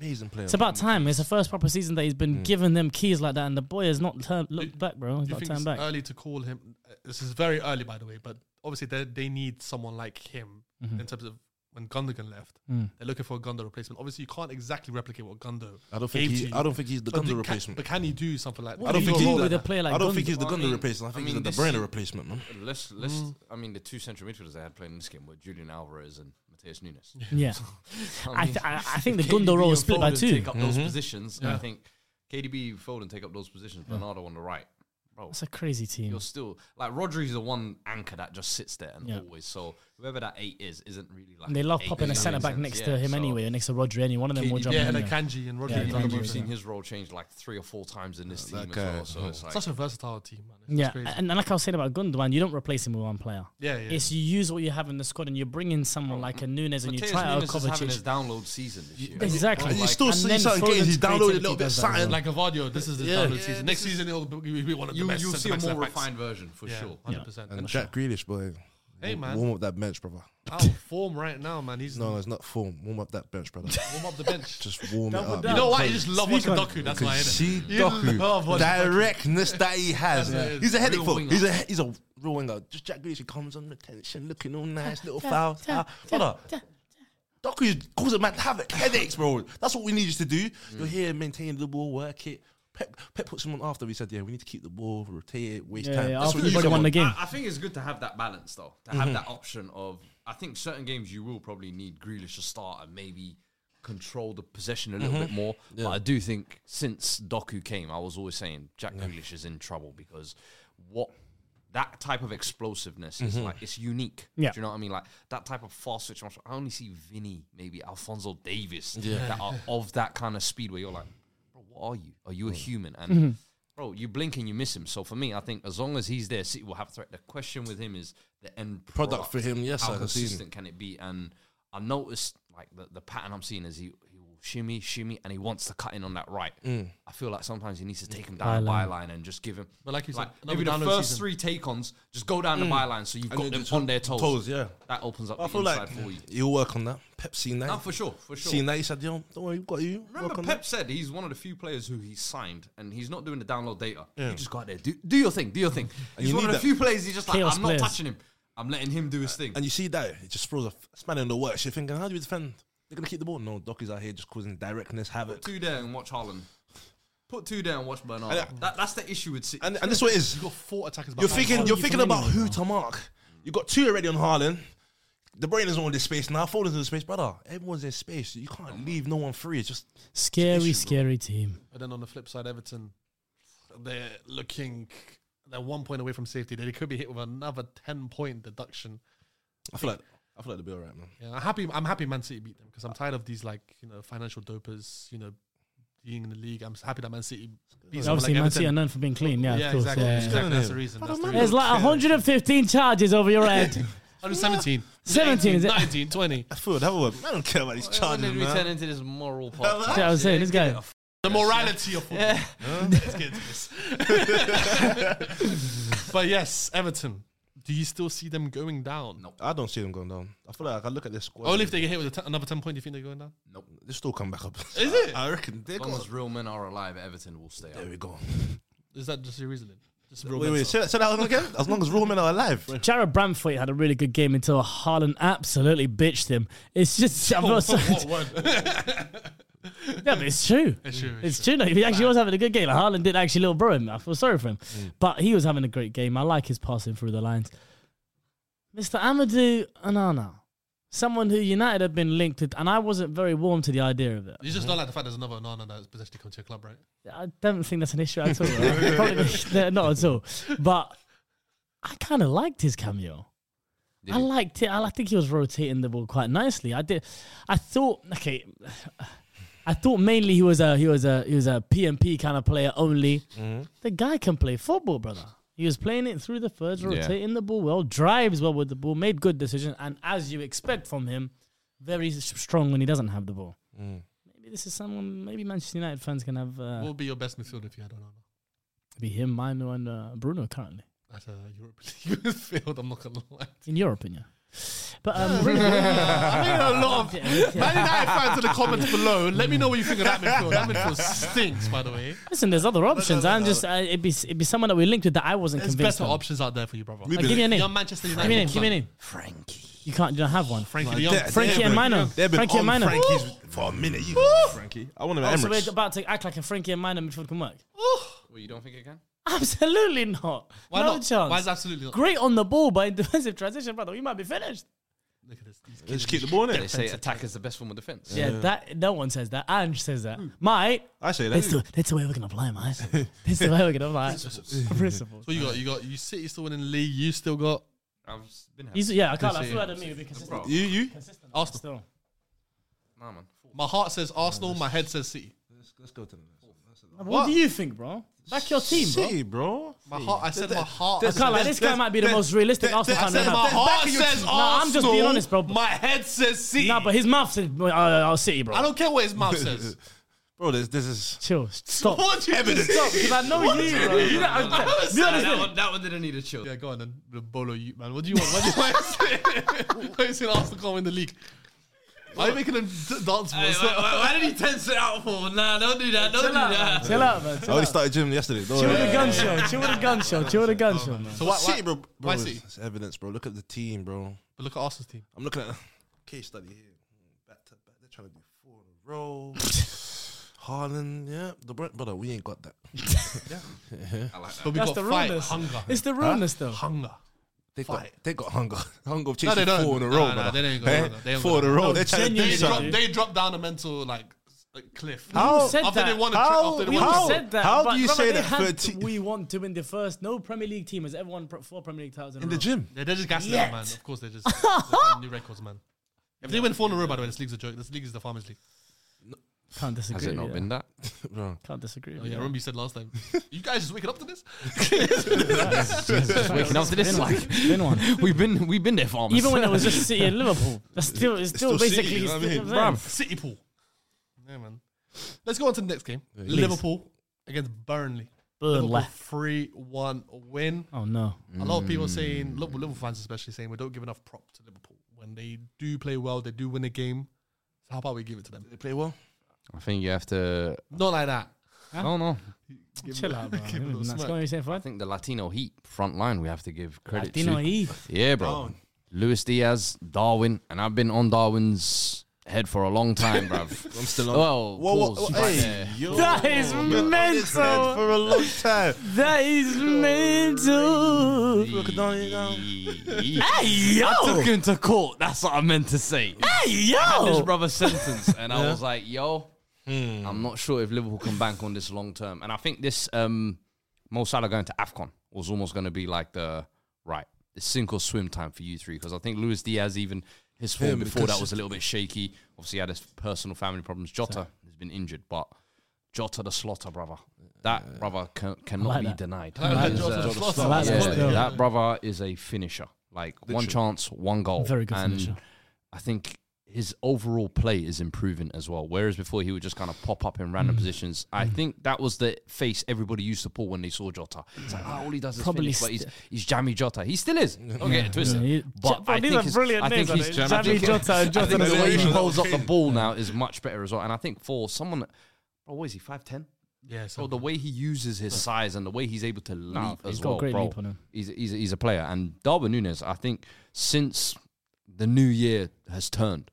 Amazing player. It's about time. It's the first proper season that he's been giving them keys like that, and the boy has not turned looked back, bro. He's Mm. Do you not think turned it's back. early to call him? uh, This is very early, by the way, but obviously they they need someone like him Mm-hmm. in terms of when Gundogan left. Mm. They're looking for a Gundo replacement. Obviously, you can't exactly replicate what Gundo. I don't think gave he- to I you. don't think he's the But Gundo can- replacement. But can he do something like that? What I don't do think you he- do with a player like I don't Gundogan? think he's the Well, I Gundogan mean, replacement. I think I mean, he's this- the De Bruyne replacement, man. Let's let's. I mean, the two central midfielders they had playing in this game were Julian Alvarez and Mateus Nunes. Yeah, [LAUGHS] I, mean, th- I, I think the KDB Gundo role and is split by Foden two. Take up Mm-hmm. those positions. I think KDB, Foden take up those positions. Bernardo on the right. Bro, That's a crazy team. you're still like Rodri's the one anchor that just sits there and Yeah. always. So whoever that eight is isn't really like. And they love eight, popping a if that centre makes back sense. next Yeah, to him so anyway, or next to Rodri. Any one of them will KDB, jump yeah, in. and then there. Kanji and Rodri. Yeah, and Kanji Gundogan. We've Yeah. seen his role change like three or four times in this team as guy, well. So it's like Such a versatile team, man. It's Yeah, crazy. and, and like I was saying about Gundogan, you don't replace him with one player. yeah, yeah. It's you use what you have in the squad and you bring in someone like a Nunes and you Mateus try out Nunes is having his Kovacic. download season this year. Exactly. And you Like- still And see then certain games. He's Foden's downloaded a creativity little bit of does that as something. well. like Avadio, this is the Yeah. download Yeah, season. Next season, he'll be be one of the You, best. you'll see a centre-backs, more centre-backs. refined version for Yeah, sure. 100%. And Jack Grealish, boy. Hey, man. Warm up that bench, brother. Out of form right now, man. He's No, it's not form. Warm up that bench, brother. warm up the bench. Just warm it Double up. down. You know why? You just love Speak watching on it. Doku. That's why. Because innit? see You love Doku, watching Doku. directness that he has. That's it. He's a headache Real for. winger. He's a he's a real winger. Just Jack Grealish he comes on the tension, looking all nice, little foul. Ah, Brother, Doku causes man havoc, headaches, bro. That's what we need you to do. You're here, maintain the ball, work it. Pep, Pep puts him on after. He said, "Yeah, we need to keep the ball, rotate it, waste Yeah, time." yeah, That's after what the you body come won on. the game. Mm-hmm. I, I think it's good to have that balance though, to have that option of. I think certain games you will probably need Grealish to start and maybe control the possession a little Mm-hmm. bit more. But I do think since Doku came, I was always saying Jack Grealish is in trouble because what that type of explosiveness is like it's unique. Mm-hmm. Yeah. Do you know what I mean? Like that type of fast switch. I only see Vinny, maybe Alfonso Davis, that [LAUGHS] are of that kind of speed where you're like, bro, what are you? Are Mm. you a human? And bro, you blink and you miss him. So for me, I think as long as he's there, City will have threat. The question with him is the end Product for him, yes, how I can see him. consistent can it be? And I noticed like the, the pattern I'm seeing is he he will shimmy, shimmy, and he wants to cut in on that right. Mm. I feel like sometimes he needs to take him down Byline. the byline and just give him. But like you said, maybe the another download first season. three take ons, just go Mm. down the byline so you've And got then them just on their toes. toes, yeah. that opens up I the feel inside like for [LAUGHS] you. he'll work on that. Pep seen that. No, for sure, for sure. Seen that. He said, "Yo, don't worry, we've got you." Remember, work on Pep that." said he's one of the few players who he signed, and he's not doing the download data. You just go out there, do, do your thing, do your thing. He's you one need of the that. few players. He's just like, Chaos I'm players. not touching him. I'm letting him do his thing. And you see that it just throws a f- spanner in the works. You're thinking, how do we defend? They're gonna keep the ball. No, Doc is out here just causing directness, havoc. Put two there and watch Haaland. Put two there and watch Bernardo. And, uh, that, that's the issue with City. And, and this is what it is. You've got four attackers. You're behind thinking, Haaland. you're thinking about who to mark. You got two already on Haaland. The brain is on this space now. Foden's in the space, brother. Everyone's in space. You can't leave no one free. It's just Scary, Issue, bro. scary team. But then on the flip side, Everton, they're looking. They're one point away from safety. They could be hit with another ten point deduction. I feel like I feel like they'll be all right, man. Yeah, I'm happy. I'm happy Man City beat them because I'm tired of these like you know financial dopers. You know, being in the league. I'm s- happy that Man City beat them. Obviously, like Man City are Everton. known for being clean. Yeah, yeah, of course. exactly. yeah, yeah. exactly. That's the reason. That's the reason. There's like 115 charges over your [LAUGHS] head. 117, 17, is it? 19, 20. I feel that would. I don't care about these charges, we turn man. into [LAUGHS] this moral That's what I was saying. This guy. The morality of football. Let's get into this. [LAUGHS] but yes, Everton. Do you still see them going down? No. I don't see them going down. I feel like I look at this squad. Only if they get hit with a t- another 10 point, do you think they're going down? they still come back up. Is it? [LAUGHS] I reckon they As long got. as real men are alive, Everton will stay There up. we go. Is that just your reasoning? Just Wait, wait. Say that, say that again. As long as real men are alive. Jared Bramthwaite had a really good game until Haaland absolutely bitched him. It's just, [LAUGHS] I'm not sorry. What one? [LAUGHS] Yeah, but it's true. It's true, it's It's true. No, he actually was having a good game. Like, Haaland did actually little bro him. I feel sorry for him. But he was having a great game. I like his passing through the lines. Mr. Amadou Anana, someone who United have been linked with, and I wasn't very warm to the idea of it. You just don't like the fact there's another Onana that's potentially come to your club, right? I don't think that's an issue at all. [LAUGHS] right? Probably not- not at all. But I kind of liked his cameo. I liked it. I I think he was rotating the ball quite nicely. I did. I thought okay. I thought mainly he was a he was a he was a PMP kind of player only. The guy can play football, brother. He was playing it through the thirds, rotating the ball well, drives well with the ball, made good decisions, and as you expect from him, very s- strong when he doesn't have the ball. Maybe this is someone. Maybe Manchester United fans can have uh, What would be your best midfielder if you had Onana? be him, Mino, and uh, Bruno currently That's a Europa League [LAUGHS] midfield, I'm not gonna [LAUGHS] lie. in your opinion. But um, I mean, a lot of Man United fans in the comments below. Let me know what you think of that midfield. [LAUGHS] That midfield stinks, by the way. Listen, there's other options. I'm just uh, it'd be it'd be someone that we linked with that I wasn't There's convinced. better of. options out there for you, brother. Uh, give me a name. You're Manchester Give me a name. United. Give me a name. Frankie. You can't. You don't have one. Frankie Like, de Jong. they've Frankie been- and Mino. They've been Frankie and on Mino. Frankie's for a minute. You Frankie. I want him Oh, at so we're Emirates. about to act like a Frankie and Minor midfield can work. [LAUGHS] Well, you don't think it can? Absolutely not. Why no not? chance. Why is absolutely not? Great on the ball, but in [LAUGHS] defensive transition, brother, we might be finished. Look at this. These kids. Just keep the ball in They it. say attack is the best form of defense. Yeah, that no one says that. Ange says that. Mate, I say that's that. the that's the way we're gonna play, mate. That's the way we're gonna play. Principles. [LAUGHS] So you got you got you City still winning the league. You still got I've been happy. He's- Yeah, I can't. I feel like that me would be consistent. Bro, You, you. Arsenal. Still. nah, man. My heart says Arsenal. My head says City. Let's go to the next. What? do you think, bro? Back your team, bro. City, bro. My heart. I said my heart. I can't lie, this guy might be the most realistic Arsenal I fan said we my have. heart says Arsenal. Nah, I'm just being honest, bro. My head says City. Nah, but his mouth said, uh, uh, City, bro. I don't care what his mouth [LAUGHS] says. [LAUGHS] Bro, this, this is. Chill. Stop. What you evidence? Because I know you, bro. You don't [LAUGHS] understand. Be honest That with one, that one didn't need a chill. [LAUGHS] Yeah, go on then. The Bolo you man. What do you want? What do you [LAUGHS] want? Why is it Arsenal can't win the league? Why are you making them d- dance for? Hey, us? why, why- why did he tense it out for? Nah, don't do that. Don't do me. that. Chill out, man. I Chill already out. started gym yesterday. Don't Chill worry. [LAUGHS] with the gun show. Chill with the gun show. Chill with the gun Oh, show, man. So why, City, bro. bro Why it's- City? It's evidence, bro. Look at the team, bro. But look at Arsenal's team. I'm looking at [LAUGHS] a case study here. Back to back. They're trying to do four in a [LAUGHS] row. Haaland, yeah. The Brent brother, we ain't got that. But we That's got the fight, realness. hunger, It's the realness, though. hunger. They got, they got hunger. [LAUGHS] Hunger of No, they chasing don't. four in a Nah, row, nah, brother. they ain't got Eh? hunger. They ain't Four got in a row. No, they're trying to do genuinely, They Sorry. drop, something. they drop down a mental like, s- like cliff. How- said after they that? won the How- after they We won all How- the said that. how but do you brother, say they that had for a to- team- We want to win the first. No Premier League team has ever won pro- four Premier League titles in, In a the row. gym. They're they're just gassing Yet. them, man. Of course, they're just they're setting [LAUGHS] new records, man. If they win four in a row, by the way, this league's a joke. This league is the farmers' league. Can't disagree. Has it not yeah. been that? Bro. Can't disagree. Oh, yeah, I remember you said last [LAUGHS] time. you guys just waking up to this? [LAUGHS] Just waking up to this, like Been one. we've been we've been there for almost. Even when it was just City and Liverpool, that's still it's still, still City, basically. you know what I still- mean? you know what I'm saying? City pool. Yeah, man. Let's go on to the next game. Liverpool against Burnley. Burnley. Three one win. Oh no. A lot of people saying, look, Liverpool fans especially saying we don't give enough prop to Liverpool when they do play well, they do win a game. So how about we give it to them? They play well. I think you have to. Not like that. I don't know. Give Chill it- out, bro. [LAUGHS] give it a little That's smack. what you're saying, I think the Latino Heat front line we have to give credit Latino to. Heath. Yeah, bro. Luis Diaz, Darwin, and I've been on Darwin's head for a long time, [LAUGHS] bruv. I'm still on. Well, Whoa, whoa, pause whoa, right hey, there. yo. [LAUGHS] That is It's been mental. for a long [LAUGHS] time. That is mental. Look down here now. I Hey yo. took him to court. That's what I meant to say. Hey This yo. brother sentence, and I was like, "Yo, Hmm. I'm not sure if Liverpool can bank on this long term." And I think this um, Mo Salah going to Afcon was almost going to be like the right. it's sink or swim time for you three because I think Luis Diaz even his form Him, before that because- was a little bit shaky. Obviously, he had his personal family problems. Jota has been injured, but Jota the slaughter brother, that brother can, cannot like be that. denied. I like He's, Jota uh, the Slaughter. I like yeah, that. Yeah. that brother is a finisher. Like one chance, one goal. Very good and finisher. I think his overall play is improving as well. Whereas before he would just kind of pop up in Mm. random positions. I think that was the face everybody used to pull when they saw Jota. It's like, oh, all he does is Probably finish, but he's, st- he's Jammy Jota. He still is. Don't get it twisted. Yeah, he- But Ja- I these think are his- brilliant I think names, his- aren't they? I think- Jammy Jota and I Jota think the way he Delaney. holds [LAUGHS] up the ball now is much better as well. And I think for someone, that- bro, what is he five ten? Yeah, so Oh, Bro, the way he uses his size and the way he's able to leap he's as got a well, great bro. leap on him. He's, he's, he's a player. And Darwin Nunes, I think since the new year has turned,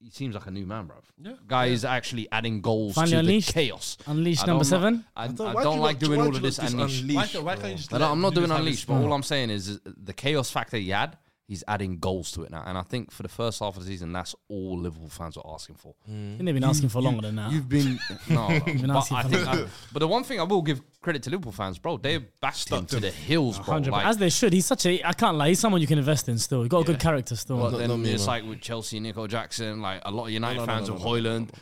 he seems like a new man, bro. Yeah. Guy is actually adding goals Finally to unleashed. the chaos. Unleashed I number don't like- seven. I, I I don't, why do you like not- doing why all do of you this not just unleashed. why, unleash, can't- why bro? can't you just? I let don't- I'm not Nunes doing have unleashed, his but all moment? I'm saying is, is the chaos factor he had, he's adding goals to it now. And I think for the first half of the season, that's all Liverpool fans are asking for. Didn't even ask him for longer than that. You've been no, no, been but asking I for think. that. I- but the one thing I will give credit to Liverpool fans, bro, they backed him to the hills, bro. 100%. Like, As they should. He's such a. I can't lie. He's someone you can invest in still. He got a good character still. but not- then not me, it's man. like with Chelsea, Nico Jackson, like a lot of United no, no, fans no, of no, no, no, Hoyland.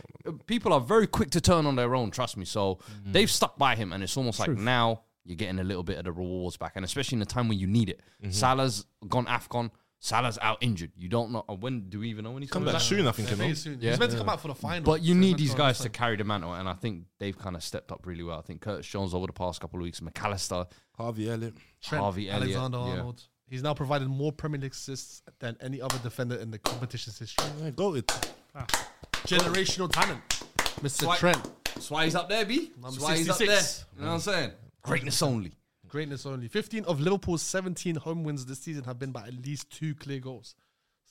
People are very quick to turn on their own. Trust me. So they've stuck by him, and it's almost like now you're getting a little bit of the rewards back, and especially in the time when you need it. Mm-hmm. Salah's gone Afcon. Salah's out injured. You don't know uh, when. Do we even know when he's Come coming back back? soon, I think. Yeah, you know. very soon. He's meant to come out for the final. But you so need that's these what I'm guys to saying. carry the mantle, and I think they've kind of stepped up really well. I think Curtis Jones over the past couple of weeks, McAllister, Harvey Elliott. Trent Harvey Elliott, Alexander yeah. Arnold. He's now provided more Premier League assists than any other defender in the competition's history. Yeah, go it. Generational talent, Mr. Swipe. Trent. that's why he's up there, B. That's Number why he's up there. 66. You know what I'm saying? Greatness only. Greatness only. 15 of Liverpool's 17 home wins this season have been by at least two clear goals.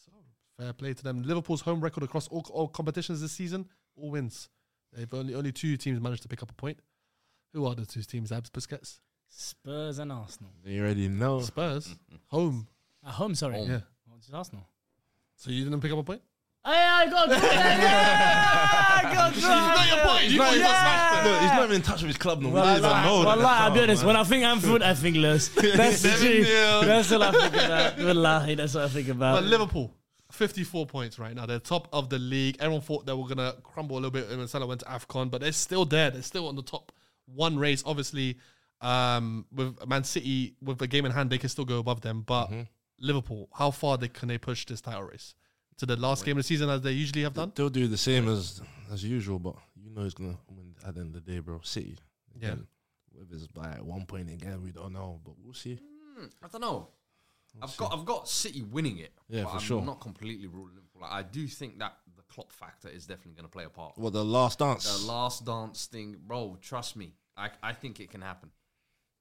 So fair play to them. Liverpool's home record across all, all competitions this season, all wins. They've only only two teams managed to pick up a point. Who are the two teams? Abs Busquets, Spurs and Arsenal. You already know. Spurs, Mm-hmm. home. At home, sorry. Home. Yeah. Oh, it's Arsenal. So you didn't pick up a point. Hey, I got a draw. Yeah, I got a draw. He's not, even, look, he's not even in touch with his club. No, we don't even know. that. Wallah, I'll be Come honest. on, When man. I think I'm food, I [LAUGHS] think less. That's the truth. That's all I think about. Wallah, that's what I think about. But Liverpool, 54 points right now. They're top of the league. Everyone thought they were going to crumble a little bit when Salah went to AFCON, but they're still there. They're still on the top one race. Obviously, um, with Man City, with the game in hand, they can still go above them. But Liverpool, how far they, can they push this title race? To the last game of the season as they usually have done? They'll do the same as as usual, but you know he's gonna win at the end of the day, bro. City. Yeah. Again. Whether it's by one point again, we don't know, but we'll see. I don't know. I've got I've got City winning it. Yeah, but for I'm sure. Not completely ruling Liverpool. out. I do think that the Klopp factor is definitely going to play a part. Well, the last dance. The last dance thing, bro. Trust me, I, I think it can happen.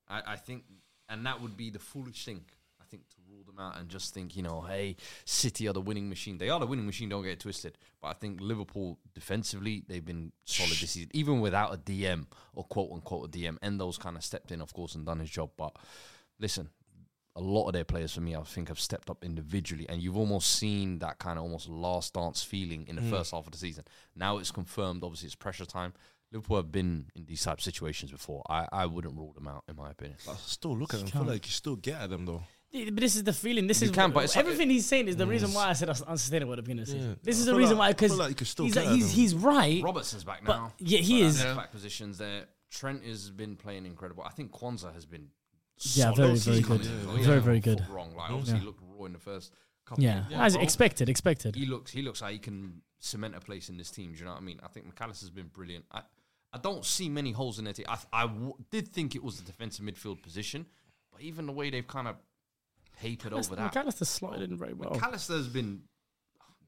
I, I think, and that would be the foolish thing. I think to rule them out and just think, you know, hey, City are the winning machine. They are the winning machine. Don't get it twisted. But I think Liverpool defensively, they've been solid this season, even without a DM or quote unquote a DM. Endo's kind of stepped in, of course, and done his job. But listen, a lot of their players for me, I think, have stepped up individually, and you've almost seen that kind of almost last dance feeling Mm. in the first half of the season. Now it's confirmed. Obviously, it's pressure time. Liverpool have been in these type of situations before. I, I wouldn't rule them out, in my opinion. I still look at them. feel like you still get at them though. Yeah, But this is the feeling. This You is can, but it's like- Mm. everything he's saying is the reason why I said that's unsustainable at the beginning of the season. Yeah. This I is the feel reason like- why I feel because like you could still he's, get like, at he's them. he's right. Robertson's back But- now. yeah, he So is. that's Back positions there. Trent has been playing incredible. I think Kwanzaa has been Yeah, solid very, all season very good. coming in. Very, Yeah, very not good. foot Wrong. Like obviously Yeah. he looked raw in the first couple. of Yeah, games, as bro. expected, expected. He looks he looks like he can cement a place in this team. Do you know what I mean? I think McAllister's been brilliant. I I don't see many holes in their team. I th- I w- did think it was the defensive midfield position, but even the way they've kind of papered over that. McAllister slotted in very well. McAllister's been,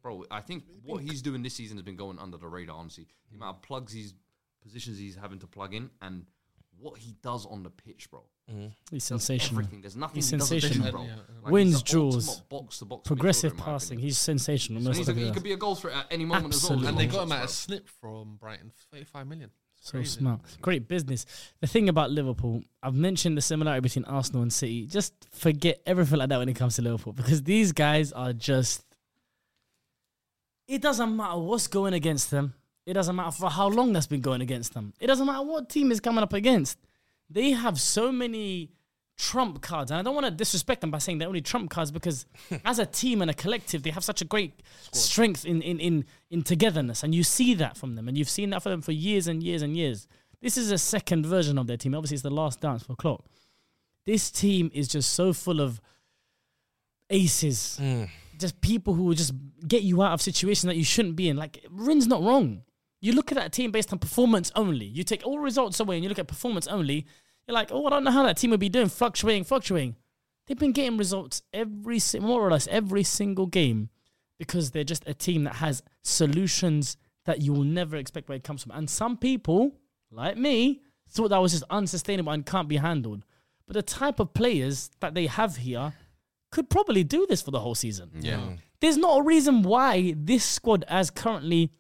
bro. I think what he's doing this season has been going under the radar. Honestly, the amount of plugs he's positions he's having to plug in and what he does on the pitch, bro. He's Does sensational. Everything. There's nothing He's he doesn't do, sensational. bro. Wins, he's the draws, ultimate box-to-box midfielder, Progressive in my passing. opinion. He's sensational. And Most he's of a, he the could be a goal threat at any moment as well. And Absolutely. they got him at a snip from Brighton. 35 million. It's So crazy. smart. Great business. The thing about Liverpool, I've mentioned the similarity between Arsenal and City. Just forget everything like that when it comes to Liverpool because these guys are just. It doesn't matter what's going against them. It doesn't matter for how long that's been going against them. It doesn't matter what team is coming up against. They have so many trump cards, and I don't want to disrespect them by saying they're only trump cards because as a team and a collective, they have such a great strength in, in in in togetherness, and you see that from them, and you've seen that for them for years and years and years. This is a second version of their team. Obviously, it's the last dance for Klopp. This team is just so full of aces, just people who will just get you out of situations that you shouldn't be in. Like Rin's not wrong. You look at that team based on performance only. You take all results away and you look at performance only. You're like, oh, I don't know how that team would be doing, fluctuating, fluctuating. They've been getting results every si- more or less every single game because they're just a team that has solutions that you will never expect where it comes from. And some people, like me, thought that was just unsustainable and can't be handled. But the type of players that they have here could probably do this for the whole season. Yeah. There's not a reason why this squad, as currently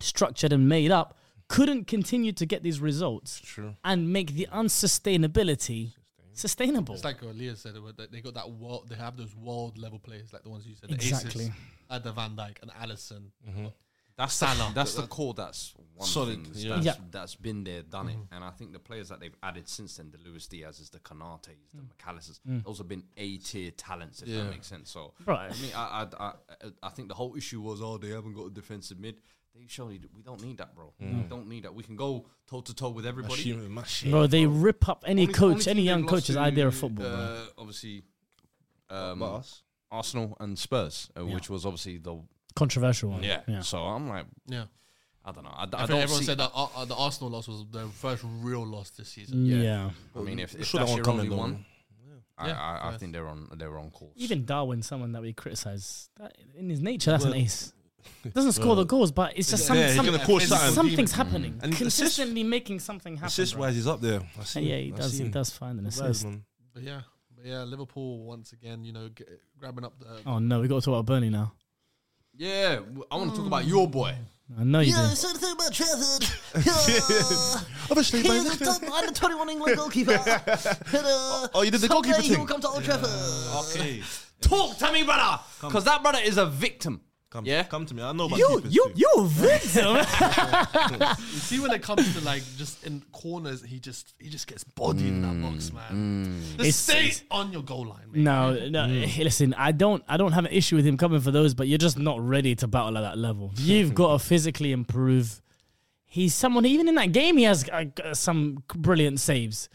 structured and made up, couldn't continue to get these results and make the unsustainability sustainable. It's like what Leah said, where they- they got that world, they have those world level players, like the ones you said, the Exactly. Aces, like the Van Dyke and Allison. That's Salah. The, that's the core. That's one Solid, thing yeah. that's, Yeah. that's been there, done it. And I think the players that they've added since then, the Luis Diaz's, the Canates, the McAllisters, those have been A tier talents, if that makes sense. So Right. I mean, I, I, I, I think the whole issue was, oh, they haven't got a defensive mid. They surely we don't need that, bro. We don't need that. We can go toe to toe with everybody. Human machine. Bro, they rip up Only- any only coach, team any they've young lost coach's to, idea of football. bro. Uh, obviously, um, But us. Arsenal and Spurs, uh, which was obviously the Controversial one. yeah. yeah. So I'm like, Yeah. I don't know. I, d- I I think don't everyone see. said that uh, uh, the Arsenal loss was their first real loss this season. Yeah. I mean, if, if Sure that that's one your coming, only though. one, I, Yeah, I, I yeah. think they're on they're on course. Even Darwin, someone that we criticise, that, in his nature, that's an ace. Doesn't score the goals, but it's just some, Yeah, he's some, gonna cause something. something's happening. And assist- Consistently making something happen. Assist bro. wise, he's up there. I see. Uh, yeah, he I does. see He him. does find an Rise, assist. man. But yeah, but yeah, Liverpool once again, you know, g- grabbing up the. Oh no, we got to talk about Burnley now. Yeah, w- I want to talk Mm. about your boy. I know you do. something about Trafford. [LAUGHS] Obviously, man. I'm the 21 England goalkeeper. Oh, you did the goalkeeper thing. to Old Trafford. Okay. Talk to me, brother, because that brother is a victim. Come, Yeah. come to me. I know about You, keepers you, too. you a victim. You see, when it comes to like just in corners, he just he just gets bodied in that box, man. Just It's- stay on your goal line, man. [LAUGHS] no, no. eh, Listen, I don't, I don't have an issue with him coming for those, but you're just not ready to battle at that level. [LAUGHS] You've got to physically improve. He's someone. Even in that game, he has uh, g- some brilliant saves.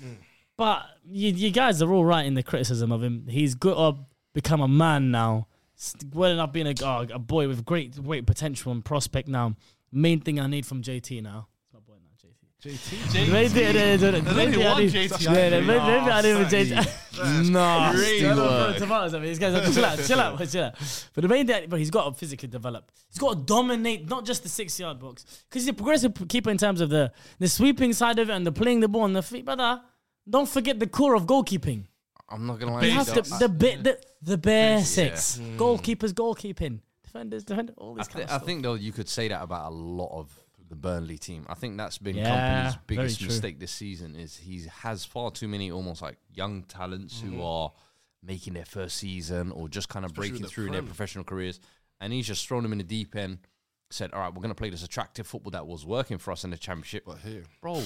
But you, you guys are all right in the criticism of him. He's got to become a man now. S- Well enough being a, oh, a boy with great, great potential and prospect now. Main thing I need from JT now. It's my boy now, JT. James, Maybe I didn't do it. only Maybe I one didn't- JT, Yeah, yeah, actually. Maybe maybe I didn't even Oh, Nasty. JT. Nasty work. Tomatoes, I mean, these guys are chill out, chill out, chill out. But the main thing, but he's got to physically develop. He's got to dominate not just the six-yard box because he's a progressive keeper in terms of the the sweeping side of it and the playing the ball on the feet. But uh, don't forget the core of goalkeeping. I'm not gonna lie. You Basics. to have to, you, the ba- the the basics. Goalkeepers, goalkeeping. Defenders, defenders, all I, these kind th- of I stuff. think though you could say that about a lot of the Burnley team. I think that's been Yeah, company's very biggest true. mistake this season is he has far too many almost like young talents Mm-hmm. who are making their first season or just kind of breaking through in their professional careers, and he's just thrown them in the deep end. Said, all right, we're going to play this attractive football that was working for us in the championship. But here- bro,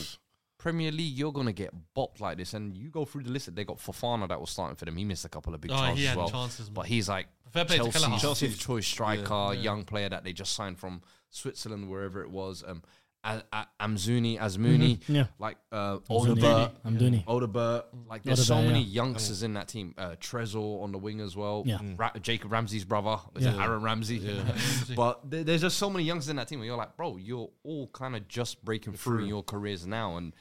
Premier League, you're going to get bopped like this. And you go through the list that they got Fofana that was starting for them. He missed a couple of big Oh, he chances as had well. chances, man. but he's like Fair play to Chelsea's Kelleher. Chelsea fifth choice striker, young player that they just signed from Switzerland, wherever it was. Um, A- A- Amzuni, Asmuni, Mm-hmm. yeah. like uh, Amzuni. Odebert, Amzuni. Odebert. Like there's Odebert, so many yeah. youngsters in that team. Uh, Trezor on the wing as well. Yeah. Ra- Jacob Ramsey's brother, is it Aaron Ramsey. [LAUGHS] but there- there's just so many youngsters in that team where you're like, bro, you're all kind of just breaking through in your careers now, and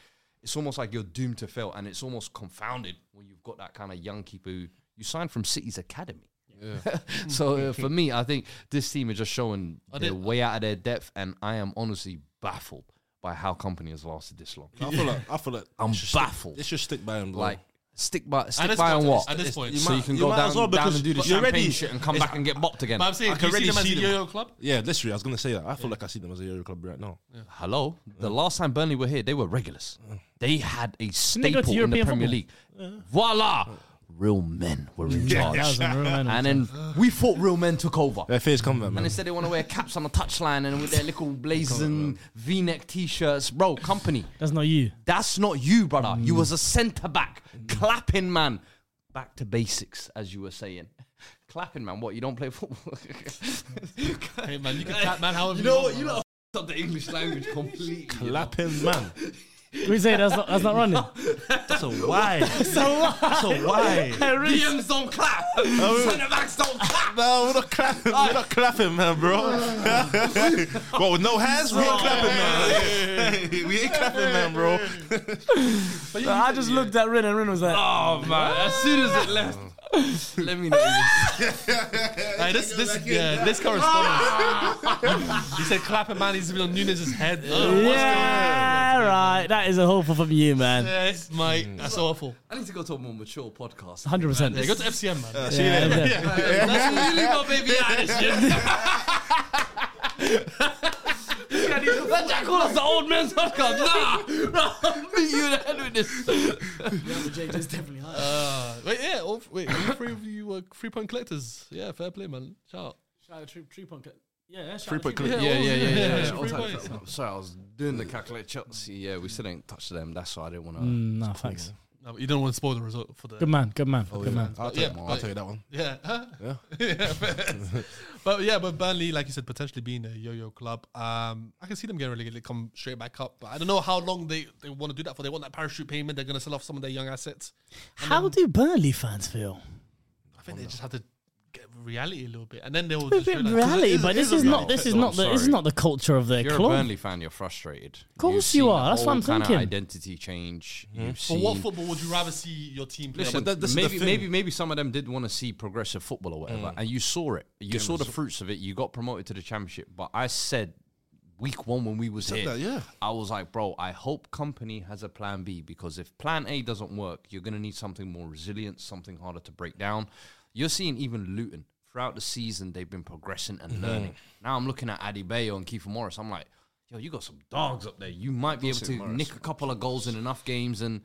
it's almost like you're doomed to fail, and it's almost confounded when you've got that kind of young keeper who you signed from City's academy. [LAUGHS] so uh, for me, I think this team is just showing they're way out of their depth, and I am honestly baffled by how company has lasted this long. I feel like I feel like I'm they should stick- baffled. They should stick by him. bro. Like stick by stick this by on point- what at this point. so You you can might- go you might down, as well down because and do the you're champagne ready. shit and come back and get bopped again. But I'm saying, I can you can see them as already a see them. yo-yo club? yeah, literally, I was gonna say that. I feel like I see them as a Euro club right now. Hello. The Mm. last time Burnley were here, they were regulars. They had a they go to staple in the European Premier League. Voila. real men were in charge. Oh, That was unreal, man. And then we thought real men took over. Their fears come man. And instead, they want to wear caps on the touchline and with their little blazing V neck t shirts. Bro, company, That's not you. that's not you, brother. Mm. You was a centre back, clapping man. Back to basics, as you were saying. [LAUGHS] Clapping man, what? You don't play football? Hey, man, [LAUGHS] you can clap, man, however you you know want, what? You man. lot have f***ed up the English language completely. you know? Lapping man. We say that's not that's [LAUGHS] not running. That's a why. [LAUGHS] That's so what? a why. DMs don't clap. Centre backs don't clap. No, we're not clapping. We're not clapping, man, bro. [LAUGHS] well, with no hands, we ain't clapping, man. we ain't clapping, man, bro. I just looked at Rin and Rin was like, Oh man! As soon as it left, [LAUGHS] let me know. Hey, this, this, yeah, this correspondence. [LAUGHS] he said clapping man needs to be on Nunes' head. Oh, what's yeah, right. That is a hopeful from you, man. going on? Yes, mate. That's awful. I need to go to a more mature podcast. Hundred percent. Yeah, go to FCM, man. Yeah, yeah. That's really my baby Irish. [LAUGHS] That Jack called us the old man's podcast. Nah, nah, me, you and Ed with this. JJ's definitely high. Uh, wait, yeah, all, wait, all three of you were three point collectors. Yeah, fair play, man. Shout out. Shout out to Tree Punk. Yeah, yeah, shout Three out to point Tree clip. Yeah, yeah, yeah, yeah. yeah. Three points. Sorry, I was doing the calculator Chelsea. Yeah, we still ain't touched them. That's why I didn't want to. Punk. Mm, Nah, thanks. No, but you don't want to spoil the result for the. Good man. Good man. Oh, good yeah. man. I'll, Yeah, take, I'll but- take that one. Yeah. huh? Yeah. yeah fair. [LAUGHS] but yeah, but Burnley, like you said, potentially being a yo-yo club. Um, I can see them getting relegated, come straight back up. But I don't know how long they, they want to do that for. They want that parachute payment. They're going to sell off some of their young assets. How do Burnley fans feel? I think they just have to get reality a little bit, and then they will A just bit realise- rally, It a- but it this a is not reality this check, is though. not the this is not the culture of their You're a club. Burnley fan. You're frustrated. Of course you are, that's what I'm kind thinking. Of identity change. You've But seen. what football would you rather see your team play? Listen, that- this is the maybe thing. Mm. maybe maybe some of them did want to see progressive football or whatever, and you saw it. You saw the fruits of it. You got promoted to the championship, but I said week one when we was here, that, yeah. I was like, bro, I hope company has a plan B because if plan A doesn't work, you're gonna need something more resilient, something harder to break down. You're seeing even Luton throughout the season; they've been progressing and Mm-hmm. learning. Now I'm looking at Adi Bayo and Kiefer Morris. I'm like. Yo, you got some dogs up there. You might be able to nick a couple of goals in enough games, and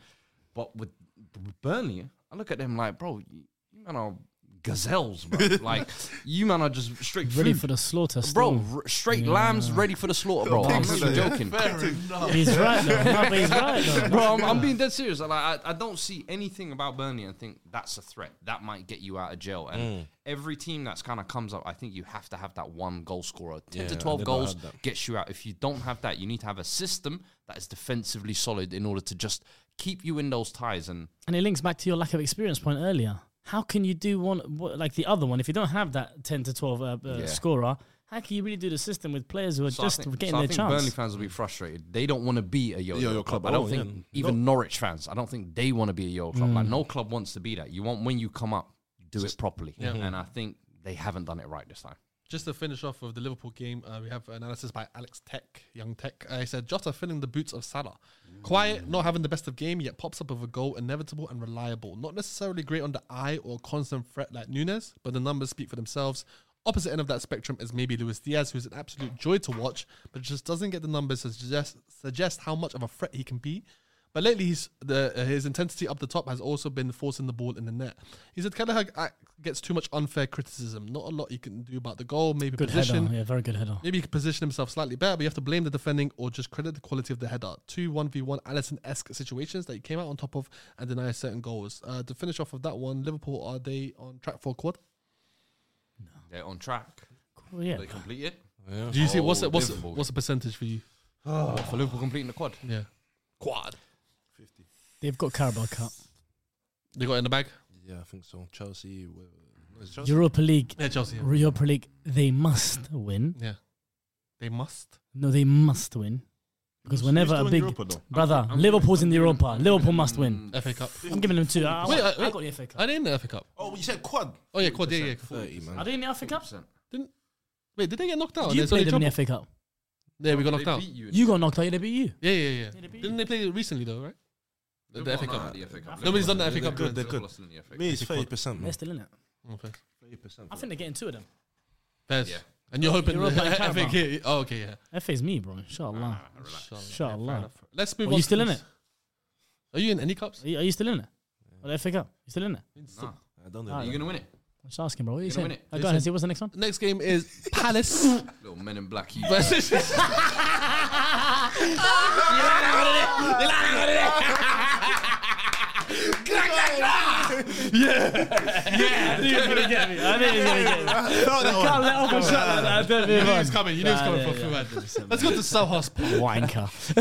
but with with Burnley, I look at them like, bro, you, you man are gazelles, bro. like you man are just straight Ready food. for the slaughter, bro, still. r- straight lambs ready for the slaughter, bro. I'm not even joking. He's right though. No, but he's right though. Bro, I'm, I'm being dead serious. Like, I, I don't see anything about Burnley and think that's a threat. That might get you out of jail. And every team that's kind of comes up, I think you have to have that one goal scorer. 10 to 12 goals gets you out. If you don't have that, you need to have a system that is defensively solid in order to just keep you in those ties. And And it links back to your lack of experience point earlier. How can you do one what, like the other one if you don't have that ten to twelve uh, uh, scorer? How can you really do the system with players who are So just I think, getting so I their think chance? Burnley fans will be frustrated. They don't want to be a yo-yo, Yo-yo club. club. I don't Oh, think yeah. even Norwich fans. I don't think they want to be a yo-yo club. Mm. Like no club wants to be that. You want when you come up, do it properly. And I think they haven't done it right this time. Just to finish off with the Liverpool game, uh, we have analysis by Alex Tech, Young Tech. Uh, he said Jota filling the boots of Salah, quiet, not having the best of game, yet pops up with a goal, inevitable and reliable. Not necessarily great on the eye or constant threat like Nunes, but the numbers speak for themselves. Opposite end of that spectrum is maybe Luis Diaz, who's an absolute joy to watch, but just doesn't get the numbers to suggest suggest how much of a threat he can be. But lately, he's, the, uh, his intensity up the top has also been forcing the ball in the net. He said Kelleher uh, gets too much unfair criticism. Not a lot he can do about the goal. Maybe good position. header, yeah, very good header. Maybe he could position himself slightly better, but you have to blame the defending or just credit the quality of the header. Two 1v1 Allison esque situations that he came out on top of and deny certain goals. Uh, to finish off of that one, Liverpool, are they on track for a quad? They're on track. Well, yeah, They complete it. Do you see what's Oh, the, what's, the, Liverpool. what's the percentage for you? What, for Liverpool completing the quad. Yeah. Quad. they've got Carabao Cup, They got it in the bag? Yeah, I think so. Chelsea. w- no, it's Chelsea. Europa League, Yeah, Chelsea. Yeah. Europa League. They must win. Yeah. They must. No, they must win because whenever a big brother I'm- Liverpool's in the Europa, Liverpool must win. FA Cup. I'm giving them two. I, Mm. Wait, I, uh, I wait. got the FA Cup. Are they in the FA Cup? Oh, you said quad. Oh, yeah, quad. Yeah, yeah. cool. 30, man. Are they in the FA Cup? Oh, Didn't, wait, did they get knocked out? You There's only played them in the trouble- FA Cup. yeah, we got knocked out. You got knocked out. Yeah, they beat you. Yeah, yeah, yeah. they beat Didn't they play recently, though, right? The, the FA Cup. Nobody's Nobody's done the FA Cup. good, they're yet. Oh, good. Me, it's 30%, They're man. still in it. Okay. I think they're getting two of them. Fairs. And you're hoping [LAUGHS] Europa and FA Carabao. Cup. Oh, okay, yeah. FA's me, bro. Inshallah. Inshallah. Inshallah. Let's move Are on. you to still in this. it? Are you in any cups? Are you, are you still in it? Or the FA Cup? You still in there? I don't Ah, know. Are you going to win it? I'm just asking, bro. What are you gonna saying? win it. Uh, go ahead and see what's the next one. Next game is Palace Little men in black. You versus. I think he's gonna [LAUGHS] get me. [LAUGHS] I think he's gonna get me. [LAUGHS] I can't let off a shot like that. I don't You know knew if he's I'm- coming. You knew he's Nah, coming yeah, for yeah. Fuad. Let's go to Sohos. Wanker.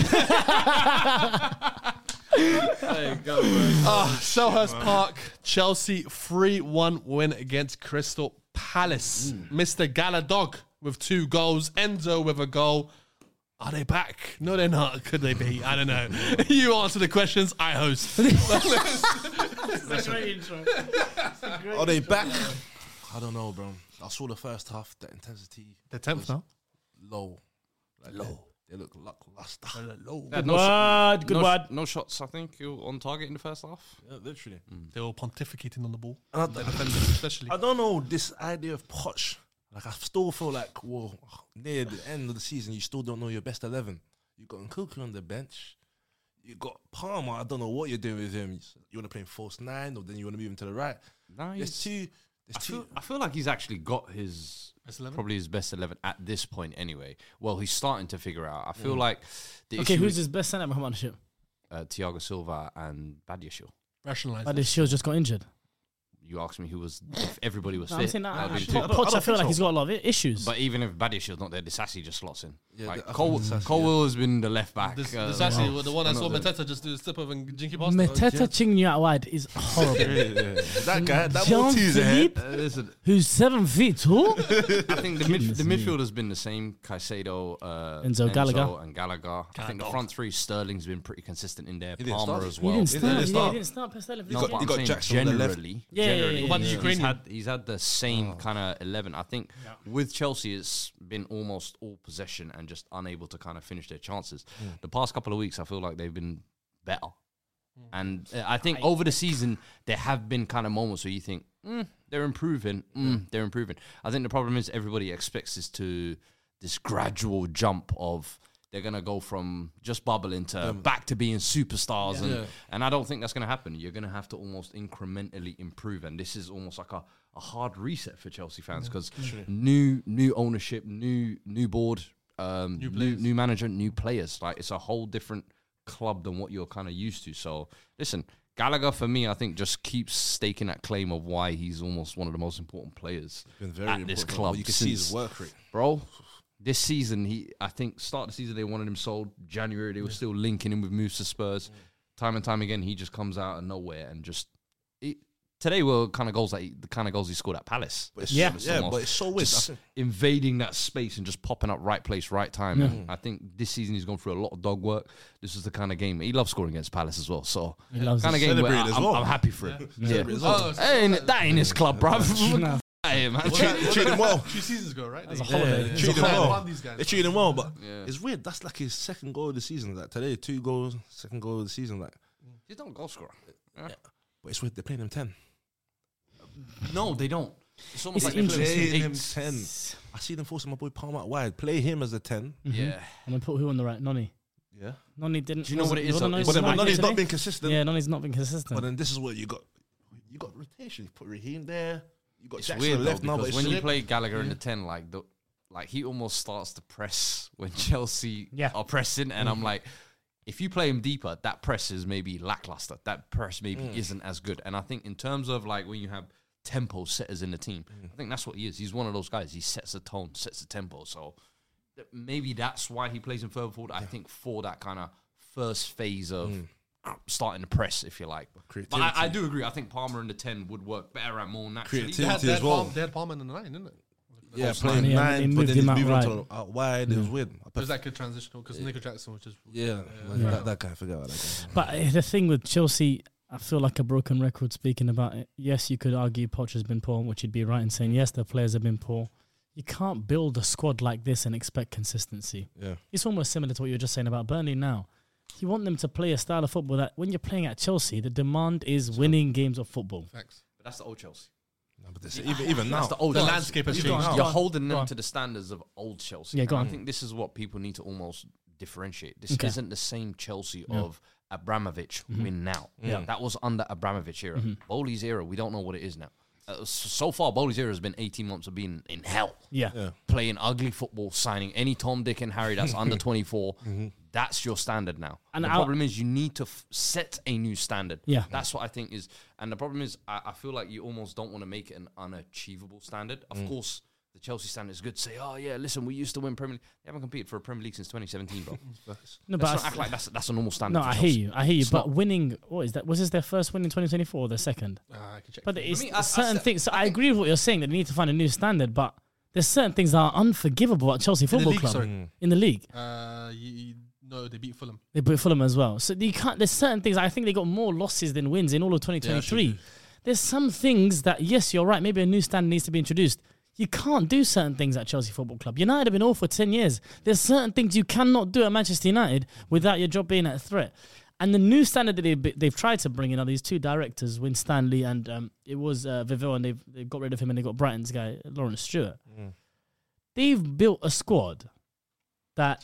go, bro. Ah, Selhurst Park, Chelsea 3 1 win against Crystal Palace. Mm. Mr. Galadog with two goals, Enzo with a goal. Are they back? No, they're not. [LAUGHS] Could they be? I don't know. [LAUGHS] you answer the questions, I host. That's a great intro. Are they back? I don't know, bro. I saw the first half. The intensity They're 10th now. low, like low. They, they look lackluster. Low. Had no shot- Word. Uh, Good no, word. sh- no shots, I think, you were on target in the first half. Yeah, literally. They're all pontificating on the ball. And I, They're d- defending, especially. I don't know this idea of Poch. Like I still feel like, well, near the end of the season, you still don't know your best eleven. You got Nkuku on the bench. You got Palmer. I don't know what you're doing with him. You want to play him false nine, or then you want to move him to the right. There's Nice. two. There's I two. feel, I feel like he's actually got his Best 11? probably his best eleven at this point anyway. Well, he's starting to figure out. I feel like the Okay, issue who's is, his best centre? Come on, shit. uh, Thiago Silva and Badiashil. Rationalize. But this shield just got injured. You asked me who was if everybody was No, fit. I'm saying that. that'd I, be Poch, two. I don't- I don't I feel think like so. he's got a lot of issues. But even if Badiashil's not there, Disassi just slots in. Yeah, like the- I Cole, think Disasi, Cole yeah. Will has been the left back. This, uh, this actually well, the one I no, saw the- Mateta just do a step up and jinky past. Meteta Chingnya wide is [LAUGHS] horrible. that guy. That Jean Maltese Philippe, ahead. Uh, listen, who's seven feet tall. I think the, midf- the midfield has been the same. Caicedo, uh, Enzo Gallagher. and Gallagher. I think the front three, Sterling's been pretty consistent in there. didn't Palmer start. as He well. he didn't He didn't start. Yeah, start. he didn't start past eleven. No, He but didn't- I'm got saying Jackson on the left. generally, Yeah, yeah, yeah, generally, yeah, What, Oh. the he's Ukrainian? had he's had the same kind of eleven. I think with Chelsea, it's been almost all possession and just unable to kind of finish their chances. The past couple of weeks, I feel like they've been better, and uh, I think over the season there have been kind of moments where you think mm, they're improving, mm, they're improving. I think the problem is everybody expects this to this gradual jump of. They're gonna go from just bubbling to back to being superstars, and and I don't think that's gonna happen. You're gonna have to almost incrementally improve, and this is almost like a, a hard reset for Chelsea fans because new new ownership, new new board, um, new, new manager, new players. Like it's a whole different club than what you're kind of used to. So listen, Gallagher for me, I think just keeps staking that claim of why he's almost one of the most important players Been very at this important. club. You can see his since- work rate. bro. This season, he I think start of the season they wanted him sold. January they were still linking him with moves to Spurs. Time and time again, he just comes out of nowhere and just. He, today were kind of goals that he, the kind of goals he scored at Palace. But it's, Yeah. yeah, but it's so weird. I Just think- invading that space and just popping up right place, right time. And I think this season he's gone through a lot of dog work. This is the kind of game he loves scoring against Palace as well. So He loves kind of it. game where Celebrate I, as am well. I'm happy for it. Yeah. Oh, so Hey, ain't- that ain't his club, bro. [LAUGHS] No. Hey, man. [LAUGHS] Treat, treat him [LAUGHS] well. two seasons ago, right? They- holiday. They yeah. treat him Yeah. well. Won these guys. They treat him well, but Yeah. it's weird. That's like his second goal of the season. Like today, two goals, second goal of the season. Like, He's not a goal scorer. but it's weird. They're playing him ten. No, they don't. It's almost It's like they play injuries. with Playing him eights. ten. I see them forcing my boy Palmer out wide. Play him as a ten. Yeah. And then put who on the right? Nonny. Yeah. Nonny didn't. Do you know was what it- it is, was though? Nonny But But then then right when Nani's today? not been consistent. Yeah, Nonny's not been But consistent. then this is what you got. You got rotation. You put Raheem there. You got It's Jackson on weird the though, left now. But because it's when you weird. play Gallagher in the ten, like the like he almost starts to press when [LAUGHS] Chelsea Yeah. are pressing, and Mm. I'm like, if you play him deeper, that press is maybe lackluster. That press maybe Mm. isn't as good. And I think in terms of like when you have tempo setters in the team, Mm. I think that's what he is. He's one of those guys. He sets the tone, sets the tempo. So that- maybe that's why he plays in further forward. I think for that kind of first phase of Mm. starting to press, if you like. But I, I do agree. I think Palmer in the ten would work better and more naturally. They had, Creativity they as had well. Palm- they had Palmer in the nine, didn't it? yeah, playing Yeah, nine, they but moved then him he's out moving wide. to the- out wide. It was weird. I It was pref- that good transitional because Nico Jackson, which is yeah, man, That, that guy. I forgot about that guy. But uh, the thing with Chelsea, I feel like a broken record speaking about it. Yes, you could argue Poch has been poor, which you'd be right in saying. Yes, the players have been poor. You can't build a squad like this and expect consistency. Yeah. It's almost similar to what you were just saying about Burnley now. You want them to play a style of football that when you're playing at Chelsea, the demand is winning games of football. facts. But that's the old Chelsea. No, but this, even even now, That's the old The Chelsea. landscape has You've got- changed. Go You're on, holding go them on. to the standards of old Chelsea. Yeah, go And on. I think this is what people need to almost differentiate. This Okay. Mm-hmm. isn't the same Chelsea of Abramovich win now. That was under Abramovich era. Bowley's era, we don't know what it is now. Uh, s- so far, Bowley's era has been 18 months of being in hell. Yeah. Yeah. Playing ugly football, signing any Tom, Dick, and Harry that's [LAUGHS] under 24. Mm-hmm. That's your standard now. And And the I- problem is, you need to f- set a new standard. Yeah. That's what I think is. And the problem is, I, I feel like you almost don't want to make it an unachievable standard. Of Mm. course, the Chelsea standard is good. Say, oh, yeah, listen, we used to win Premier League. They haven't competed for a Premier League since 2017, [LAUGHS] bro. No, Let's but not I, act like that's, that's a normal standard. no, for I hear Chelsea. you. I hear you. It's but not. winning, what is that? Was this their first win in 2024 or their second? Ah, I can check. But it's mean, I- I certain said- things. So I, agree with what you're saying that they need to find a new standard, but there's certain things that are unforgivable at Chelsea Football league, Club sorry. in the league. Uh, you, you, no, they beat Fulham. They beat Fulham as well. So you can't. There's certain things. I think they got more losses than wins in all of 2023. there's some things that yes, you're right. Maybe a new standard needs to be introduced. You can't do certain things at Chelsea Football Club. United have been awful for 10 years. There's certain things you cannot do at Manchester United without your job being at threat. And the new standard that they've, they've tried to bring in are these two directors, Win Stanley and um, it was uh, Viville, and they've, they've got rid of him and they got Brighton's guy, Lawrence Stewart. They've built a squad that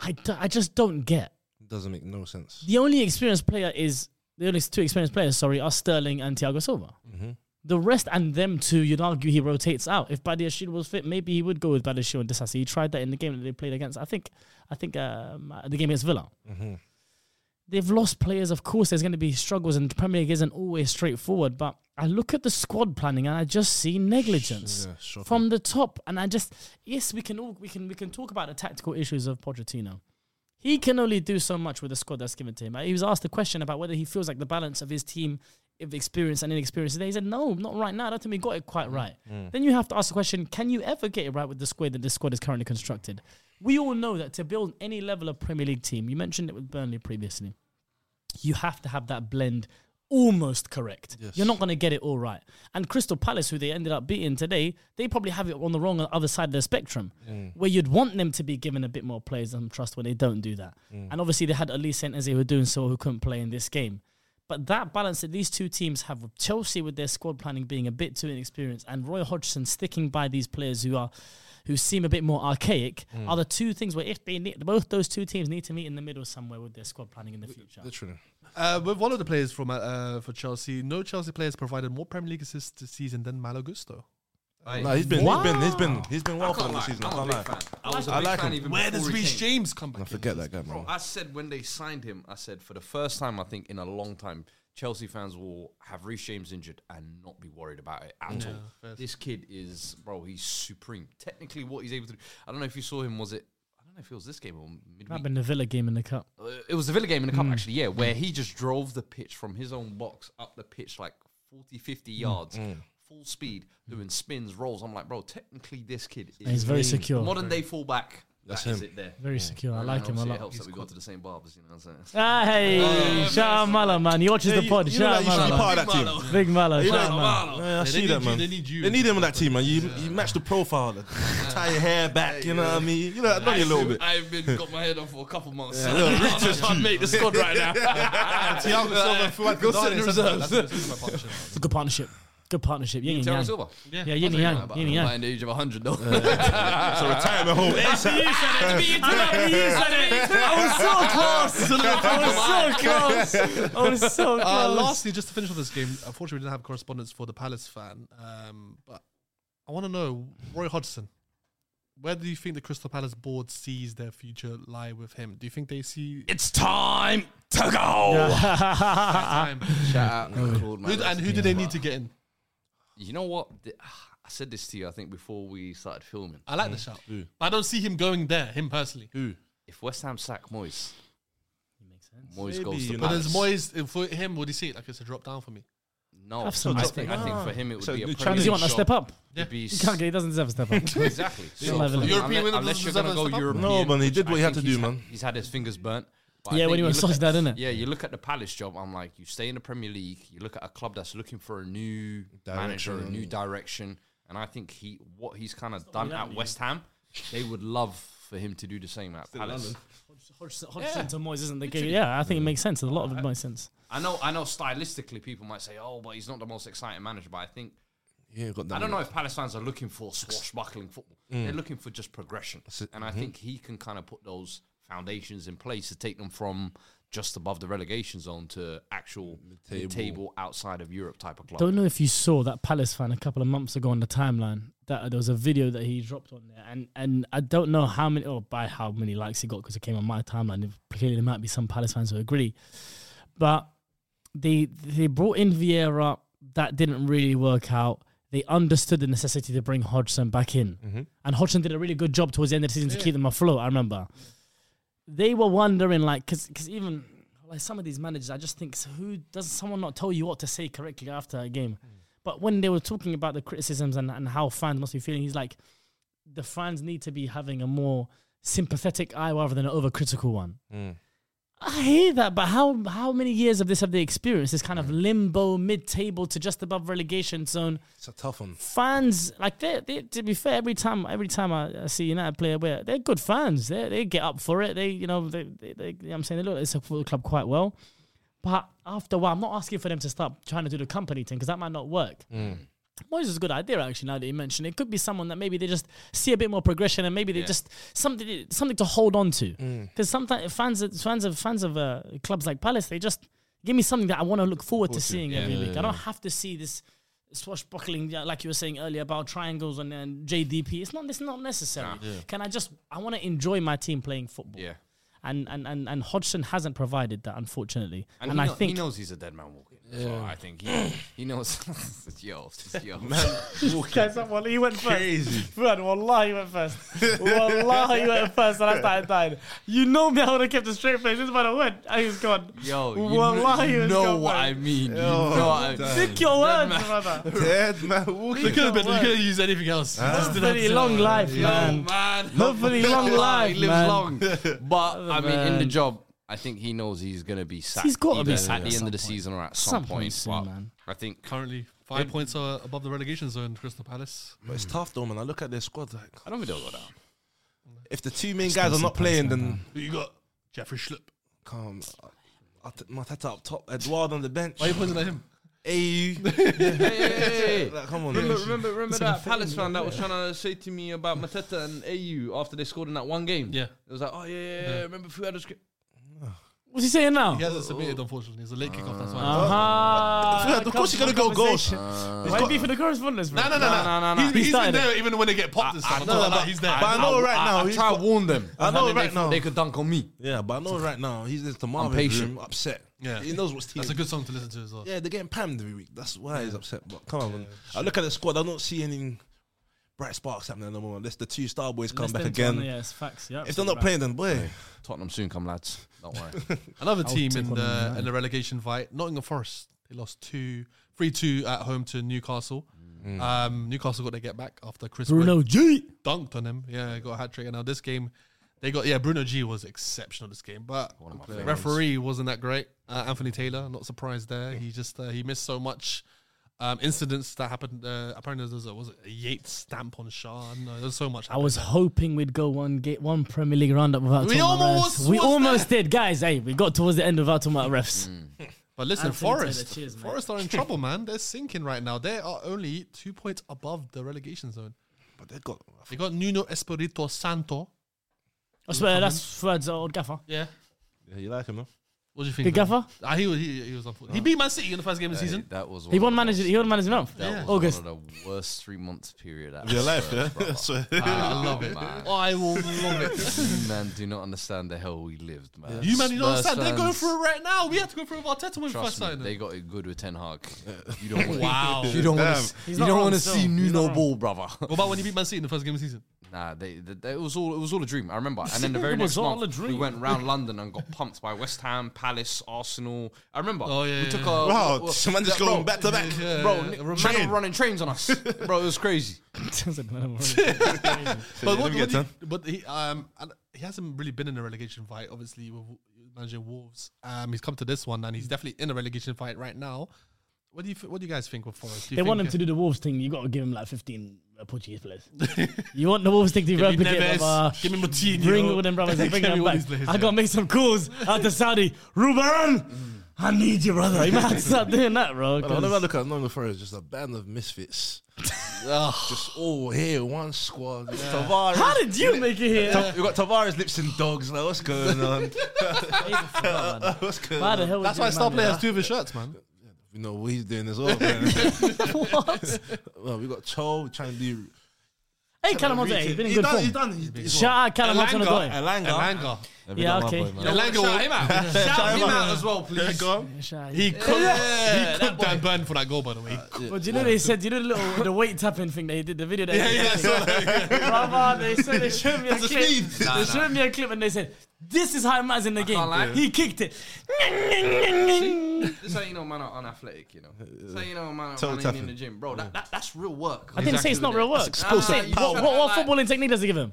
I, d- I just don't get. Doesn't make no sense. The only experienced player is the only two experienced players. Sorry, are Sterling and Thiago Silva. The rest and them two, you'd argue he rotates out. If Badiashil was fit, maybe he would go with Badiashil and Disasi. He tried that in the game that they played against. I think, I think um, uh, the game against Villa. They've lost players. Of course, there's going to be struggles, and the Premier League isn't always straightforward. But I look at the squad planning, and I just see negligence Yeah, shocking. from the top. And I just, yes, we can all we can we can talk about the tactical issues of Pochettino he can only do so much with the squad that's given to him. He was asked a question about whether he feels like the balance of his team, of experience and inexperience, is there. he said, "No, not right now. I don't think we got it quite right." Then you have to ask the question: Can you ever get it right with the squad that this squad is currently constructed? We all know that to build any level of Premier League team, you mentioned it with Burnley previously, you have to have that blend almost correct. You're not going to get it all right. And Crystal Palace, who they ended up beating today, they probably have it on the wrong other side of the spectrum, where you'd want them to be given a bit more players and trust when they don't do that. And obviously, they had Elise and Eze who were doing so who couldn't play in this game. But that balance that these two teams have with Chelsea with their squad planning being a bit too inexperienced and Roy Hodgson sticking by these players who are who seem a bit more archaic are the two things where if they need both those two teams need to meet in the middle somewhere with their squad planning in the future. Literally. Uh, with one of the players from uh, uh, for Chelsea, no Chelsea players provided more Premier League assists this season than Malo Gusto. Nah, he's been, he's been, he's been, he's been well for them this season. I can't lie. I was a I big like fan him. even Where before does he Reece came. James come back? I [LAUGHS] forget that guy, Bro, man. I said when they signed him, I said for the first time I think in a long time, Chelsea fans will have Reece James injured and not be worried about it at all. This kid is, bro, he's supreme. Technically, what he's able to do. I don't know if you saw him. Was it? I don't know if it was this game or midweek. Might have been the Villa game in the cup. Uh, it was the Villa game in the cup Mm. actually, yeah, where he just drove the pitch from his own box up the pitch like 40, 50 Mm. yards, full speed, doing spins, rolls. I'm like, bro, technically this kid is He's very secure. modern day fullback. That's That's him. it there. Very secure. I And like him a obviously It lot. helps that we go to the same barbers, you know what I'm [LAUGHS] saying? Ah, hey, shout out Mala, man. He watches the you- pod. you know shout that out you should be Mala. [LAUGHS] part of that team. Big Mala. Shout out Mala. Oh, Yeah, I see need that, you- man. they need you. They need him on that team, man. You, you match the profile. [LAUGHS] the- tie your hair back, you know what I mean? You know, I know you a little bit. I've been got my head on for a couple months. Yeah, look, Reece [LAUGHS] just can't make the squad right now. Thiago Silva [LAUGHS] and Fuad Go sit in the Gonzalez. That's reserves. the Silva [LAUGHS] partnership. It's a good partnership. Good partnership. Yin and Thiago yang. Silva. Yeah, yin and yang. About Yin and [LAUGHS] about yang. an age of 100, though. [LAUGHS] So retirement home. ASAP. I was so close. I was so close. I was so close. Uh, [LAUGHS] lastly, just to finish off this game, unfortunately, we didn't have correspondence for the Palace fan. Um, but I want to know, Roy Hodgson, where do you think the Crystal Palace board sees their future lie with him? Do you think they see it's time to go. time? Shout out and Claude, man. Who- Ah. and who do they need to get in? You know what? The- I said this to you, I think, before we started filming. I like the shout. But I don't see him going there, him personally. Who? If West Ham sack Moyes, Moyes Maybe, goes you to know. But Palace. as Moyes, for him, would he see it like it's a drop down for me? no, I Absolutely. think, I think for him it would So be a the Premier Ah. Does he want to League step up? It'd [LAUGHS] be He can't get. He doesn't deserve a step up. Exactly. So, level it. unless- European winner unless doesn't you're deserve gonna go a step up? European, No, man, he which did I what he had think to do, he's man. He's had his fingers burnt. But I Yeah, when think he you went look at- Sociedad, innit? Yeah, you look at the Palace job. I'm like, you stay in the Premier League. You look at a club that's looking for a new manager, a new direction, and I think he what he's kind of done at West Ham, they would love for him to do the same at Palace. Hodgson, Hodgson to Moyes isn't the game. Yeah, I think it makes sense. A lot of it makes sense. I know, I know. Stylistically, people might say, "Oh, but he's not the most exciting manager." But I think Yeah, got that. I don't know if Palace fans are looking for swashbuckling football. They're looking for just progression, and I think he can kind of put those foundations in place to take them from just above the relegation zone to actual table. table outside of Europe type of club. Don't know if you saw that Palace fan a couple of months ago on the timeline. That there was a video that he dropped on there, and and I don't know how many or by how many likes it got because it came on my timeline. If- Clearly, there might be some Palace fans who agree, but they they brought in Vieira. That didn't really work out. They understood the necessity to bring Hodgson back in, and Hodgson did a really good job towards the end of the season to keep them afloat. I remember they were wondering like because even like some of these managers i just think so who does someone not tell you what to say correctly after a game but when they were talking about the criticisms and, and how fans must be feeling he's like the fans need to be having a more sympathetic eye rather than an overcritical one Mm. i hear that but how how many years of this have they experienced this kind of limbo mid-table to just above relegation zone It's a tough [LAUGHS] one. fans like they they to be fair every time every time I, I see United play away they're good fans they they get up for it they you know they, they, they you know what I'm saying they look at this football club quite well but after a while I'm not asking for them to stop trying to do the company thing because that might not work Moyes is a good idea actually now that you mention it could be someone that maybe they just see a bit more progression and maybe they just something something to hold on to Mm. because sometimes fans fans of fans of uh, clubs like Palace they just give me something that I want to look forward to seeing every week I don't have to see this swashbuckling, yeah, like you were saying earlier about triangles and, and JDP. It's not. It's not necessary. Can I just? I want to enjoy my team playing football. yeah. And and and, and Hodgson hasn't provided that, unfortunately. And, And, he, I kno- he think knows he's a dead man walking. So I think he, he knows. [LAUGHS] yo, yo. he went Crazy. [LAUGHS] Fred, wallah, he went first. Wallah, he went first, and I started dying. You know me, I would have kept a straight face. This is what I went. I was gone. Yo, you Wallah, kn- he you was know gone, what man. I mean. You know what I mean. Pick your Dead words, man. brother. [LAUGHS] Dead man You walking. could have been. You could have used anything else. Just didn't have Hopefully, to- long life, Oh, man. man. Hopefully, long [LAUGHS] life, He lives man. Oh, long. But, I mean, in the man. job, I think he knows he's going to be sacked. He's gotta be either sacked At at the end some of the point. season or at Some some point point. soon, but man. I think. Currently, five points are above the relegation zone. Crystal Palace. But it's tough though, man. I look at their squad like, I don't think they'll go [LAUGHS] down. if the two main guys are not playing, then Who you got? Jeffrey Schlupp. come. I t- Matata up top, Eduardo on the bench. Why are you pointing at him? Hey, [LAUGHS] Like, come on. Remember, man. remember, remember that Palace fan that was trying to say to me about Mateta and AU after they scored in that one game? Yeah. It was like, oh, yeah, yeah, yeah. Remember who had a script? What's he saying now? He hasn't submitted, unfortunately. It's a late kickoff. That's why. Ah. Uh-huh. Fred, of course you're gonna go Uh, goals. Why be for the correspondence, bro? No, no, no, no, no, no, no. He's, He he's started been there even when they get popped and stuff. no, No, no, but- he's there. but I know right now I he's try to got- warn them. I know And then they right f- now. They could dunk on me. Yeah, but I know right now he's in the Marvin's patient. room, upset. Yeah. he knows what's team. That's a good song to listen to as well. Yeah, they're getting pammed every week. That's why he's upset. But come on, man. I look at the squad. I don't see any bright sparks happening at the moment. Unless the two star boys come Unless back them two again. are- Yeah, it's facts. Yeah, If they're not playing, then boy, Tottenham soon come, lads. Don't worry. Another team take in one of the them, in the relegation fight, Nottingham Forest. They lost two, three two at home to Newcastle. Um, Newcastle got their get back after Chris Mm. Bruno Wood G. dunked on him. Yeah, got a hat trick. And now this game, they got yeah. Bruno G was exceptional this game, but referee wasn't that great. Uh, Anthony Taylor, not surprised there. He just uh, he missed so much. Um, incidents that happened. Uh, apparently, there was a, was it a Yates stamp on Shah. No, there's so much. I was hoping we'd go one get one Premier League roundup without We talking about almost refs. We was almost did, guys. Hey, we got towards the end without talking about refs. But listen, Anthony Taylor, Forest, cheers, mate. Forest [LAUGHS] are in trouble, man. They're sinking right now. They are only two points above the relegation zone. but they got. They got Nuno Espirito Santo. I swear that's Fred's old gaffer. Yeah. Yeah, you like him, no? What do you think? Good man? gaffer. Ah, he, was- he, he was unfortunate. He beat Man City in the first game of the [LAUGHS] season. That was He one won of the manager. worst- He won manager month. That was August. [LAUGHS] one of the worst three months period. Of Your life, [LAUGHS] yeah. [LAUGHS] [LAUGHS] I love it. man. I will love [LAUGHS] it. You man do not understand the hell we lived, man. You man, you don't Spurs understand. They're going fans, through it right now. We had to go through with Arteta when we first Trust me, signed they him. got it good with Ten Hag. You don't want [LAUGHS] Wow. You don't want to. You He's not don't wrong want to still. see He's not Nuno wrong. ball, brother. What about when he beat Man City in the first game of the season? [LAUGHS] Nah, they, they, they- it was all it was all a dream. I remember. And then the very It next was all a month, we dream. went round London and got pumped by West Ham, Palace, Arsenal. I remember. Oh, yeah, we yeah, took yeah. a Wow, w- some man just bro, going back [LAUGHS] to back. Yeah, Bro, yeah, Nick- yeah. man were running trains on us, bro. It was crazy. [LAUGHS] But, what, me what get do you- but he um and he hasn't really been in a relegation fight. Obviously, with managing Wolves, um, he's come to this one and he's definitely in a relegation fight right now. What do you th- what do you guys think with Forest? Do you They want him think, to do the Wolves thing. You got to give him like 15 Portuguese players. you want the Wolves thing to Give me replicate? Neves, brother. give me Moutinho. [LAUGHS] Bring all them brothers and Give bring me them all back. these players, I yeah. got to make some calls out to Saudi. Ruben, I need you, brother. You might have to stop doing that, bro. But whenever I 'cause- look at Nottingham Forest, just a band of [LAUGHS] misfits. just all here, one squad. Tavares. How did you make it here? [LAUGHS] We've got Tavares, Lips, and Dogs. Like, what's going [LAUGHS] on? [LAUGHS] what's going Why on? the hell was That's you why in Star London? Player has two of his shirts, man. You know what he's doing as well. [LAUGHS] man. [LAUGHS] What? well, we got Cho trying to do. Hey, Callum Monte, he's been in good done, He's form. done. He's, he's Shout out Callum Monte on the Elanga. boy. Elanga. Elanga. Yeah, okay. Elanga. Shout him out. [LAUGHS] Shout him out as well, please. Shout out. He could, he could Dan Burn for that goal, by the way. But do you know they said, you know the little the weight tapping thing they did, the video they yeah, I saw Brother, they said they showed me a clip. speed. They showed me a clip and they said, this is how man's in the game. lie. He kicked it. [LAUGHS] This how you know man are unathletic, you know. This how you know man Toe are running tapping. in the gym, bro. That, that that's real work. I didn't say it's not real work. That's explosive I said, power. What, what, what footballing technique does he give him?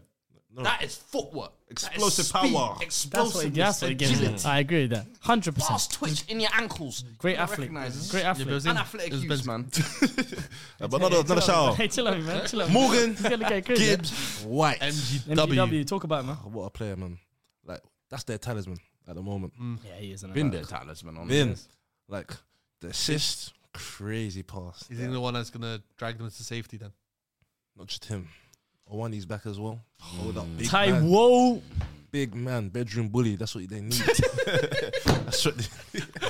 That is footwork. Explosive power. That's what he, Explosive. that's what he gives him. I agree with that. 100%. Fast twitch in your ankles. Great You don't athlete. recognise this. Great athlete. Unathletic use, man. But another, another shout Hey, out. chill out, man. Chill out. Morgan, He's gonna get crazy. Gibbs, White. MGW. MGW, talk about it, man. What a player, man. Like, that's their talisman at the moment. Yeah, he is. Been there, talisman. On Vin, like, the assist, crazy pass. He's the one that's going to drag them to safety then. Not just him. Owani's back as [SIGHS] well. Oh, that big man. Taiwo. big man, bedroom bully. That's what they [LAUGHS] need. that's [LAUGHS] what they, [LAUGHS]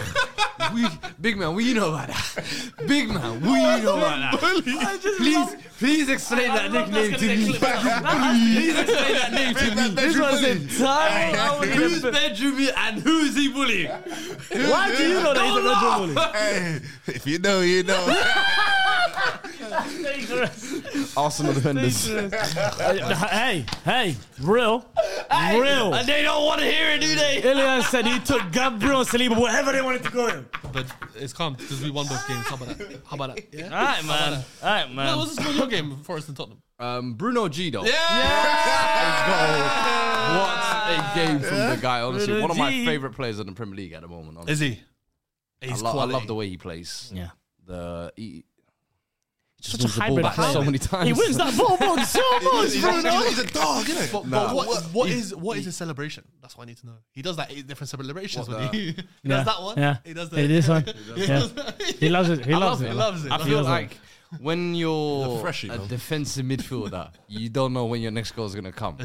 we, big man, we know about that. Big man, [LAUGHS] we know about that. Please, please explain that nickname to me. Please explain that name to me. This one said Taiwo. Who's bedroom is- and who's he bullying? Why do you know that he's a Red Bull bully? hey, if you know, you know. [LAUGHS] Dangerous. Arsenal defenders. hey, hey, real, real. And they don't want to hear it, do they? Ilian said he took Gabriel Saliba wherever they wanted to go him. But it's calm because we won both games. How about that? How about [LAUGHS] that? Yeah. All right, man. All right, What man. was the score of your game, Forest and Tottenham? Um, Bruno G, though. Yeah! What a game from the guy, honestly. Bruno One of my G. favourite players in the Premier League at the moment. Honestly. Is he? He's I, lo- I quality. love the way he plays. Yeah. The he, he just Such a wins the ball hybrid back player. so many times. He wins that ball [LAUGHS] box so much, he's, a, Bruno. he's a dog, isn't it? But, Oh, but what, what is what is his celebration? That's what I need to know. He does like eight different celebrations. When he, [LAUGHS] he Yeah. does that one. Yeah. He does Hey, this one. [LAUGHS] He Yeah. does that. He loves it. He I love loves it. it. He loves it. I feel Feels like when you're The freshie, a man. defensive midfielder, you don't know when your next goal is going to come.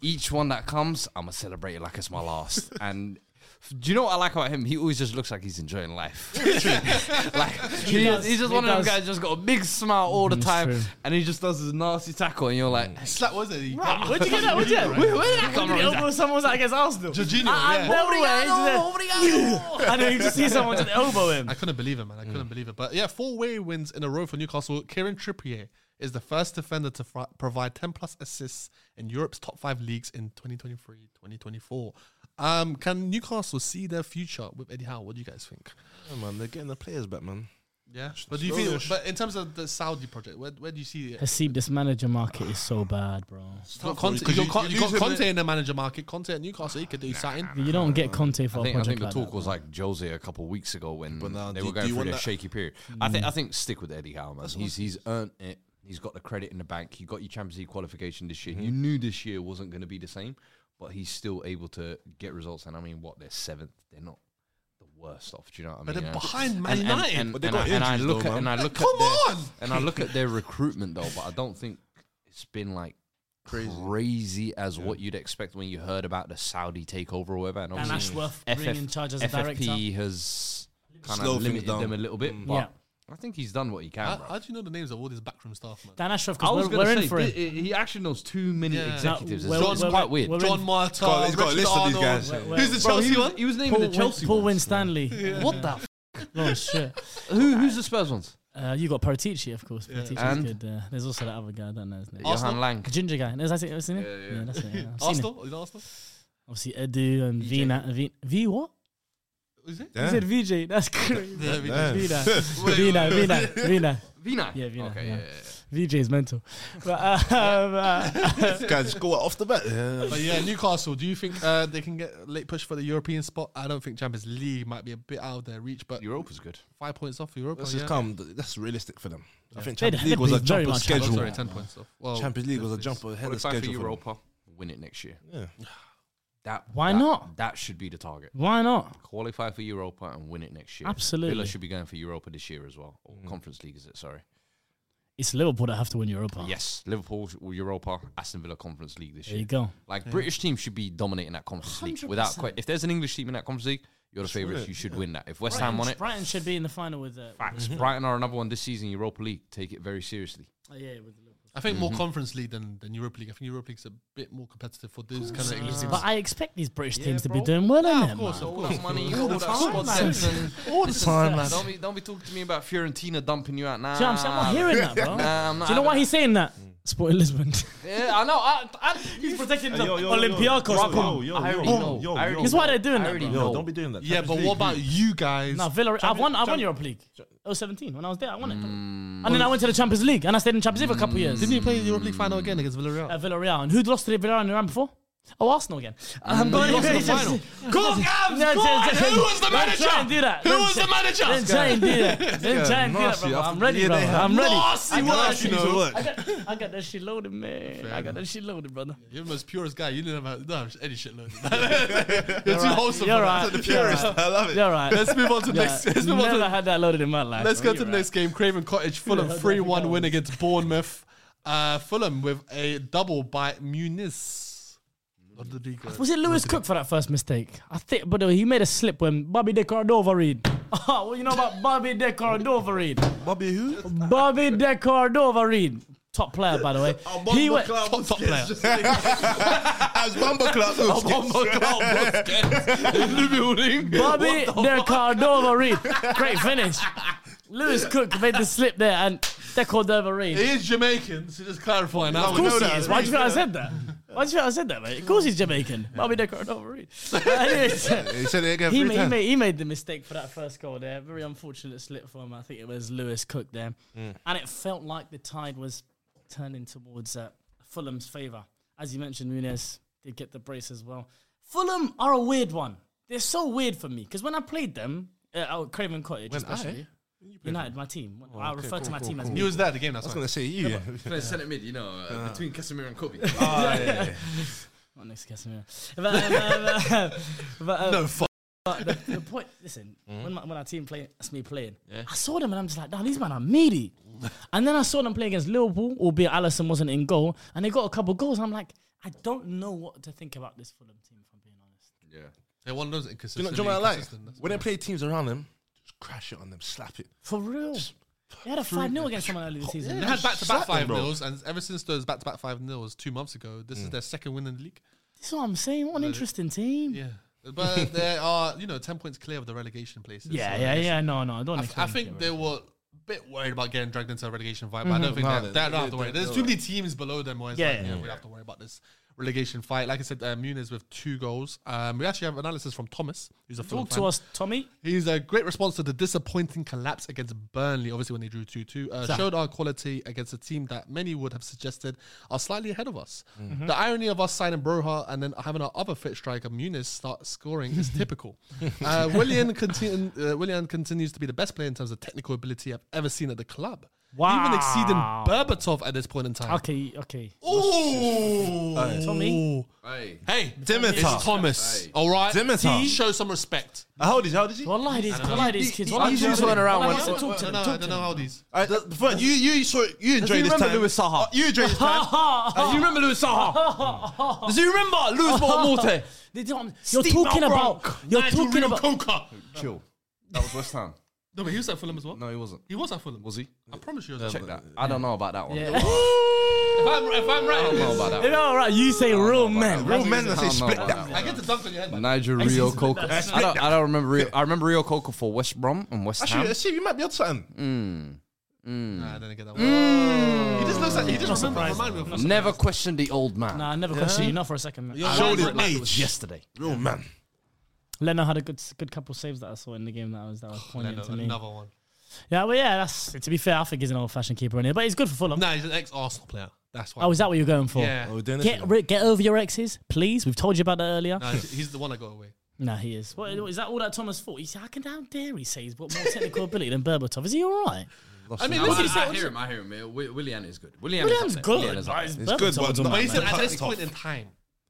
Each one that comes, I'm going to celebrate it like it's my [LAUGHS] last. And f- do you know what I like about him? He always just looks like he's enjoying [LAUGHS] life. [LAUGHS] like he does. he's just He one of them does. guys just got a big smile all the It's time true. and he just does his nasty tackle and you're like Slap was it? He- Where'd you get that? Where'd you? Where, where did that come from? Elbow someone's like against Arsenal. Jorginho, I, I yeah. know where he's [LAUGHS] there. I know you just see someone just elbow him. I couldn't believe it, man. I Mm. couldn't believe it. But yeah, four way wins in a row for Newcastle. Kieran Trippier is the first defender to fri- provide 10 plus assists in Europe's top five leagues in 2023 2024. Um, can Newcastle see their future with Eddie Howe? What do you guys think? Yeah, man, they're getting the players back, man. Yeah, but do you Sure. feel? But in terms of the Saudi project, where, where do you see it? Hasib, this manager market is so bad, bro. You got Conte, you, you- got Con- you you got use him Conte in the manager market. Conte at Newcastle, he could do something. You don't get Conte for I a think, I project think the like talk that. was like Jose a couple of weeks ago when now they do- were do going you Hmm. through want their that- shaky period. I think I think stick with Eddie Howe, man. He's he's earned it. He's got the credit in the bank. You got your Champions League qualification this year. You Mm-hmm. knew this year wasn't going to be the same, but he's still able to get results. And I mean, what they're seventh, they're not the worst off. Do you know what I mean? But they're And- behind Man and- and- United. and- But they and got I- and I injuries look though, at and I man. look Come at their, on! and I look at their recruitment though, but I don't think it's been like. Crazy, as what you'd expect when you heard about the Saudi takeover or whatever. And Dan obviously Ashworth bringing in charge as a FFP director. has kind Slow of things limited down. them a little bit, but Yeah. I think he's done what he can. How, bro. how do you know the names of all these backroom staff, man? Dan Ashworth, I was because we're, we're going to say in for th- it. he he actually knows too many Yeah. executives. Now, it's, we're- it's we're- quite weird. we're- John Marta, He's got, he's got Richard a list of these Arnold. guys. Who's the Bro, Chelsea he, was, one? he was named Paul, the Win, Chelsea Paul ones. [LAUGHS] Win Stanley. What the? F- Oh, shit. Who, who's the Spurs ones? Uh, you got Paratici, of course. Paratici's And? good. Uh, there's also that other guy, I don't know his name. Oh, Arsenal? Johan Lang. Ginger guy. Is that it? What's his name? Yeah, yeah. that's it. yeah. I've seen him. Arsenal? Is it Arsenal? Obviously, Edu and VJ. Vina. V, v what? Is it? You said VJ. [LAUGHS] That's crazy. Yeah, we- Vina. Vina, Vina, Vina. Vina. Yeah, Vina, Okay, yeah. yeah. VJ is mental. But, um, uh, [LAUGHS] These guys go off the bat. Yeah. But yeah, Newcastle. Do you think uh, they can get a late push for the European spot? I don't think Champions League might be a bit out of their reach, but Europa's good. five points off for Europe. Let's yeah. just come. th- That's realistic for them. I think They'd- Champions League was they'd a be very jump much- on Oh, schedule. sorry, ten points off. Well, Champions League was a jump ahead of Qualify for schedule. for them. Europa. Win it next year. Yeah. That Why that- not? That should be the target. Why not? Qualify for Europa and win it next year. Absolutely. Villa should be going for Europa this year as well. Or Conference League is it? Sorry. It's Liverpool that have to win Europa. Yes, Liverpool sh- Europa, Aston Villa Conference League this There year. you go. Like British teams should be dominating that Conference League without. Que- if there's an English team in that Conference League, you're the favourites. You should win that. If West Ham won it, Brighton should be in the final with. Uh, facts. Brighton are another one this season. Europa League, take it very seriously. oh, yeah, with Liverpool. I think Mm-hmm. more Conference League than, than Europa League. I think Europa League's a bit more competitive for those kind of English teams. But I expect these British teams to be doing well Yeah, in of course, of All course. that money, All all the that time, squad man. depth and- All the time, man. Do Don't be, don't be talking to me about Fiorentina dumping you out now. you know what I'm saying? I'm not hearing that, [LAUGHS] bro. Nah, I'm not Do you know why having he's saying that? Sporting Lisbon. Yeah, I know. I, I, he's protecting the yo, yo, yo. Olympiacos. Brother. club. Yo, yo, I already yo, know. yo, I already yo. That's why they're I doing that, already bro. Yo, know. don't be doing that. Yeah, Champions but League, what about you- you guys? No, Villa. I won. I won Europa League. 017 when I was there, I won it. bro. and then I went to the Champions League and I stayed in Champions League for a couple of years. Didn't you play the Europa League final again against Villarreal? At Eh, Villarreal. And who lost to the Villarreal in the round before? Oh, Arsenal again. Um, But you Mm. lost in the final. Cook [LAUGHS] Abs! Who was the manager? Don't try and do that. Who was the manager? Don't try and do that. Don't try and do that, nasty. bro. I- I'm ready, yeah, bro. they have I'm ready. I got that You shit- know I what? got- I got that shit loaded, man. I got that shit loaded, brother. You're the most purest guy. You didn't have, don't have any shit [LAUGHS] learned. [LAUGHS] You're too wholesome. You're for right. that. The purest. I love it. You're right. Let's move on to the next. Let's move on to Never had that loaded in my life. Let's go bro. to You're the right. next game. Craven Cottage, Fulham 3 1 win against Bournemouth. Uh, Fulham with a double by Muniz. Rodrigo. Was it Lewis Cook for that first mistake? I think, but he made a slip when Bobby De Cordova read. [LAUGHS] Oh, well, you know about Bobby De Cordova read? Bobby [LAUGHS] who? Bobby De Cordova reed Top player, by the [LAUGHS] way. Oh, He went, Top, top player. [LAUGHS] As Bumba [LAUGHS] Club. [LAUGHS] Bobby De Cordova reed [LAUGHS] Great finish. Lewis Cook made the slip there and De Cordova He reed is Jamaican, so just clarifying. Now Of we know course he that. is. Why do you think I said that? Why do you think I said that, mate? Of course he's Jamaican. Bobby De Cordova reed [LAUGHS] Anyways, He said it again he, three made, he, times. made, he made the mistake for that first goal there. Very unfortunate slip for him. I think it was Lewis Cook there. And it felt like the tide was turning towards uh, Fulham's favour. As you mentioned, Munez did get the brace as well. Fulham are a weird one. They're so weird for me because when I played them, uh, oh, Craven Cottage especially, United, my team. I refer to my team as He was there at the game, that's I was why. going to say you. yeah. [LAUGHS] [LAUGHS] centre mid, you know, uh, between Casemiro and Kobe. Ah, Not next to Casemiro. But, [LAUGHS] um, um, but, um, No, fuck. Mm-hmm. But the, the point, listen, when, my, when our team played, that's me playing. I saw them and I'm just like, damn, these men [LAUGHS] are meaty. and then I saw them play against Liverpool, albeit Allison wasn't in goal, and they got a couple goals. I'm like, I don't know what to think about this Fulham team, if I'm being honest. They're one of those Do you know inconsistent. do you know what I like? When they play teams around them, just crash it on them, slap it. For real. They had a 5 0 against someone earlier this season. They had back to back Slap them, five bro. Mm. nils, and ever since those back to back five nils two months ago, this is their second win in the league. That's what I'm saying. What an interesting team. Yeah, Yeah. But [LAUGHS] they are, you know, 10 points clear of the relegation places. yeah, So yeah. it's- No, no, I don't I, think th- I think they were a bit worried about getting dragged into a relegation fight, but I don't think they're, No, they- they're not they- have to worry. they- There's too many teams below them where it's Mm-hmm. Yeah, like, yeah, you know, we don't have to worry about this relegation fight. Like I said, uh, Muniz with two goals. Um, we actually have analysis from Thomas, who's a Fulham Talk fan. to us, Tommy. He's a great response to the disappointing collapse against Burnley, obviously when they drew 2 2. Uh, showed our quality against a team that many would have suggested are slightly ahead of us. Mm-hmm. The irony of us signing Broha and then having our other fit striker, Muniz, start scoring [LAUGHS] is typical. uh, Willian, continu- uh, Willian continues to be the best player in terms of technical ability I've ever seen at the club. Even exceeding Wow. Berbatov at this point in time. Okay, okay. Oh, Ooh! Tommy. Hey. Hey, Dimitar. It's Thomas. All right? Dimitar. T, Show some respect. uh, How old is he? How old is he? Wallahi, these, wallahi, these kids. He- wallahi, he's these just kids. running around Wallahi, once- talk to I don't them, know, talk I don't to them. know how these. All right, th- Fern, you you saw it- you enjoyed this remember time. Louis Saha? Uh, You [LAUGHS] enjoyed this time. Uh, Does he remember Louis Saha? Does he remember Louis Oh, Morte? They don't, [LAUGHS] you're Steve talking about. Malbrook. You're talking about. Chill. That was West Ham. No, but he was at Fulham as well. No, he wasn't. He was at Fulham. Was he? I promise you. he Was Check at that. I don't know about that one. Yeah. Fulham. If I'm, if I'm right, I don't know about that You one. know, right? You say real I men. Real men that say don't know split about that. that I one. get the dunk on your head. man. Nigel Rio Coco. I don't, I don't remember. Rio, I remember Rio Coco for West Brom and West Actually, Ham. let's see, you might be onto something. Nah, I didn't get that one. He just looks like he just remember, remind me of Fulham. Never questioned the old man. Nah, I never question you, not for a second. man. Showed his Like it was age. yesterday. Real man. Leno had a good good couple saves that I saw in the game that was that was poignant to me. Another one. Yeah, well, yeah. That's to be fair. I think he's an old-fashioned keeper in here, but he's good for Fulham. Nah, he's an ex-Arsenal player. That's why. Oh, is that what you're going for? Yeah. Oh, Dennis. Get ri- get over your exes, please. We've told you about that earlier. Nah, he's he's the one that got away. Nah, he is. What, is that all that Thomas thought? He's how can how dare he say he's got more technical ability than Berbatov? Is he all right? I mean, No, listen, I, I he's- hear him. I hear him. Uh, Wi- Willian is good. Willian, William's is up there. good. Willian is up right? there. Berbatov's good, but on not- that, but he said man. at this Tough. point in time,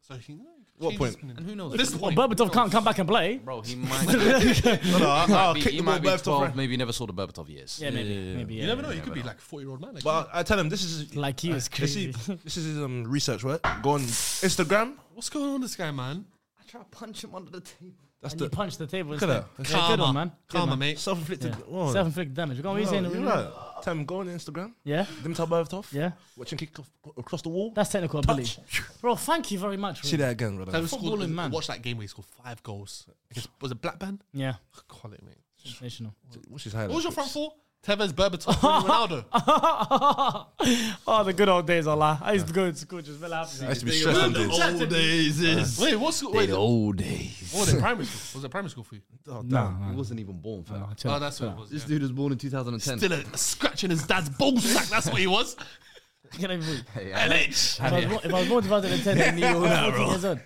so he. What point? And who knows? This one. Berbatov can't come back and play. Bro, he might, he No, no, I'll, I'll might be, kick he the might ball be back to 12, front. maybe never saw the Berbatov years. Yeah, maybe. maybe yeah. You never know. You could be like forty year old man. Like, But I, I tell him this is Like you, it's This crazy. is, this is his um, research, right? Go [LAUGHS] on Instagram. what's going on with this guy, man? I try to punch him under the table. That's And you the punch the table. Look at instead. that. Yeah, good Karma. one, man. Good Karma, one. mate. self-inflicted. Yeah. Oh, Self inflicted damage. Go on, what you saying? you're right. Tell him go on Instagram. Yeah, Dim Tabayevtov. yeah. Watching kick off, across the wall. That's technical ability. Bro, thank you very much. See Bro. that again, brother. Who scored- Footballing man. Watch that game where he scored five goals. Against- Was it Blackburn? Yeah, Call it, mate. sensational. What's his highlight? What was your front four? Tevez, Berbatov, Ronaldo. [LAUGHS] oh, the good old days, Allah. I used to go to school just well I happy. used to be stressed on this. old days is. Wait, what's school? Wait, The old days. what was it primary school? Was it primary school for you? Oh, No, no, He no. wasn't even born, fam. Oh, chill Oh, out, that's chill what it out. was. This yeah. dude was born in 2010. Still a, scratching his dad's ball sack. That's what he [LAUGHS] was. Can I be- Hey, I- LH. If I was born- if I was born 2010, then you were 14 years old.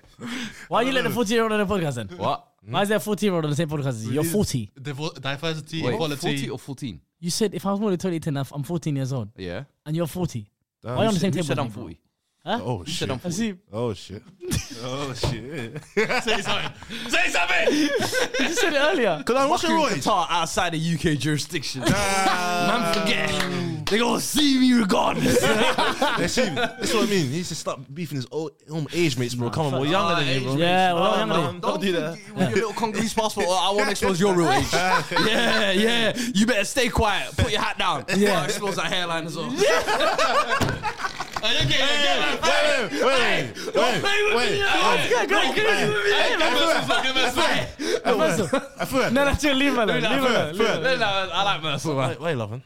Why you let the 14 year old on the podcast then? What? Why is there a 14 year old on the same podcast as you? You're 40. Divo- diversity, Wait, equality. 40 or 14? You said if I was born in 2010, I've- I'm 14 years old, Yeah. and you're 40. Damn. Why you on the same Who table? said I'm as me, bro? 40? Oh shit! Said I'm I 40. see. Oh shit! Oh shit! Say something. Say something. You said it earlier. Because I'm watching Fucking [LAUGHS] Royce. Qatar outside the UK jurisdiction. Man, forget. They gonna see me regardless. They see me. That's what I mean. He needs to stop beefing his old own age mates, bro. Come on, we're younger than you, bro. Yeah, well, I'm gonna- man, don't do that. With your little [LAUGHS] Congolese passport, I won't expose your real age. [LAUGHS] yeah, yeah. You better stay quiet. Put your hat down. Yeah, expose that hairline as well. Yeah. Hey, okay, okay. Wait, wait, wait, wait, wait, wait. Yeah, go on, go on. Hey, give us some, give us some. Offensive. I feel like- No, no, chill, leave her alone. Leave her alone. leave her alone. I like Mercer. Man. Wait, wait, loving.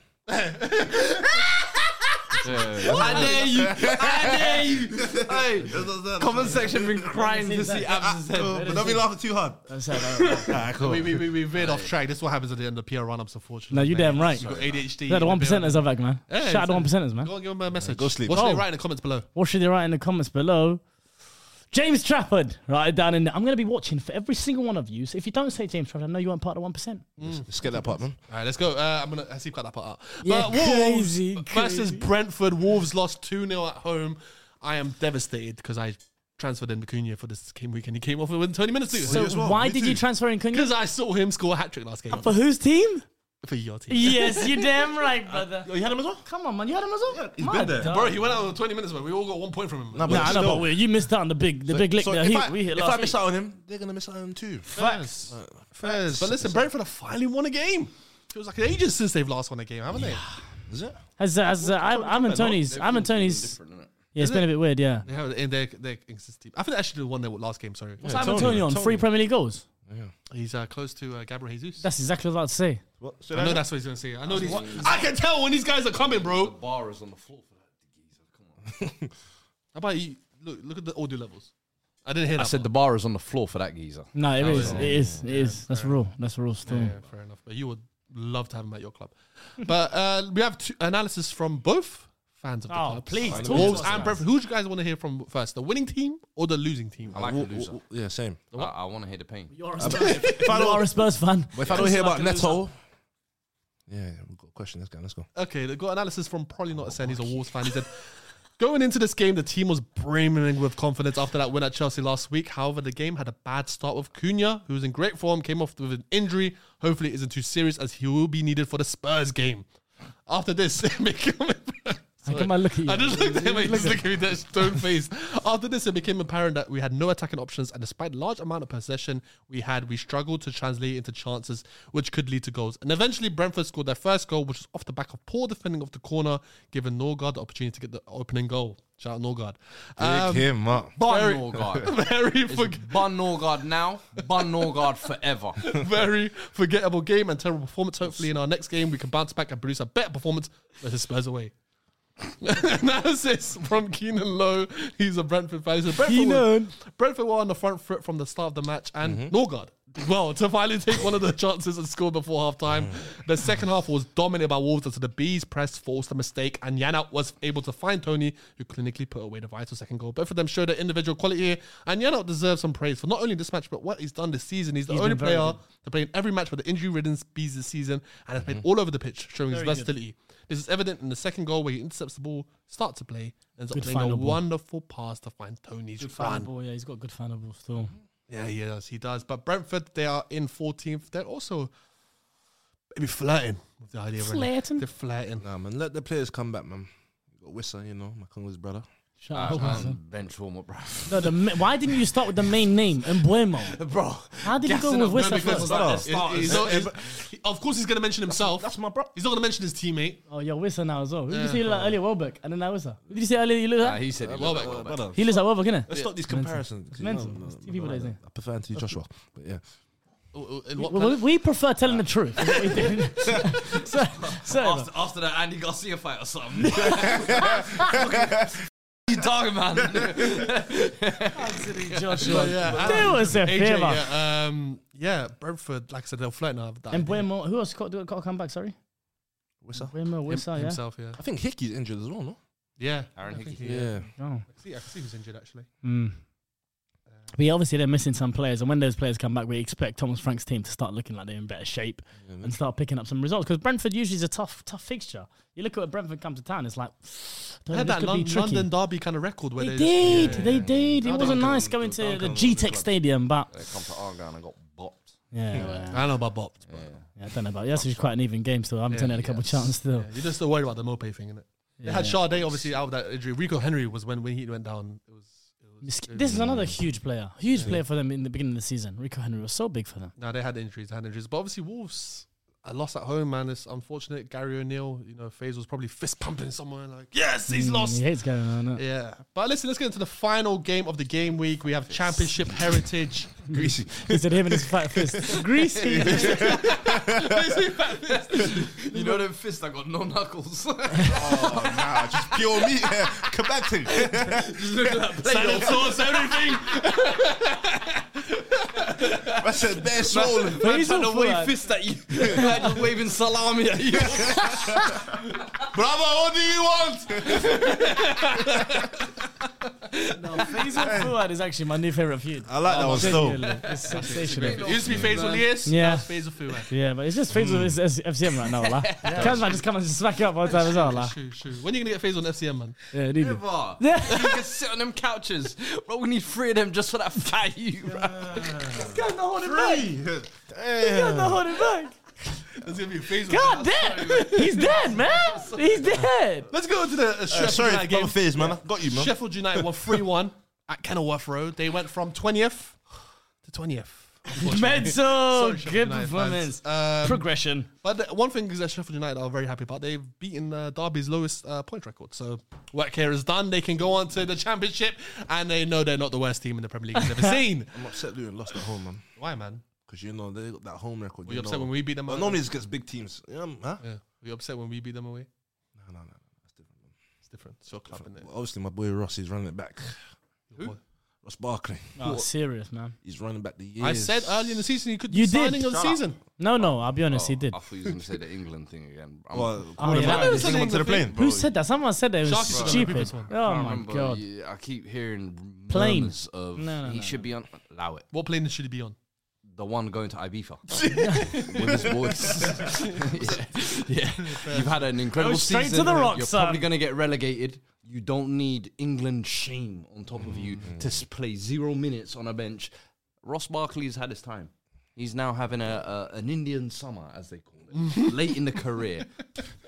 I dare you. I dare you. Hey, comment section been crying to see uh. Abs' head. But don't be laughing too hard. That's [LAUGHS] it, all right. Alright, cool. We, we, we, we veered off track. This is what happens at the end of PR run-ups, unfortunately. No, you damn right. You got ADHD. They're the you one got a bit percenters, of- I'm back, man. Yeah, Shout out the one exactly. percenters, man. Go and give them a message. go sleep. What should they Oh. write in the comments below? What should they write in the comments below? James Trafford, write it down in there. I'm going to be watching for every single one of you. So if you don't say James Trafford, I know you aren't part of one percent. Let's get that part, man. All right, let's go. Uh, I'm gonna I see cut that part out. Yeah, but Wolves crazy, versus crazy. Brentford. Wolves lost 2 0 at home. I am devastated because I transferred in Acuna for this game week and he came off within 20 minutes. So [LAUGHS] Because why did you transfer in Cunha? I saw him score a hat trick last game For whose team? for your team. yes, you [LAUGHS] damn right, brother. you had him as well. Come on, man. You had him as well. he's My been there. dog. Bro, he went out on 20 minutes, but we all got one point from him. Nah, Nah, I know, still. but wait, you missed out on the big, the big lick So that if he, I, we hit if last I miss week. out on him, they're gonna miss out on him too. Facts. Facts. But listen, Brentford have finally won a game. Feels like ages since they've last won a game, haven't they? Is it? Has, has, uh, I'm, I'm and Tony's. I'm and Tony's. Yeah, it's been a bit weird, yeah. They have in their their existing team. I think they actually won their last game. Sorry, What's Ivan Tony on? Three Premier League goals. he's uh, close to uh, Gabriel Jesus. That's exactly what I was about to say. What? Should I know that's what he's gonna say. I know these. I can tell when these guys are coming, bro. Bar is on the floor for that. Come How on. about you? Look, look at the audio levels. I didn't hear I that. said the bar is on the floor for that geezer. No, it is. yeah. It is. It is. That's real. That's real part. still. Yeah, fair enough. But you would love to have him at your club. [LAUGHS] but uh, we have two analysis from both fans of the Oh, club. please, talk to Wolves us, and Brentford. Who do you guys want to hear from first? The winning team or the losing team? I like the loser. Yeah, same. I, I want to hear the pain. You're a Spurs, you are a Spurs fan. But if I don't hear about Neto, yeah, we've got a question. Let's go. Let's go. Okay, they got analysis from probably not a Sen. He's a Wolves fan. He said, going into this game, the team was brimming with confidence after that win at Chelsea last week. However, the game had a bad start with Cunha, who was in great form, came off with an injury. Hopefully, it isn't too serious as he will be needed for the Spurs game. After this, [LAUGHS] it became. How come I look at you? I just looked at him. He just looked at me that stone face. After this, it became apparent that we had no attacking options, and despite large amount of possession we had, we struggled to translate into chances, which could lead to goals. And eventually, Brentford scored their first goal, which was off the back of poor defending of the corner, giving Norgard the opportunity to get the opening goal. Shout out Norgard. Um, Pick him up. Ban Very- Norgard. [LAUGHS] very It's forg- Ban Norgard now. Ban Norgard forever. [LAUGHS] very forgettable game and terrible performance. Hopefully, in our next game, we can bounce back and produce a better performance versus Spurs away. [LAUGHS] Analysis from Keenan Lowe. He's a Brentford fan. He said, Brentford, were, Keenan. Mm-hmm. Brentford were on the front foot from the start of the match, and Norgard well [LAUGHS] to finally take one of the chances and score before half time. Mm. The second half was dominated by Wolves until the Bees press forced a mistake and Yana was able to find Tony, who clinically put away the vital second goal. Both of them showed their individual quality here, and Yana deserves some praise for not only this match but what he's done this season. He's the He's only been very player good. to play in every match for the injury-ridden Bees this season and has played Mm-hmm. all over the pitch, showing Very his good. versatility. This is evident in the second goal where he intercepts the ball, starts to play, ends up Good playing a final ball. wonderful pass to find Tony's Good fan run. ball, yeah, he's got good fan ball still. Yeah, he does. He does. But Brentford, they are in 14th. They're also maybe flirting with the idea. of running. Flirting? They're flirting. Nah, man, let the players come back, man. You got Wissa, you know, my Congo's brother. Shout Ah, out. Uh, Wilson. um, bench warm up, bro. No, the ma- why didn't you start with the main name, Embuemo? [LAUGHS] Bro, How did you gassing go up with Wissa Birmingham first? Stars. He's- he's not- he's- he- of course, he's going to mention himself. That's my brother. He's not going to mention his teammate. Oh, yo, Wissa now as well. Who did Yeah. you see like, earlier, Welbeck? And then now Wissa. Who did you see earlier? You look Nah, at? he said he well, [LAUGHS] looked well, like- brother. He looks like Welbeck, innit? Let's stop these comparisons. It's you know, mental. no, It's no, two people no, that is no. there. I prefer Anthony Joshua, but yeah. Oh, oh, In what We, we- planet? we prefer telling the truth. is what we do. [LAUGHS] [LAUGHS] so, so, After, after that Andy Garcia fight or something. you talking, man? Joshua. yeah, Do us a AJ, favour. yeah, um, yeah, Brentford, like I said, they're flirting out of that. And idea. Buemo, who else got, got to come back? Sorry, Wissa. Buemo, Him- Wissa, yeah. himself, yeah. I think Hickey's injured as well, no? Yeah. Aaron I think Hickey. he- Yeah. Oh. I see, I can see who's injured, actually. Mm. But yeah, obviously they're missing some players, and when those players come back, we expect Thomas Frank's team to start looking like they're in better shape Mm. and start picking up some results. Because Brentford usually is a tough, tough fixture. You look at what Brentford come to town; it's like [SIGHS] They "Don't know, had this that could Lon- be tricky. London derby kind of record where they they did, Just, they did. Don't It wasn't come nice on- going don't to come the on G the Tech club. Stadium, but They come to Argyle and got bopped. yeah, I don't know about Bob. but- yeah, I don't know about. Yes, it's quite an even game still. Haven't had a couple of chances still. Yeah, you're just so worried about the Mope thing, innit? They had Sade obviously out of that injury. Rico Henry was when when he went down. It was. Mis- This is another huge player, huge player for them in the beginning of the season. Rico Henry was so big for them. Now they had injuries, they had injuries, but obviously Wolves. A loss at home, man. It's unfortunate. Gary O'Neill, you know, Faze was probably fist pumping somewhere, like, yes, [LAUGHS] he's lost. He hates going on. [LAUGHS] innit? Yeah. But listen, let's get into the final game of the game week. We have Championship [LAUGHS] Heritage. Greasy. He said him and his fat fist. [LAUGHS] Greasy. you know them fists that got no knuckles. [LAUGHS] oh, nah, just pure meat. [LAUGHS] Kebab Just look at that plate. sauce, [LAUGHS] everything. That's a bare swollen. But Man he's trying not to full wave out. fists at you. [LAUGHS] Man just waving salami [LAUGHS] at you. [LAUGHS] Brother, what do you want? [LAUGHS] [LAUGHS] Faisal Fuad is actually my new favorite feud. I like that one still. Genuinely, it's sensational. It [LAUGHS] used to be Faze Elias. Yeah. Now it's Faze Afu, man. Yeah, but it's just Faisal Hmm. is is FCM right now, lah. [LAUGHS] Can't man just come and smack you up all the time as well, [LAUGHS] lah. Shoo, shoo. When are you going to get Faze on FCM, man? Yeah, need you. Never. you can sit on them couches. Bro, we need three of them just for that fat you, bro. Three. Got the holding back. It's going to be Faze. God damn, [LAUGHS] he's dead, man. He's dead. Let's go into the uh, Sheffield Sorry, United game. brother Fizz, man. I got you, man. Sheffield United won 3 1 [LAUGHS] at Kenilworth Road. They went from 20th to 20th. [LAUGHS] Mental, Sorry, Sheffield good United performance. fans. Um, Progression. but the one thing is that Sheffield United are very happy about. They've beaten uh, Derby's lowest uh, point record. So work here is done. They can go on to the Championship and they know they're not the worst team in the Premier League they've ever seen. I'm upset Luton lost at home, man. Why, man? Because you know they got that home record. Were you you upset know. when we beat them? But away? normally it's against big teams. Yeah, um, huh? yeah. Were you upset when we beat them away? No, no, no, no. That's different. man. It's different. It's your club, isn't it? Well, obviously, my boy Ross is running it back. Who? Ross Barkley. Oh, serious, man. He's running back the years. I said earlier in the season he could You be did. signing of the Shut up. season. No, no, I'll be honest, he did. I thought you was going to say the England thing again. I'm- Well, Oh, calling yeah. back I the was team saying onto the the thing. plane. Who said that? Someone said that it was Sharky said the stupid. previous one. Oh I my remember god. you- I keep hearing Plane. murmurs of No, no, he no, should be on. Allow it. What plane should he be on? The one going to [LAUGHS] Ibiza with his boys. [LAUGHS] yeah. yeah, you've had an incredible Go straight to season. the rocks, You're son. probably going to get relegated. You don't need England shame on top of you Mm-hmm. to s- play zero minutes on a bench. Ross Barkley's had his time. He's now having a, a an Indian summer, as they call it, [LAUGHS] late in the career.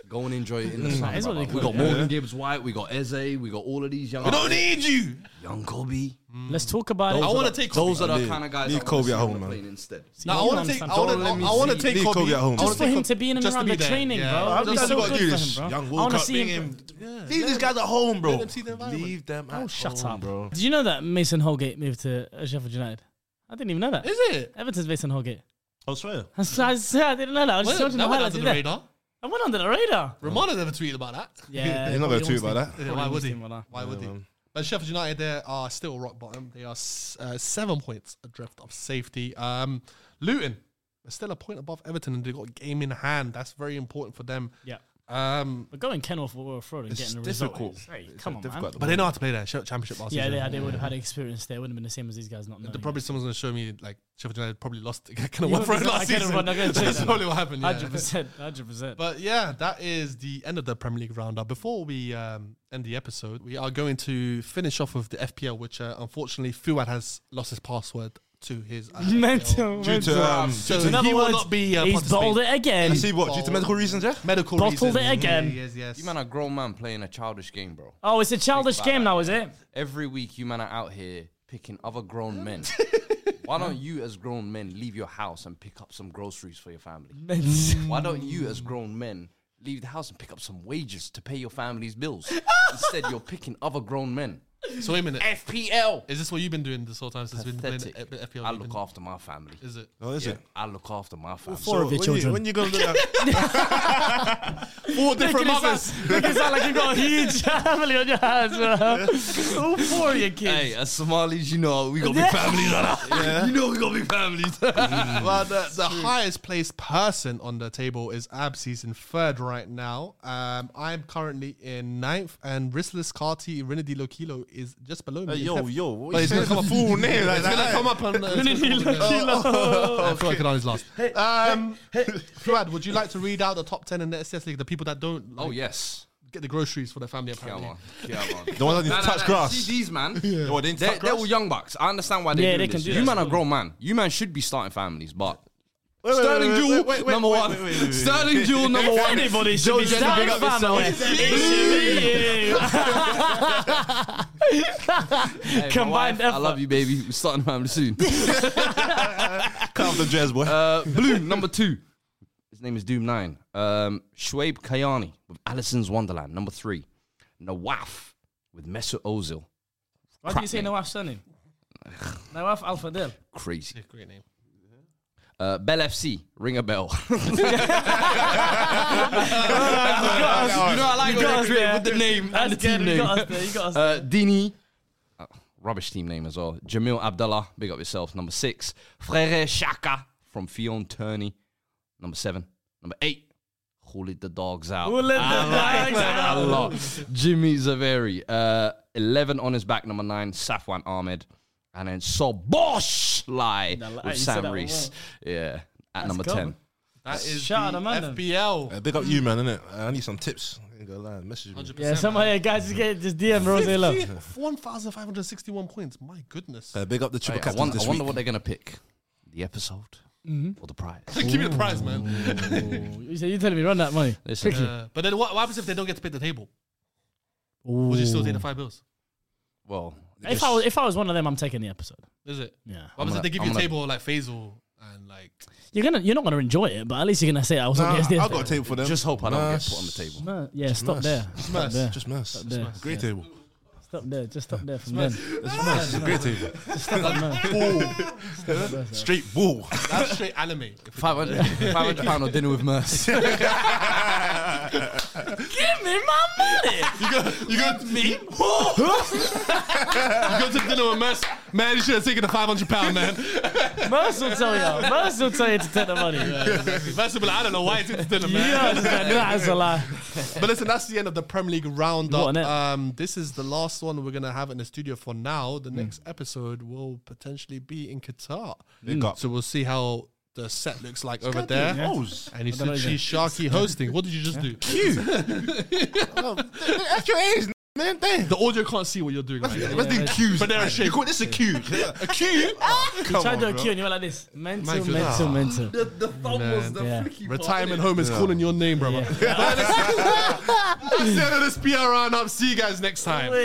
Go and enjoy it in the summer. is Mm. what they brother. We call got it, yeah. Morgan Gibbs White. We got Eze. We got all of these young. need you. Young Kobe. Let's talk about it. I want to take Those are Those are the- the kind of guys leave I wanna Kobe see at on home, the man. plane instead. See, No, I you want to take. understand. I want let me to. I want to see. take Leave Kobe, Kobe at home. I wanna Just for take him Kobe- to be in and just to around be the there. training, Yeah. bro. That'd be Sometimes so you gotta good do for this. him, bro. Young I wanna World Cup. see him- Leave these guys at home, bro. them see their environment. Leave them at Oh, shut home, up. bro. Did you know that Mason Holgate moved to uh, Sheffield United? I didn't even know that. Is it? Everton's Mason Holgate. [LAUGHS] I swear. I, s- I s- I didn't know that. I was Well, just watching the that went highlights. under of the that. radar. I went under the radar. [LAUGHS] Romano never tweeted about that. Yeah. He's not gonna tweet probably about wants that. to- Yeah, why probably would wants he? him, wallah. Why would he? man. But Sheffield United, they are still rock bottom. They are s- uh, seven points adrift of safety. Um, Luton, they're still a point above Everton, and they've got a game in hand. That's very important for them. Yeah. Um, But going Kenilworth or Royal Road and It's getting a difficult. result. is- Hey, come on, man. difficult. but they know how to play their sh- championship last Yeah, season. they, they would have had experience there. It wouldn't have been the same as these guys not knowing. The- it. probably someone's going to show me like Sheffield United probably lost [LAUGHS] kind of Mm. You one won't be for so- I last get it, season. but I'm [LAUGHS] not gonna change That's that. probably what happened. yeah. 100%. 100%. But yeah, that is the end of the Premier League roundup. Before we um, end the episode, we are going to finish off with the FPL, which uh, unfortunately Fuad has lost his password to his. [LAUGHS] Uh, [LAUGHS] mental, Due to, mental. um, So due he to In other will words, not be, uh, he's bowled participating. it again. I see what due to medical reasons, yeah. medical Bottled reasons. it again. Yes, yes. You man are a grown man playing a childish game, bro. Oh, it's a childish about game that, now, is it? Every week, you man are out here picking other [LAUGHS] grown men. Why don't you, as grown men, leave your house and pick up some groceries for your family? [LAUGHS] Why don't you, as grown men, leave the house and pick up some wages to pay your [LAUGHS] family's bills? Instead, you're picking other grown men. so wait a minute. FPL. Is this what you've been doing this whole time since we've been playing Pathetic. F- FPL? I You've look been- after my family. Is it Oh, is Yeah, it? I look after my family. Four of When your you, children. when you gonna do that? four different mothers? [LAUGHS] It's not like you've got a huge [LAUGHS] family on your hands, bro. All four of your kids. Hey, as Somalis, you know we [LAUGHS] got big families, right? You know we got big [LAUGHS] families. Mm. well, the, the highest placed person on the table is Absi's in third right now. Um, I'm currently in ninth, and Ristless Carti Renedy Lokilo is just below me. Hey, in yo, tenth. yo, what but you he's gonna saying? come up [LAUGHS] full name. Like it's gonna come up on. [LAUGHS] Uh, it's gonna come up on the- [LAUGHS] I feel like Kanani's last. Um, [LAUGHS] Fuad, would you like to read out the top ten in the SS League? The people that don't like, oh yes, get the groceries for their family come apparently. on, come on. The one that didn't touch grass. See [LAUGHS] these man. What, they didn't They're, touch they're grass? all young bucks. I understand why they're Yeah, doing they can this. do you that. man are grown man. You man should be starting families, but Wait, wait, Sterling wait, wait, Jewel wait, wait, wait, number wait, one. wait, wait, wait, wait. Sterling Jewel number If one. Anybody should be Joe Jenny, big up starting yourself. family. [LAUGHS] It should be you. Hey, my Combined wife, I effort. love you, baby. We're starting family soon. Cut off the jazz, boy. [LAUGHS] Uh, Blue number two. His name is Doom Nine. Um, Shoaib Kayani with Allison's Wonderland number three. Nawaf with Mesut Ozil. Why do you say Nawaf surname? Nawaf Al Fadil. Crazy. Great name. Uh, Bell FC, ring a bell. [LAUGHS] [LAUGHS] You know, I like You got when us they create there. with the name and That's the team good, name. You got us there. You got us there. Uh, Dini, uh, rubbish team name as well. Jamil Abdullah, big up yourself. Number six, Frere Shaka from Fion Turney. Number seven, number eight, who let the dogs out? Who let the I like dogs that out? A lot. Jimmy Zaveri, uh, eleven on his back. Number nine, Safwan Ahmed, and then Sobosh Lai Now, like, you with said Sam that Reese. Yeah, at number cool. ten. That is Shout out the Amanda. FBL. Uh, big up you, man, innit? I need some tips. I ain't gonna lie, message me. yeah, somebody, guys, just get just DM Rose [LAUGHS] Love. 1,561 points. My goodness. Uh, big up the triple Hey, Oh, I, captains wonder, I this wonder week. what they're gonna pick. The episode Mm-hmm. or the prize. [LAUGHS] Give me the prize, [LAUGHS] man. You say you telling me run that money? Listen, Uh, but then what, what happens if they don't get to pick the table? Would you still take the five bills? well, If I was if I was one of them, I'm taking the episode. Is it? Yeah. What happens gonna- if they give I'm you a gonna- table like Faisal and like You're gonna you're not gonna enjoy it, but at least you're gonna say I was Nah, on I against this. I got a table for them. just hope I don't get put on the Mass. table. No, yeah, stop mess. there. Stop there. Just mess. there. Just mess. Great table. Stop there. Just stop there from then. [LAUGHS] It's mess. Great table. [LAUGHS] Straight wall. that's straight anime. [LAUGHS] 500, 500 pound or dinner with [LAUGHS] Merce. Give me my money. You go, you go to me. [LAUGHS] you go to dinner with Mess. Man, you should have taken the five hundred pound, man. [LAUGHS] Merce will tell [LAUGHS] you. Merce will tell you to take the money. Mess will be like, I don't know why you took the dinner, You man. understand? That's a lie. [LAUGHS] But listen, that's the end of the Premier League What, roundup. innit? Um, this is the last one we're gonna have in the studio for now. Hmm. The next episode will potentially be in Qatar, Big up. so we'll see how the set looks like over there. Balls. And you don't know said she's either. Sharky hosting. What did you [LAUGHS] just do? That's your age, [LAUGHS] man. Damn. The audio can't see what you're doing. Right now. Let's do cues. But they're a shape. You call this a cue? [LAUGHS] A [LAUGHS] cue? You tried to accuse and you were like this. Mental, goodness. mental, mental. Yeah. Retirement home is calling your name, brother. [LAUGHS] That's the end of this PR roundup. See you guys next time.